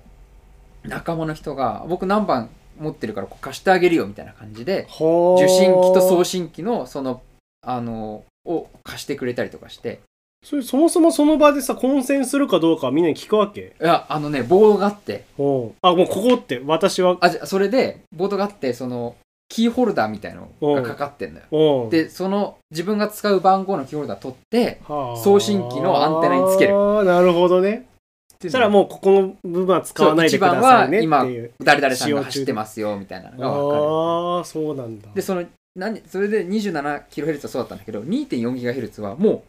C: 仲間の人が僕何番持ってるからこう貸してあげるよみたいな感じで受
B: 受
C: 信機と送信機のそのあのを貸してくれたりとかして
B: それそもそもその場でさ混戦するかどうかはみんなに聞くわけ
C: いやあのねボードがあって
B: おうあもうここって私は
C: あじゃそれでボードがあってそのキーホルダーみたいのがかかってんのよ
B: おう
C: でその自分が使う番号のキーホルダー取って
B: はあ
C: 送信機のアンテナにつける
B: ああなるほどねそしたらもうここの部分は使わないでくださいねっていう
C: 誰々さんが走ってますよみたいなのが分かる
B: ああそうなんだ
C: でその何それで 27kHz はそうだったんだけど 2.4GHz はもう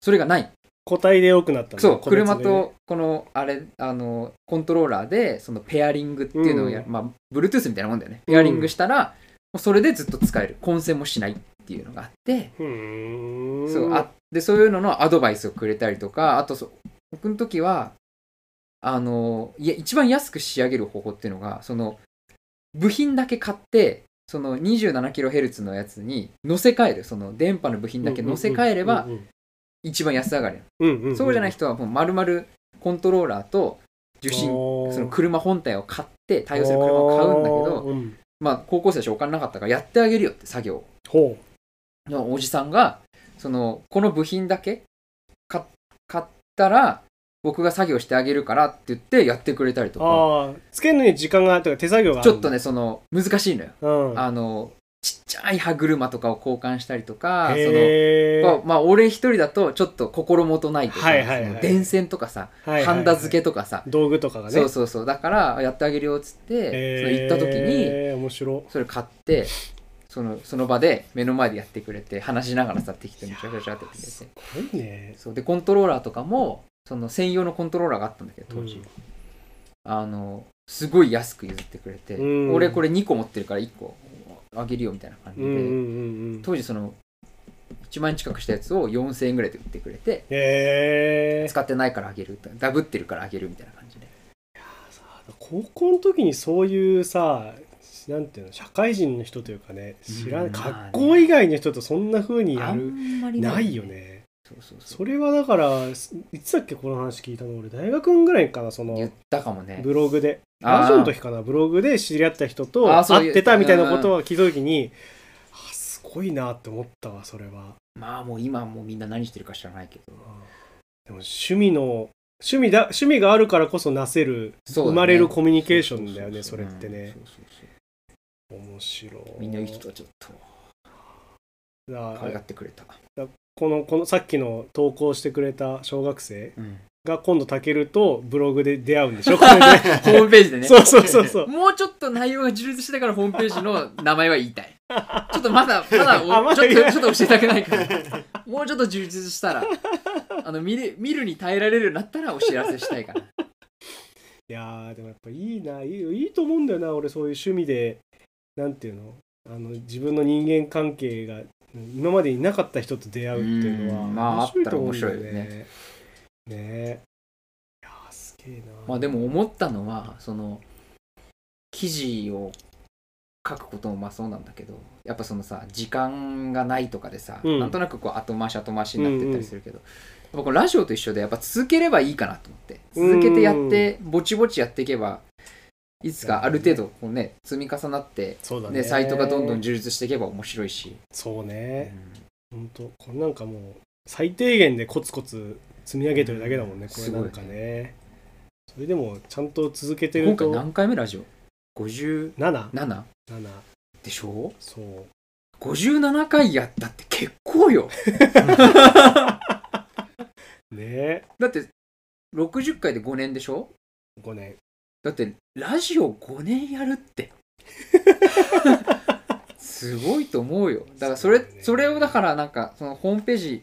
C: それがない
B: 個体で良くなったんだ
C: そう
B: 個別で
C: 車とこのあれあのコントローラーでそのペアリングっていうのをや、
B: う
C: まあ Bluetooth みたいなもんだよねペアリングしたら、もうそれでずっと使える混戦もしないっていうのがあって、
B: ふーん
C: そうあでそういうののアドバイスをくれたりとかあとそう僕の時はあのいや一番安く仕上げる方法っていうのがその部品だけ買ってその 27kHz のやつに乗せ替えるその電波の部品だけ乗せ替えれば
B: うんうん
C: 一番安上がりなの
B: うんうんうんうん
C: そうじゃない人はもう丸々コントローラーと受信
B: そ
C: その車本体を買って対応する車を買うんだけど、
B: うん
C: まあ、高校生でしかお金なかったからやってあげるよって作業を
B: ほ
C: のおじさんがそのこの部品だけ買買ったら僕が作業してあげるからって言ってやってくれたりと
B: う
C: か
B: ああつけるのに時間がとか手作業があ
C: ち
B: る
C: ょっとねその難しいのよ、
B: うん
C: あのちっちゃい歯車とかを交換したりとかその
B: へ
C: まあまあ俺一人だとちょっと心もとないとか、
B: はいはいはい
C: その電線とかさ
B: え
C: ハンダ付け
B: け
C: とかさ、
B: 道具とかがね
C: そうそうそうだからやってあげるよっつってその行った時に
B: へー面白
C: それ買ってそのその場で目の前でやってくれて話しながらさ適当にちゃちゃちゃってやってくれて
B: いね
C: そうでコントローラーとかもその専用のコントローラーがあったんだけど当時、
B: うん
C: あのすごい安く譲ってくれて、
B: うん
C: 俺これ2個持ってるから1個あげるよみたいな感じ
B: うん
C: で、
B: うんうんうん
C: 当時その1万円近くしたやつを4000円ぐらいで売ってくれて
B: へえ
C: 使ってないからあげるダブってるからあげるみたいな感じで
B: 高校の時にそういうさなんていうの社会人の人というかね知らな
C: う
B: い
C: ん
B: 学校以外の人とそんな風に
C: あ
B: やる
C: んまり
B: ないよね
C: そうそうそう
B: それはだからすいつだっけこの話聞いたの俺大学ぐらいかなそ
C: 言
B: の
C: ったかもね
B: ブログで
C: あー
B: ラジオの時かなブログで知り合った人と
C: あーそうい
B: 会
C: う
B: ってたみたいなことを聞いた時にあーすごいなって思ったわそれは
C: まあもう今はもうみんな何してるか知らないけど
B: でも趣味の趣味だ趣味があるからこそなせる、
C: そうだね
B: 生まれるコミュニケーションだよねそう
C: う
B: れってね
C: うんそうそうそう
B: 面白い
C: みんないい人たちょっと
B: だ
C: 可愛がってくれた、
B: このこのさっきの投稿してくれた小学生
C: うん
B: が今度タケルとブログで出会うんで しょこれ
C: ホームページで
B: で
C: ね。
B: そうそうそうそう
C: もうちょっと内容が充実してからホームページの名前は言いたい。 ちょっとまだ、まだ
B: あま
C: お、
B: だ
C: ちょっ
B: 言えない
C: と、ちょっと教えたくないから。もうちょっと充実したら、あの、見る、見るに耐えられるようになったらお知らせしたいから。
B: いやーでもやっぱいいないいいいと思うんだよな俺そういう趣味でなんていうのあの自分の人間関係が今までいなかった人と出会うっていうのは
C: うんまあ
B: ね
C: あったら面白い
B: ねえいやーすげえな
C: まあでも思ったのは、その、記事を書くこともまあそうなんだけど、やっぱそのさ、時間がないとかでさ、
B: うん
C: なんとなくこう後回し後回しになってったりするけど、やっぱこうラジオと一緒でやっぱ続ければいいかなと思って、続けてやって、ぼちぼちやっていけば、いつかある程度こうね、積み重なって、
B: そうだね
C: ね、サイトがどんどん充実していけば面白いし、
B: そう
C: う
B: ね
C: ん
B: ほんとこれなんかもう最低限でコツコツ積み上げてるだけだもんねこれ
C: すご
B: ないんかねそれでもちゃんと続けてる
C: 今回
B: と
C: 何回目ラジオ ?57?
B: 7?7
C: でしょ
B: そう
C: 57回やったって結構よ
B: ね
C: だって60回で5年でしょ
B: 5年
C: だってラジオ5年やるってすごいと思うよだからそれ
B: そうだね
C: それをだからなんかそのホームページ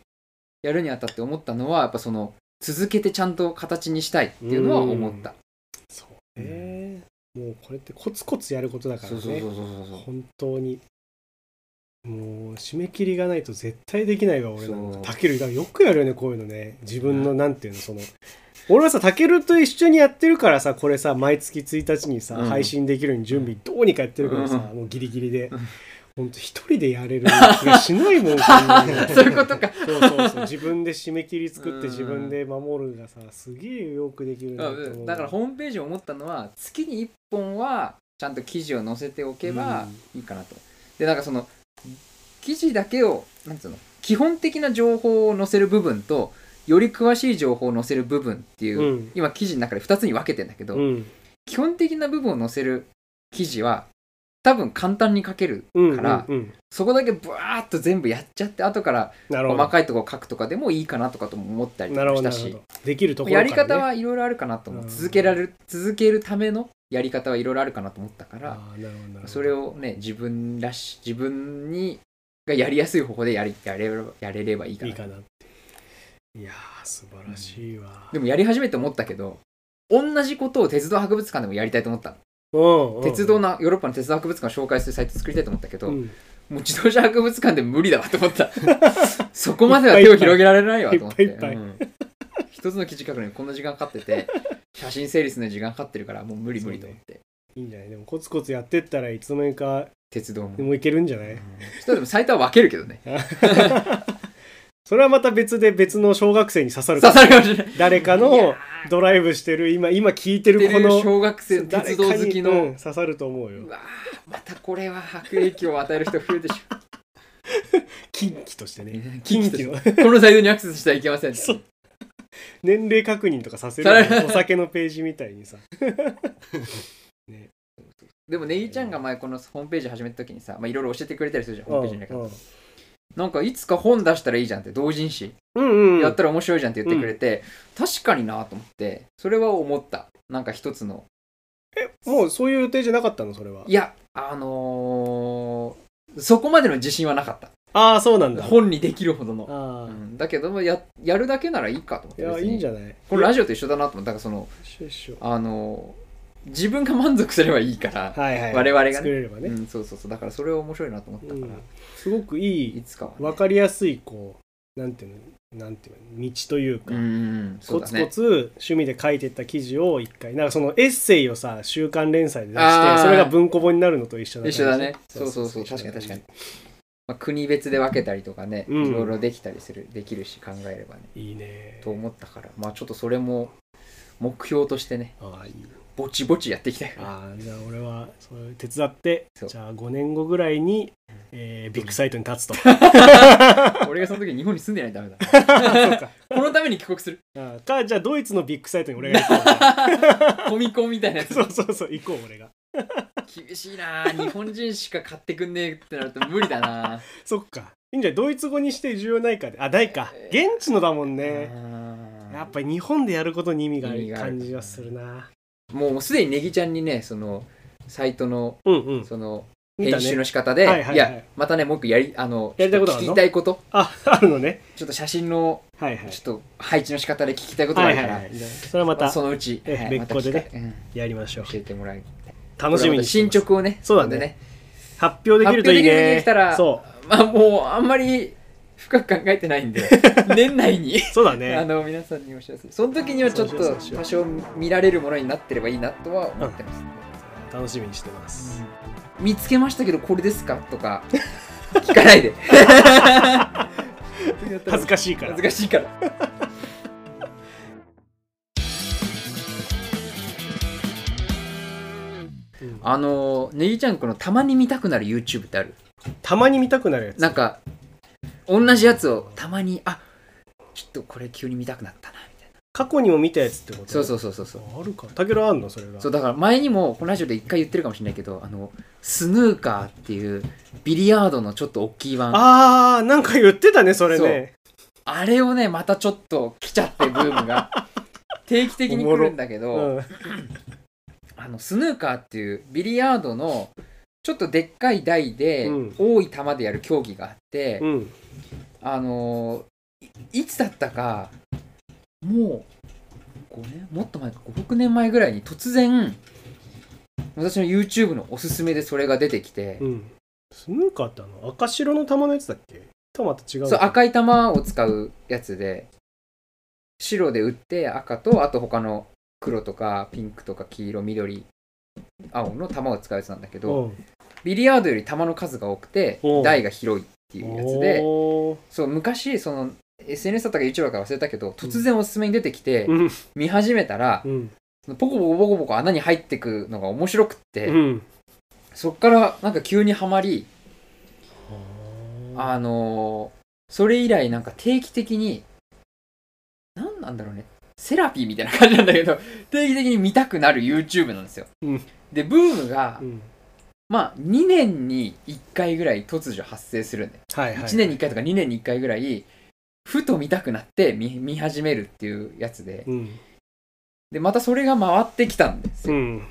C: やるにあたって思ったのはやっぱその続けてちゃんと形にしたいっていうのは思った
B: そうね、もうこれってコツコツやることだから
C: そ
B: ね
C: うそうそうそうそう
B: 本当にもう締め切りがないと絶対できないわ俺な
C: そ
B: んか
C: う
B: たけるだからよくやるよねこういうのね自分のなんていうのその俺はさたけると一緒にやってるからさこれさ毎月1日にさ、
C: うん
B: 配信できるように準備どうにかやってるけどさ、もうギリギリで。ほんと一人でやれる気がしないもん、こんな の
C: そういうことか
B: そうそうそう、自分で締め切り作って
C: うん
B: 自分で守るがさ、すげえよくできるなと思う。
C: だからホームページを思ったのは月に1本はちゃんと記事を載せておけばいいかなと、でなんかその記事だけをなんつうの基本的な情報を載せる部分とより詳しい情報を載せる部分っていう、
B: うん
C: 今記事の中で2つに分けてんだけど、
B: うん
C: 基本的な部分を載せる記事は多分簡単に書ける
B: うん
C: から
B: うんうん
C: そこだけブワーッと全部やっちゃって後から
B: なるほ
C: 細
B: ど。
C: かいところ書くとかでもいいかなとかとも思ったりと
B: なる
C: か
B: ほど
C: し
B: な
C: た
B: るほ
C: し
B: ど。できるところ
C: や
B: からね
C: り方はいろいろあるかなと思う、
B: うん
C: 続けられる続けるためのやり方はいろいろあるかなと思ったから
B: あーなるほどなるほど
C: それをね自分らし自分にがやりやすい方法でやりやれればやれればいいか
B: い
C: ない
B: かなって。いやー素晴らしいわ。
C: でもやり始めて思ったけど同じことを鉄道博物館でもやりたいと思ったの、
B: も
C: 鉄道のヨーロッパの鉄道博物館を紹介するサイト作りたいと思ったけど、
B: うん
C: もう自動車博物館で無理だわと思った そこまでは手を広げられないわと思って
B: いっぱいいっ
C: うん一つの記事書くのにこんな時間かかってて写真整理するのに時間かかってるからもう無理無理と思って、
B: いいんじゃないでもコツコツやってったらいつの間にか
C: 鉄道も
B: でもいけるんじゃない
C: 人でもサイトは分けるけどね。
B: それはまた別で別の小学生に刺さるか
C: 刺
B: ら
C: さるかもしれない。
B: 誰か
C: いや
B: のドライブしてる今今聞いてるこの
C: 小学生の
B: 誰
C: 鉄
B: か
C: 道
B: に
C: 好き
B: うん
C: の。
B: 刺さると思うよ
C: う。わーまたこれは悪影響を与える人増えるでしょ。
B: 近畿として ね。
C: 近
B: 近
C: 畿として
B: 畿を
C: このサイトにアクセスしてはいけません。
B: そう年齢確認とかさせるよね
C: される
B: お酒のページみたいにさ。
C: でもねいちゃんが前このホームページ始めた時にさ、まあ、いろいろ教えてくれたりするじゃん、ホームページの中で
B: うんうん
C: なんかいつか本出したらいいじゃんって、同人誌。
B: うんうん。
C: やったら面白いじゃんって言ってくれて、確かになと思って、それは思った。なんか一つの。。
B: もうそういう予定じゃなかったのそれはい
C: や、あのーそこまでの自信はなかっ
B: ああそうなん
C: た。
B: だ。
C: 本にできるほどの。
B: あ
C: う
B: あ。
C: んだけどもややるだけならいいかと思っ
B: い
C: て
B: や
C: 別
B: い
C: に
B: いんじゃない。
C: これラジオと一緒だなと思ってだからその
B: 一緒一緒
C: あの自分が満足すればいいから、
B: はいはい。
C: 我々がね
B: 作れればね
C: う。ん、そうそうそうだからそれは面白いなと思った
B: う
C: から、
B: ん。すごくい
C: い
B: い
C: つかは、ね、
B: わかりやすいこうなんていうのなんていうの道というか
C: うん。うんそ
B: コ
C: うだ
B: ツコ
C: ね
B: ツ趣味で書いてった記事を一回なんかそのエッセイをさ週刊連載で出し
C: あ
B: て
C: ー
B: それが文庫本になるのと一緒だ
C: 一緒だねそうそうそう確かに確かに、まあ、国別で分けたりとかねい
B: うん
C: ろいろできたりするできるし考えればね
B: にいいね
C: と思ったからまあちょっとそれも目標としてね
B: ああいい
C: ぼちぼちやっていきたい から
B: ああじゃあ俺はそれ手伝って
C: そう
B: じゃあ5年後ぐらいに、えービッグサイトに立つと
C: 俺がその時日本に住んでないとダメだ
B: そうか
C: このために帰国する
B: ああかじゃあドイツのビッグサイトに俺が 行こ
C: コミコンみたいなや
B: う
C: つ
B: そうそうそう行こう俺が
C: 厳しいなあ日本人しか買ってくんねえってなると無理だなあ
B: そっかいいんじゃないドイツ語にして重要ないかであないか現地のだもんね
C: あー
B: やっぱり日本でやることに意味があ
C: 意味
B: る
C: がある
B: 感じはするな。
C: もうすでにネギちゃんにねそのサイトの
B: うんうん。
C: その
B: 見た
C: 編集
B: ね
C: の。仕方で、
B: はいはいはい
C: いやまたねもう一個やりあの
B: やりたいことあ
C: 聞
B: るの
C: きたいこと
B: あ、あるのね。
C: ちょっと写真の
B: はいはい。
C: ちょっと配置の仕方で聞きたいことがあ
B: はい
C: るか
B: はい
C: ら、
B: はい。それは
C: ま
B: ま
C: あ
B: た
C: そのうち、
B: え
C: はい
B: 別個でね、
C: また聞きたいうん
B: やりましょう。
C: 教えてもらえる
B: 楽しみにして
C: 進
B: ます。
C: 捗をね
B: そうだね
C: ここで
B: 発表できるといい
C: 発表で
B: ね
C: きたら。
B: そ
C: まあもうあんまり深く考えてないん で年内に
B: う。そうだ
C: あ
B: ね。
C: の皆さんにお知らせその時にはちょっと多少見られるものになってればいいなとは思ってます、
B: 楽しみにしてます。
C: 見つけましたけどこれですかとか聞かないで
B: 恥ずかしいから
C: 恥ず。かしいから
B: うん
C: あのネギちゃんこのたまに見たくなる YouTube ってある
B: たまに見たくなるやつ。
C: なんか同じやつをたまにあちょっとこれ急に見たくなったなみたいな
B: 過去にも見たやつってこと
C: そうそうそうそうそう
B: あるか。たけるあんのそれが。
C: そうだから前にもこのラジオで一回言ってるかもしれないけどあのスヌーカーっていうビリヤードのちょっと大きい版あ
B: あー、なんか言ってたね、それね。
C: れをねまたちょっと来ちゃってブーム が定期的に来るんだけど、
B: うん。
C: あのスヌーカーっていうビリヤードのちょっとでっかい台で、
B: うん
C: 多い球でやる競技があって、
B: うん。
C: あのーいいつだったかもう5年もっと前か56年前ぐらいに突然私の YouTube のおすすめでそれが出てきて、
B: うん。スヌーカーってあの、赤白の玉のやつだっけとまた違うの。
C: そう赤い球を使うやつで白で打って赤とあと他の黒とかピンクとか黄色緑青の球を使うやつなんだけど、
B: うん
C: ビリヤードより球の数が多くて
B: うん
C: 台が広いっていうやつで
B: おー
C: そう昔その SNS だったか YouTube だか忘れたけど突然おすすめに出てきて、
B: うん。
C: 見始めたら
B: う、ん。
C: ポコポコポコポコ穴に入ってくのが面白くって、
B: うん。
C: そっからなんか急にはまり、あのーそれ以来なんか定期的に、なんなんだろうね、セラピーみたいな感じなんだけど、 定期的に見たくなる YouTube なんですよ。
B: うん
C: で、ブームが、
B: うん。
C: まあ2年に1回ぐらい突如発生するんだよ。
B: はいはい。
C: 1年に1回とか2年に1回ぐらい、ふと見たくなって見見始めるっていうやつで、
B: うん。
C: で、またそれが回ってきたんですよ。
B: うん。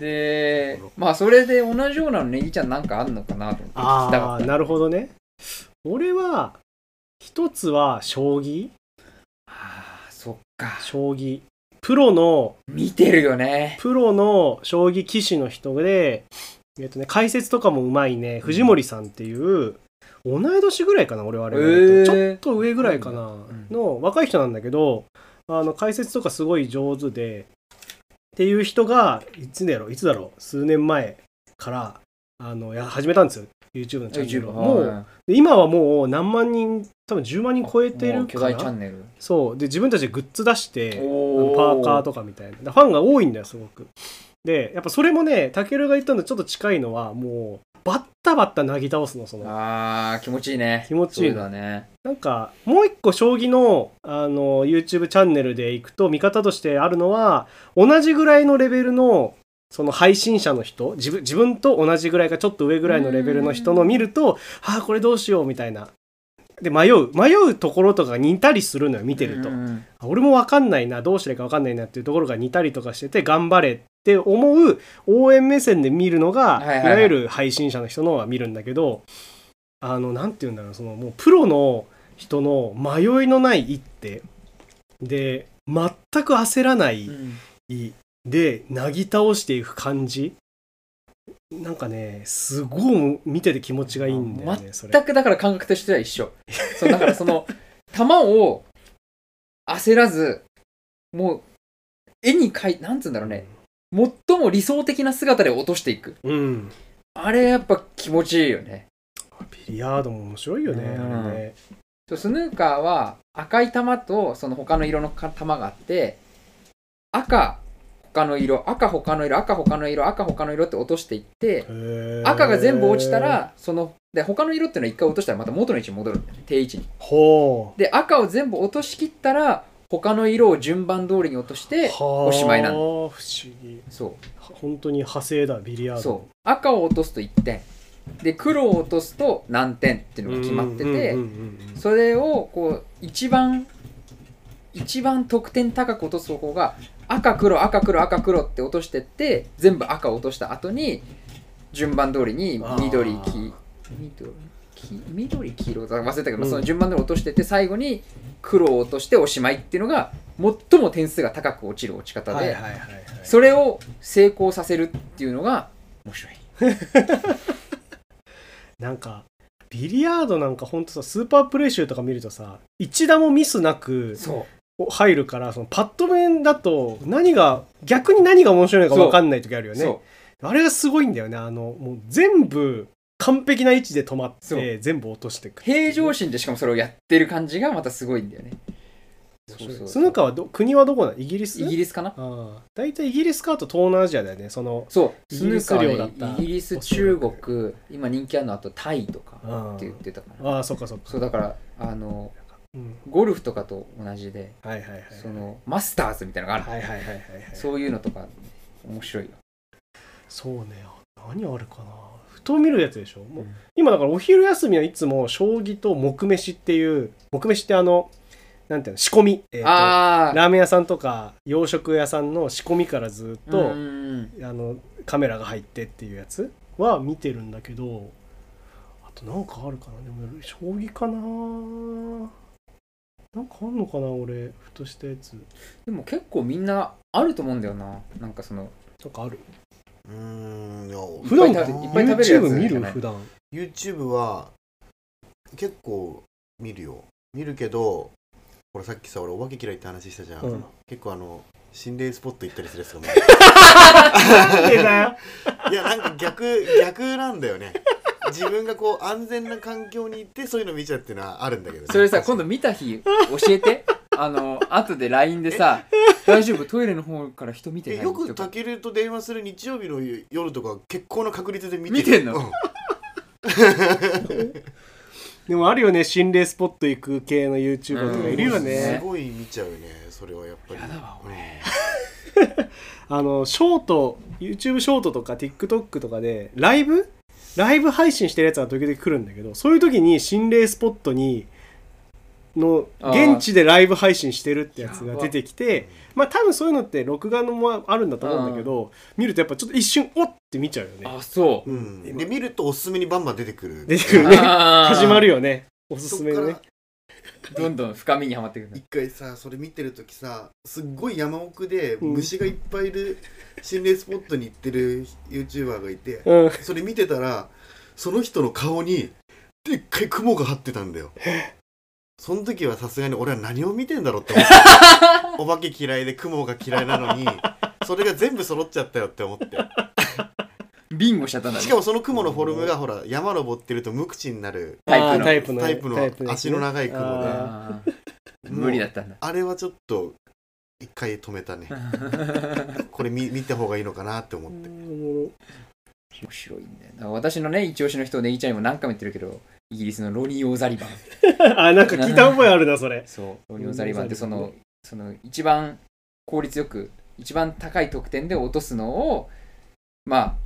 C: で、まあそれで同じようなのネギちゃんなんかあんのかなと思って聞きたか
B: あ
C: っ
B: あ、
C: た。
B: なるほどね。俺は、一つは将棋
C: ああ、そっか。
B: 将棋。プロの、
C: 見てるよね。
B: プロの将棋棋士の人で、えっとね、解説とかもうまいね、藤森さんっていう、同い年ぐらいかな、俺はあれ、
C: へー
B: ちょっと上ぐらいかな、
C: んだ
B: の若い人なんだけど、あの解説とかすごい上手で、っていう人が、いつだろう、いつだろう、数年前から、あの、や始めたんですよ、YouTube のチャンネルを。もう、で今はもう何万人、多分10万人超えて
C: も
B: る
C: う巨
B: か
C: 大チャ
B: な。
C: ンネル。
B: そう。で、自分たちでグッズ出して、
C: お
B: パーカーと
C: か。
B: かみたいなだからファンが多いんだよすごくでやっぱそれもねたけるが言ったのとちょっと近いのはもうバッタバッタなぎ倒すのその
C: ああ、気持ちいいね。
B: 気持ちいい
C: そうだね。
B: なんかもう一個将棋のあの YouTube チャンネルで行くと見方としてあるのは同じぐらいのレベルのその配信者の人自分自分と同じぐらいかちょっと上ぐらいのレベルの人の見るとああこれどうしようみたいなで迷う迷うところとかが似たりするのよ見てると
C: うんうん
B: あ俺も分かんないなどうすればいいか分かんないなっていうところが似たりとかしてて頑張れって思う応援目線で見るの
C: は
B: が、
C: いいはいはい
B: わゆる配信者の人のは見るんだけどあのなんて言うんだろうそのもうプロの人の迷いのない一手で全く焦らない、
C: うん
B: でなぎ倒していく感じなんかねすごい見てて気持ちがいいんだよねそれ。
C: 全くだから感覚としては一緒。そうだからその、球を焦らず、もう、絵に描い、なんつうんだろうね。最も理想的な姿で落としていく。
B: うん
C: あれやっぱ気持ちいいよね。
B: ビリヤードも面白いよね、
C: うん
B: あれね。
C: そうスヌーカーは赤い玉とその他の色のか玉があって赤他の色赤他の色赤他の色赤他の色って落としていって
B: へー
C: 赤が全部落ちたらそので他の色っていうのは一回落としたらまた元の位置に戻るんだよね定位置に
B: ほ
C: で赤を全部落としきったら他の色を順番通りに落とし
B: う
C: て
B: はあ
C: おしまいなんだ
B: 不思議
C: そ
B: 本当に派生だビリヤ
C: う
B: ー
C: そ
B: ド
C: う赤を落とすと1点で黒を落とすと何点っていうのが決まってて
B: うんうんうんうん
C: それをこう一番一番得点高く落とす方法が赤黒赤黒赤黒って落としてって全部赤を落とした後に順番通りに緑
D: あー
C: 黄緑黄緑黄色だ忘れたけど、まあ
B: うん
C: その順番通り落としてって最後に黒を落としておしまいっていうのが最も点数が高く落ちる落ち方で、
D: はいはいはいはい
C: それを成功させるっていうのが面白い。
B: なんかビリヤードなんかほんとさスーパープレー集とか見るとさ一打もミスなく
C: そう
B: 入るからそのパッと面だと何が逆に何が面白いのか分かんない時あるよね
C: そ
B: あれがすごいんだよねあのもう全部完璧な位置で止まっ
C: そう
B: て全部落としていく
C: う平常心でしかもそれをやってる感じがまたすごいんだよね。そうそう
B: スヌカはど国はどこなのイギリス
C: イギリスかな
B: ああ大体イギリスかあと東南アジアだよねその
C: そう、
B: イ
C: ス
B: ギ
C: ヌ
B: リ
C: ー
B: ス
C: カー
B: 領だ
C: は
B: った
C: ねイギリス、中国、今人気あるのはあとタイとか
B: うん
C: って言ってたかな。
B: ああそっかそっか
C: そうだから、あの、
B: うん
C: ゴルフとかと同じで、
B: はいはいはい
C: その、マスターズみたいなのがある。
B: はいはいはいはいはい
C: そういうのとか、面白いよ。
B: そうね何あるかなふと見るやつでしょ、もう今だからお昼休みはいつも将棋と木飯っていう木飯ってあのなんていうの仕込み、えーと
C: ああ、
B: ラーメン屋さんとか洋食屋さんの仕込みからずっ
C: う
B: と、
C: ん
B: あのカメラが入ってっていうやつは見てるんだけどあとなんかあるかなでも将棋かななんかあんのかな俺ふとしたやつ
C: でも結構みんなあると思うんだよな。なんかその、
B: なんかある
D: うーんいや
B: 普段
C: いっぱい食べいっぱい食べるやつ
B: YouTube 見
C: じゃ
B: る
C: ない
B: 普段
D: YouTube は結構見るよ見るけどこれさっきさ俺お化け嫌いって話したじゃん、
B: うん
D: 結構あの心霊スポット行ったりするやつがも
B: なんでだよ
D: ういやなんか逆逆なんだよね自分がこう安全な環境に行ってそういうの見ちゃうっていうのはあるんだけど、ね、
C: それさ、今度見た日教えて。 あの、後で LINE でさ、大丈夫、トイレの方から人見て
D: え
C: ない
D: よく
C: とか
D: たけると電話する日曜日の夜とか結構な確率で見て
C: 見
D: る
C: てんの
D: うん
B: でもあるよね心霊スポット行く系の YouTuber とかいるよ
C: うん
B: ね
D: す、ごい見ちゃうねそれはやっぱり
C: やだわ俺
B: あのショート YouTube ショートとか TikTok とかでライブライブ配信してるやつが時々来るんだけどそういう時に心霊スポットにの
C: あー
B: 現地でライブ配信してるってやつが出てきてまあ多分そういうのって録画のもあるんだと思うんだけど見るとやっぱちょっと一瞬おっって見ちゃうよね
C: あ、そうう。
D: ん、うんで見るとおすすめにバンバン出てくる
B: 出てくるね
C: あー
B: 始まるよねおすすめの
D: そっ
B: ね
D: から
C: どんどん深みにはまってくる
D: 一回さそれ見てる時さすっごい山奥で虫がいっぱいいる心霊スポットに行ってる YouTuber がいて
B: うん
D: それ見てたらその人の顔にでっかい雲が張ってたんだよその時はさすがに俺は何を見てんだろうって思ったお化け嫌いで雲が嫌いなのにそれが全部揃っちゃったよって思って
C: ビンゴしちゃったんだね
D: しかもその雲のフォルムがほら山登ってると無口になる
C: タイ
B: あータ
C: プ
B: イプの
D: タイプの
B: ですね
D: 足の長い雲で
C: の
B: あ
C: あー無理だったんだ
D: あれはちょっと一回止め たねこれ見見た方がいいのかなって思
B: う
D: って
B: ん
C: 面白いんだよな私のね一押しの人ネギちゃんにも何回も言ってるけどイギリスのロニー・オーザリバン
B: あなんか聞いた覚えあるなそれ
C: そうロニー・オーザリバンってそ
B: ロニ
C: のその一番効率よく一番高い得点で落とすのをまあ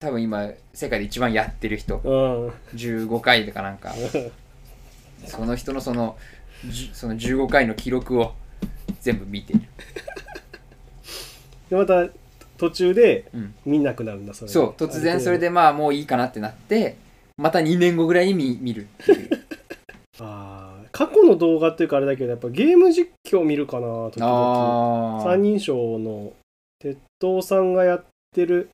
C: 多分今世界で一番やってる人
B: うん
C: 15回とかなんかその人のそのじゅその15回の記録を全部見てる
B: でまた途中で
C: うん
B: 見なくなるんだそれ
C: そう突然それでまあもういいかなってなってまた2年後ぐらいに見見るっていう
B: あー過去の動画っていうかあれだけどやっぱゲーム実況見るかな時々
C: あ
B: 三人称の鉄塔さんがやってる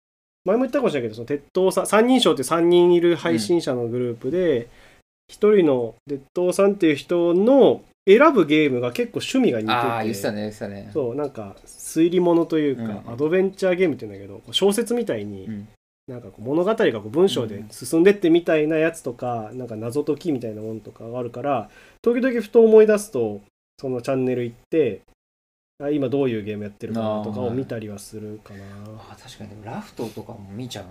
B: 前も言ったかもしれないけどその鉄塔さん三人称って3人いる配信者のグループで、一人の鉄塔さんっていう人の選ぶゲームが結構趣味が似てて
C: ああ言ってたね言ってたね
B: そうなんか推理物というか、
C: うん
B: アドベンチャーゲームって言うんだけどこう小説みたいに、
C: うん
B: なんかこう物語がこう文章で進んでってみたいなやつとか、なんか謎解きみたいなものとかがあるから時々ふと思い出すとそのチャンネル行ってあ今どういうゲームやってるかなとかを見たりはするかな
C: あー確かにでもラフトとかも見ちゃう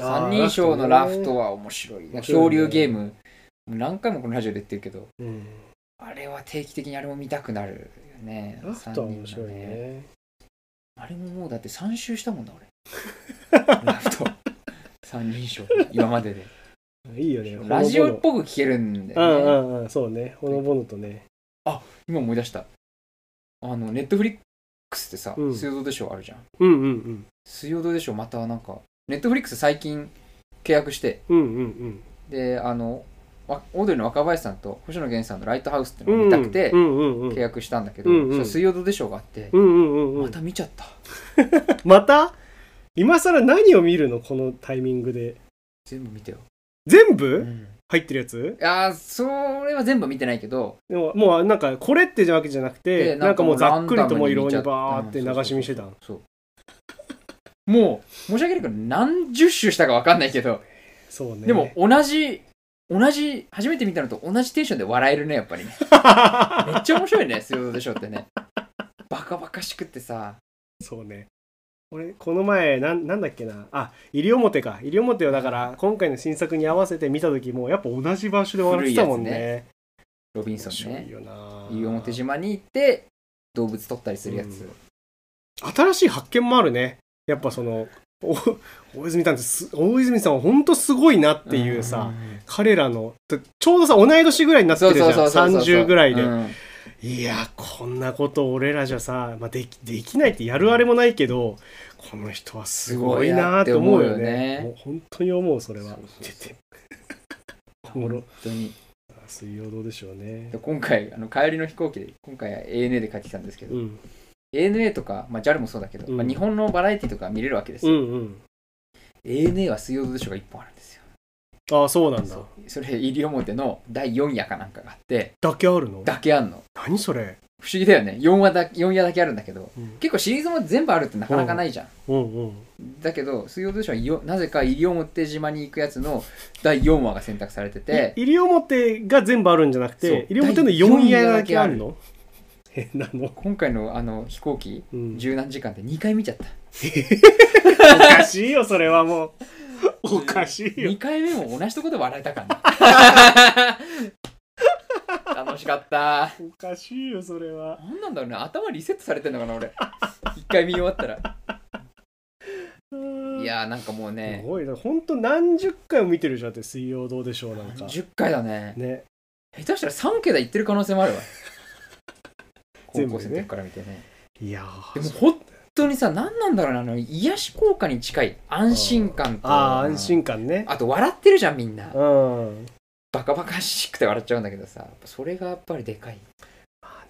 C: な
B: あ
C: 三
B: ー
C: 人称のラフト
B: ね
C: は面白い
B: 面白いね
C: 漂流ゲーム何回もこのラジオで言ってるけど
B: うん、
C: あれは定期的にあれも見たくなるよね
B: ラフトは面白い
C: 三
B: ね
C: 人のあれももうだって3周したもんな 俺ラフト三人称今までで
B: いいよね
C: ラジオっ
B: い
C: ぽく聞けるんだ
B: う
C: よね
B: んうんうんそうねほのぼのとね
C: 今思い出したあのネットフリックスってさ、
B: うん
C: 水曜どうでしょうあるじゃん
B: うんうん
C: 水曜どうでしょうまたなんかネットフリックス最近契約して
B: うんうんうん
C: であのわオードリーの若林さんと星野源さんの「ライトハウス」っていう
B: う
C: のを
B: ん
C: 見たくて
B: うんうんうん
C: 契約したんだけど、
B: うんう
C: そ
B: ん
C: したら水曜どうでしょうがあって、
B: うんうんうんう
C: ま
B: ん
C: た見ちゃった
B: また今更何を見るのこのタイミングで
C: 全部見てよ、
B: 全
C: う
B: 部
C: ん、
B: 入ってるやつ
C: いやーそれは全部見てないけど
B: でももうなんかこれってわけじゃなくて
C: で
B: なんかもうざっくりともういろ
C: ランダムに見ちゃ
B: にバーって流し見してたの
C: そうもう申し訳ないけど何十周したか分かんないけど、
B: そうね
C: でも同じ同じ初めて見たのと同じテンションで笑えるねやっぱ りねめっちゃ面白いね「水曜どうでしょう」ってねバカバカしくってさ
B: そうね俺この前なんなんだっけなあ西表か西表はだから今回の新作に合わせて見た時もやっぱ同じ場所で笑ってたもんね
C: ロビン
B: 面
C: ソ
B: 白
C: ン
B: い
C: ね
B: よな
C: 西表島に行って動物取ったりするやつ、
B: 新しい発見もあるねやっぱそのお大泉さんってす大泉さんは本当すごいなっていうさ、
C: ん
B: 彼らのとちょうどさ同い年ぐらいになっ
C: そ
B: て
C: う
B: るじゃ
C: そ
B: ん
C: うそうそうそう
B: 30ぐらいで、
C: うん
B: いやこんなこと俺らじゃさ、まあ、できできないってやるあれもないけどこの人はすごいなーって思うよ
C: すごいなって思うよ
B: ね
C: ね
B: もう本当に思うそれは
C: そうそう
B: 出
C: そう
B: ておもろ
C: 本当に
B: 水曜どうでしょうね
C: で今回あの帰りの飛行機で今回は ANA で帰ってきたんですけど、
B: うん
C: ANA とか、まあ、JAL もそうだけど、
B: うん
C: まあ、日本のバラエティとか見れるわけです
B: う
C: よ、
B: んうん
C: ANA は水曜どうでしょうが1本あるんですよ
B: ああそうなんだ
C: そうそれ西表の第4夜かなんかがあって
B: だけあるの
C: だけあんの
B: 何それ
C: 不思議だよね4話だ4夜だけあるんだけど
B: うん
C: 結構シリーズも全部あるってなかなかないじゃん、
B: うんうん
C: だけど水曜どうでしょうはよなぜか西表島に行くやつの第4話が選択されてて
B: 西表が全部あるんじゃなく
C: そ
B: て
C: う
B: 西表の4夜だけあるの変なの、
C: 今回のあの飛行機
B: うん、
C: 十何時間で2回見ちゃった
B: おかしいよそれはもうおかしいよ
C: 2回目も同じとこで笑えたから な楽しかった
B: おかしいよそれは
C: 何なんだろうね頭リセットされてんのかな俺1回見終わったらいやーなんかもう
B: す
C: ね
B: ごいな本当何十回も見てるじゃんって水曜どうでしょうなんか
C: 10回だね
B: ね
C: 下手したら3桁行ってる可能性もあるわ高
B: 全部
C: 校
B: でね
C: 生の時から見てね
B: いや
C: でも
B: ー
C: 本当にさ何なんだろうねあの癒し効果に近い安心感と
B: あー安心感ね
C: あと笑ってるじゃんみんな
B: うん、
C: バカバカしくて笑っちゃうんだけどさそれがやっぱりでかい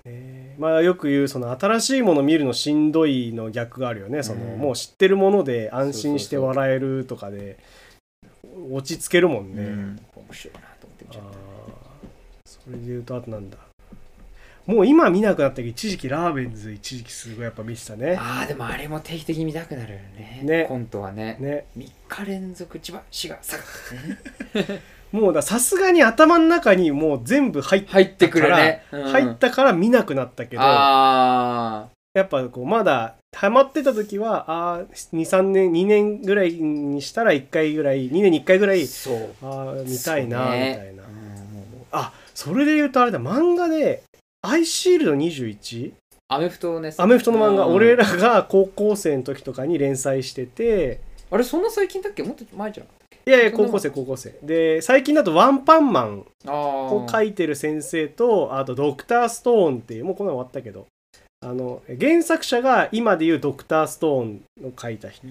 B: ねまあよく言うその新しいもの見るのしんどいの逆があるよねその、
C: うん
B: もう知ってるもので安心して
C: そうそうそ
B: 笑えるとかで落ち着けるもんね、
C: うん、面白いなと思って見
B: あ
C: ちゃっ
B: ーそれで言うとあとなんだもう今見なくなったけど一時期ラーメンズ一時期すごいやっぱ見てたね
C: たああーでもあれも定期的に見たくなるよね
B: ね
C: コントはね
B: ね
C: 3日連続千葉滋賀佐賀
B: もうださすがに頭の中にもう全部入っ
C: 入ってくるね、うん
B: 入ったから見なくなったけど、や
C: あ
B: っぱこうまだ溜まってた時はああ23年2年ぐらいにしたら1回ぐらい2年に1回ぐら
C: あ
B: い
C: そう
B: ああ見たいな
C: そう
B: み
C: ね
B: たいな、
C: うんもう
B: あそれで言うとあれだ漫画で「アイシールド21」
C: アメフトをね
B: アメフトの漫画、
C: うん
B: 俺らが高校生の時とかに連載してて
C: あれそんな最近だっけもっと前じゃん
B: いやいや高校生高校生で最近だと「ワンパンマン」
C: ああ
B: を書いてる先生とあと「ドクター・ストーン」っていうもうこんなの終わったけどあの原作者が今でいう「ドクター・ストーン」を描いた人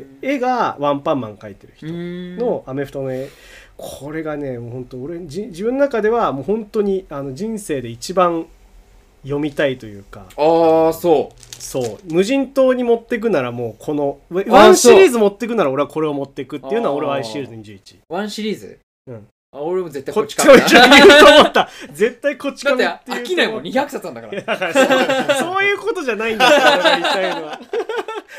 C: うん
B: 絵が「ワンパンマン」描いてる人
C: の
B: のアメフトの絵これがねもう本当俺じ自分の中ではもう本当にあの人生で一番読みたいというか
C: ああそ
B: そう無人島に持ってくならもうこのワ
C: う
B: ワンシリーズ持ってくなら俺はこれを持ってくっていうのは俺は
C: あー
B: i シールド21
C: うワンシリーズ
B: うん
C: あ俺も絶対
B: こ
C: こ
B: っ
C: っち
B: ちか
C: からら
B: 言うと思った絶対こっちか
C: だっ
B: ら
C: て飽きないもん200冊なんだか
B: いや
C: ら
B: だからそうそういうことじ ゃないんだって俺が言いたいのは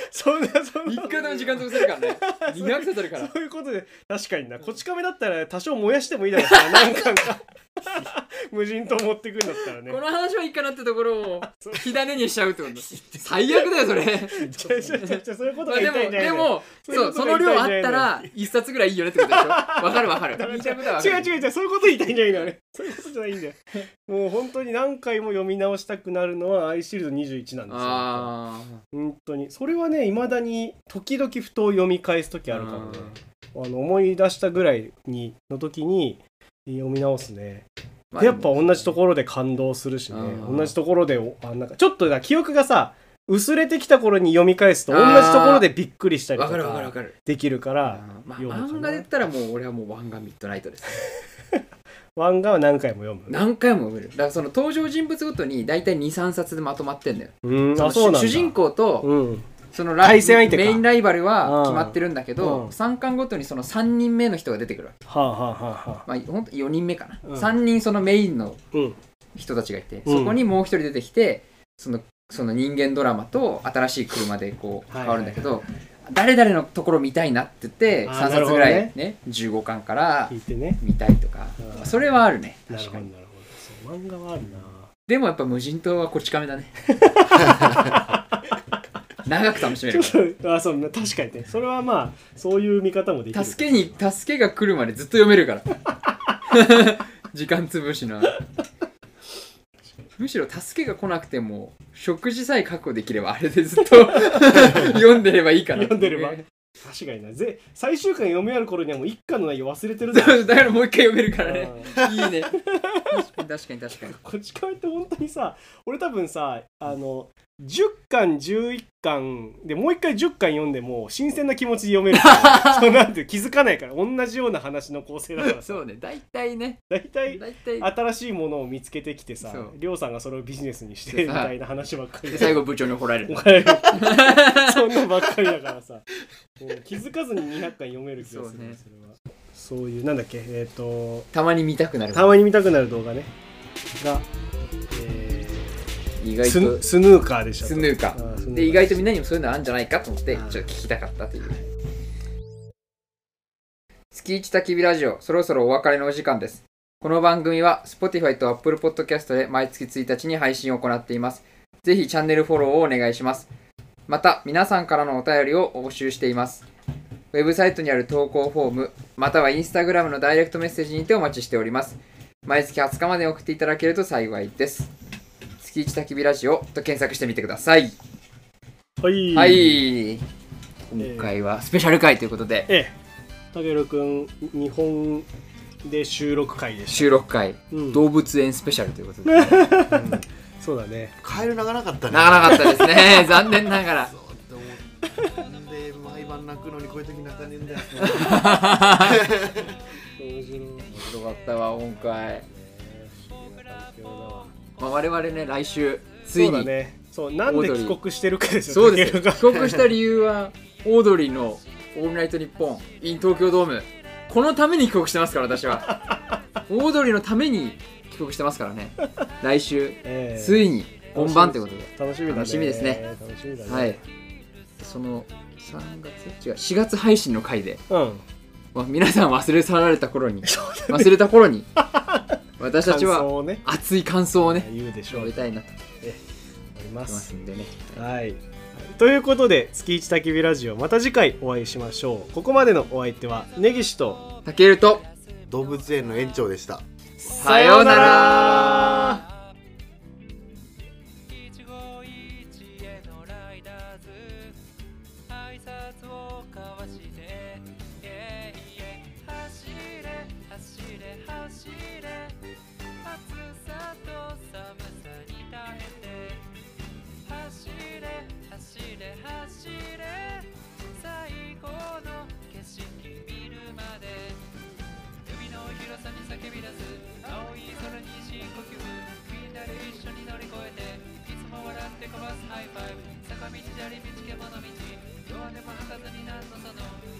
B: そんなそん
C: 一
B: な
C: 回でも時間潰せるから ね200冊あるから
B: そういうことで確かになこち亀だったら多少燃やしてもいいだろうから何巻か 無人島持ってくんだったらね
C: この話はいいかなってところを火種にしちゃうってこと最悪だよそれ
B: 違う違う違う違うそういうこと
C: ま
B: が
C: あ
B: 言
C: で
B: いたい
C: もで
B: んだよね
C: も
B: そういう
C: そ
B: こ
C: う
B: と
C: そ
B: が
C: の
B: 言
C: 量あ
B: いたいんだよね
C: ったら1冊ぐらいいいよねってことでしょわかるわかる言いたいことはわかる
B: 違う違う違うそういうこと言いたいんじゃないんだよねそういうことじゃないんだよもう本当に何回も読み直したくなるのは「アイシールド21」なんですよ
C: あ
B: 本当にそれはねいまだに時々ふと読み返す時
C: ー
B: あるからねあの思い出したぐらいにの時に読み直すね
C: まあ
B: でやっぱ同じところで感動するしね
C: うん
B: 同じところでおあなんかちょっとな記憶がさ薄れてきた頃に読み返すと同じところでびっくりしたり
C: わ
B: と
C: かるわかるわ
B: か
C: かる。
B: できるか
C: あ
B: ら
C: ーまあ、
B: 読むかな
C: 漫画で言ったらもう俺はもう漫画ミッドナイトです。
B: 漫画は何回も読む
C: 何回も読める。だからその登場人物ごとに大体2、3冊でまとまってんだよ。
B: うん
C: そ
B: あ
C: の
B: そうなんだ
C: 主人公と
B: うん
C: そのラ
B: 対戦相手か
C: メインライバル
B: うん
C: は決まってるんだけ
B: う
C: ど、
B: ん
C: 三3巻ごとにその3人目の人が出てくるわけ。
B: はあはあはあはあ
C: まあ、ほんと4人目かな。
B: うん
C: 3人そのメインの
B: うん
C: 人たちがいて、
B: うん
C: そこにもう一人出てきてそのその人間ドラマと新しい車でこう
B: はい
C: 変わるんだけど、誰々のところ見たいなって言って
B: あー
C: 3
B: な
C: 冊
B: るほど
C: ぐ
B: ね
C: らいね15巻から
B: 聞いてね
C: 見たいとか
B: あー
C: それはあるね
B: なる
C: 確
B: ほど
C: か
B: な
C: に
B: るほどそう漫画はあるな
C: でもやっぱ無人島はこち亀だ ね長く楽しめ
B: ち
C: る
B: ょ
C: か
B: っとあそうね確かにねそれはまあそういう見方もでき
C: ら
B: る
C: 助けに助けが来るまでずっと読めるから 時間潰しなむしろ助けが来なくても食事さえ確保できればあれでずっと 読んでればいいかな
B: 読んでれば
C: ね
B: 確かになぜ最終回読み終わる頃にはもう一巻の内容忘れ てるだろ
C: だだからもう一回読めるからね
B: うん
C: いいね確かに確かに確か に
B: こち亀って本当にさ俺多分さあの10巻11巻でもう一回10巻読んでも新鮮な気持ちで読めるから そうなんて気づかないから同じような話の構成だからさ
C: そうね大体ね
B: 大体
C: 大体
B: 新しいものを見つけてきてさ
C: そう
B: りょうさんがそれをビジネスにし
C: で
B: てみ
C: さ
B: たいな話ばっかり
C: で
B: で
C: 最後部長に怒られる
B: お金がそんなばっかりだから さもう気づかずに200巻読める気
C: そう
B: がする
C: ね
B: それはそういうなんだっけえっ、と
C: たまに見たくなる
B: たまに見たくなる動画ねが、えー
C: 意外
B: ス
C: と
B: ヌスヌーカーでしたと
C: スヌーカ
B: あースヌーカ
C: ー
B: ー
C: で意外とみんなにもそういうのあるんじゃないかと思って
B: あー
C: ちょっと聞きたかったという月一焚き火ラジオそろそろお別れのお時間ですこの番組は Spotify と Apple Podcast で毎月1日に配信を行っていますぜひチャンネルフォローをお願いしますまた皆さんからのお便りを募集していますウェブサイトにある投稿フォームまたは Instagram のダイレクトメッセージにてお待ちしております毎月20日まで送っていただけると幸いです月一焚き火ラジオと検索してみてください。
B: はい
C: はい。今回はスペシャル回ということで、
B: ええたけるくん日本で収録会でし
C: 収録回、
B: た、うん
C: 動物園スペシャルというこ とで、長か
B: そうだね
D: カエル鳴かなかったね
C: なかったですね。残念ながら
D: そ。うって思ってなんで毎晩泣くのにこういう時泣かねえんだよ
B: 面白いね
C: 面白かったわ、今回。
B: 環境だわ
C: まあ、我々ね、来週、つい
B: そう
C: に。
B: だねそうなんで
C: オードリー
B: 帰国してるかです
C: そ
B: よ
C: うですよ。
B: たけるが
C: 帰国した理由は、オードリーの「オールナイトニッポン」in 東京ドーム。このために帰国してますから、私は。 オードリーのために帰国してますからね。来週、
B: ええ
C: ついに本番ということで。
B: 楽しみだね
C: 楽しみですね
B: 楽しみだね
C: はい。その3月違う4月配信の回で、
B: うん
C: まあ、皆さん忘れ去られた頃 に、忘れた頃 に私たち
B: 感
C: は
B: 想をね
C: 熱い感想をね
B: 言うでしょ
C: 述
B: う
C: べた
B: あ
C: いなと思っ
B: りま
C: て
B: す
C: ますんでね
B: はい。ということで、月一焚き火ラジオ、また次回お会いしましょう。ここまでのお相手は、根岸と、
C: たけると
D: 動物園の園長でした
C: さようなら
E: 一期一会のライダーズ挨拶を交わして Yeah, yeah 走れ走れ走れ暑さと寒さに耐えて走れ走れ走れ最高の景色見るまで海の広さに叫び出す青い空に深呼吸みんなで一緒に乗り越えていつも笑ってこばすハイファイブ坂道砂利道獣道どうでも吐かずになんのその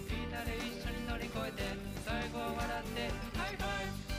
E: みんなで一緒に乗り越えて最後は笑ってハイファイブ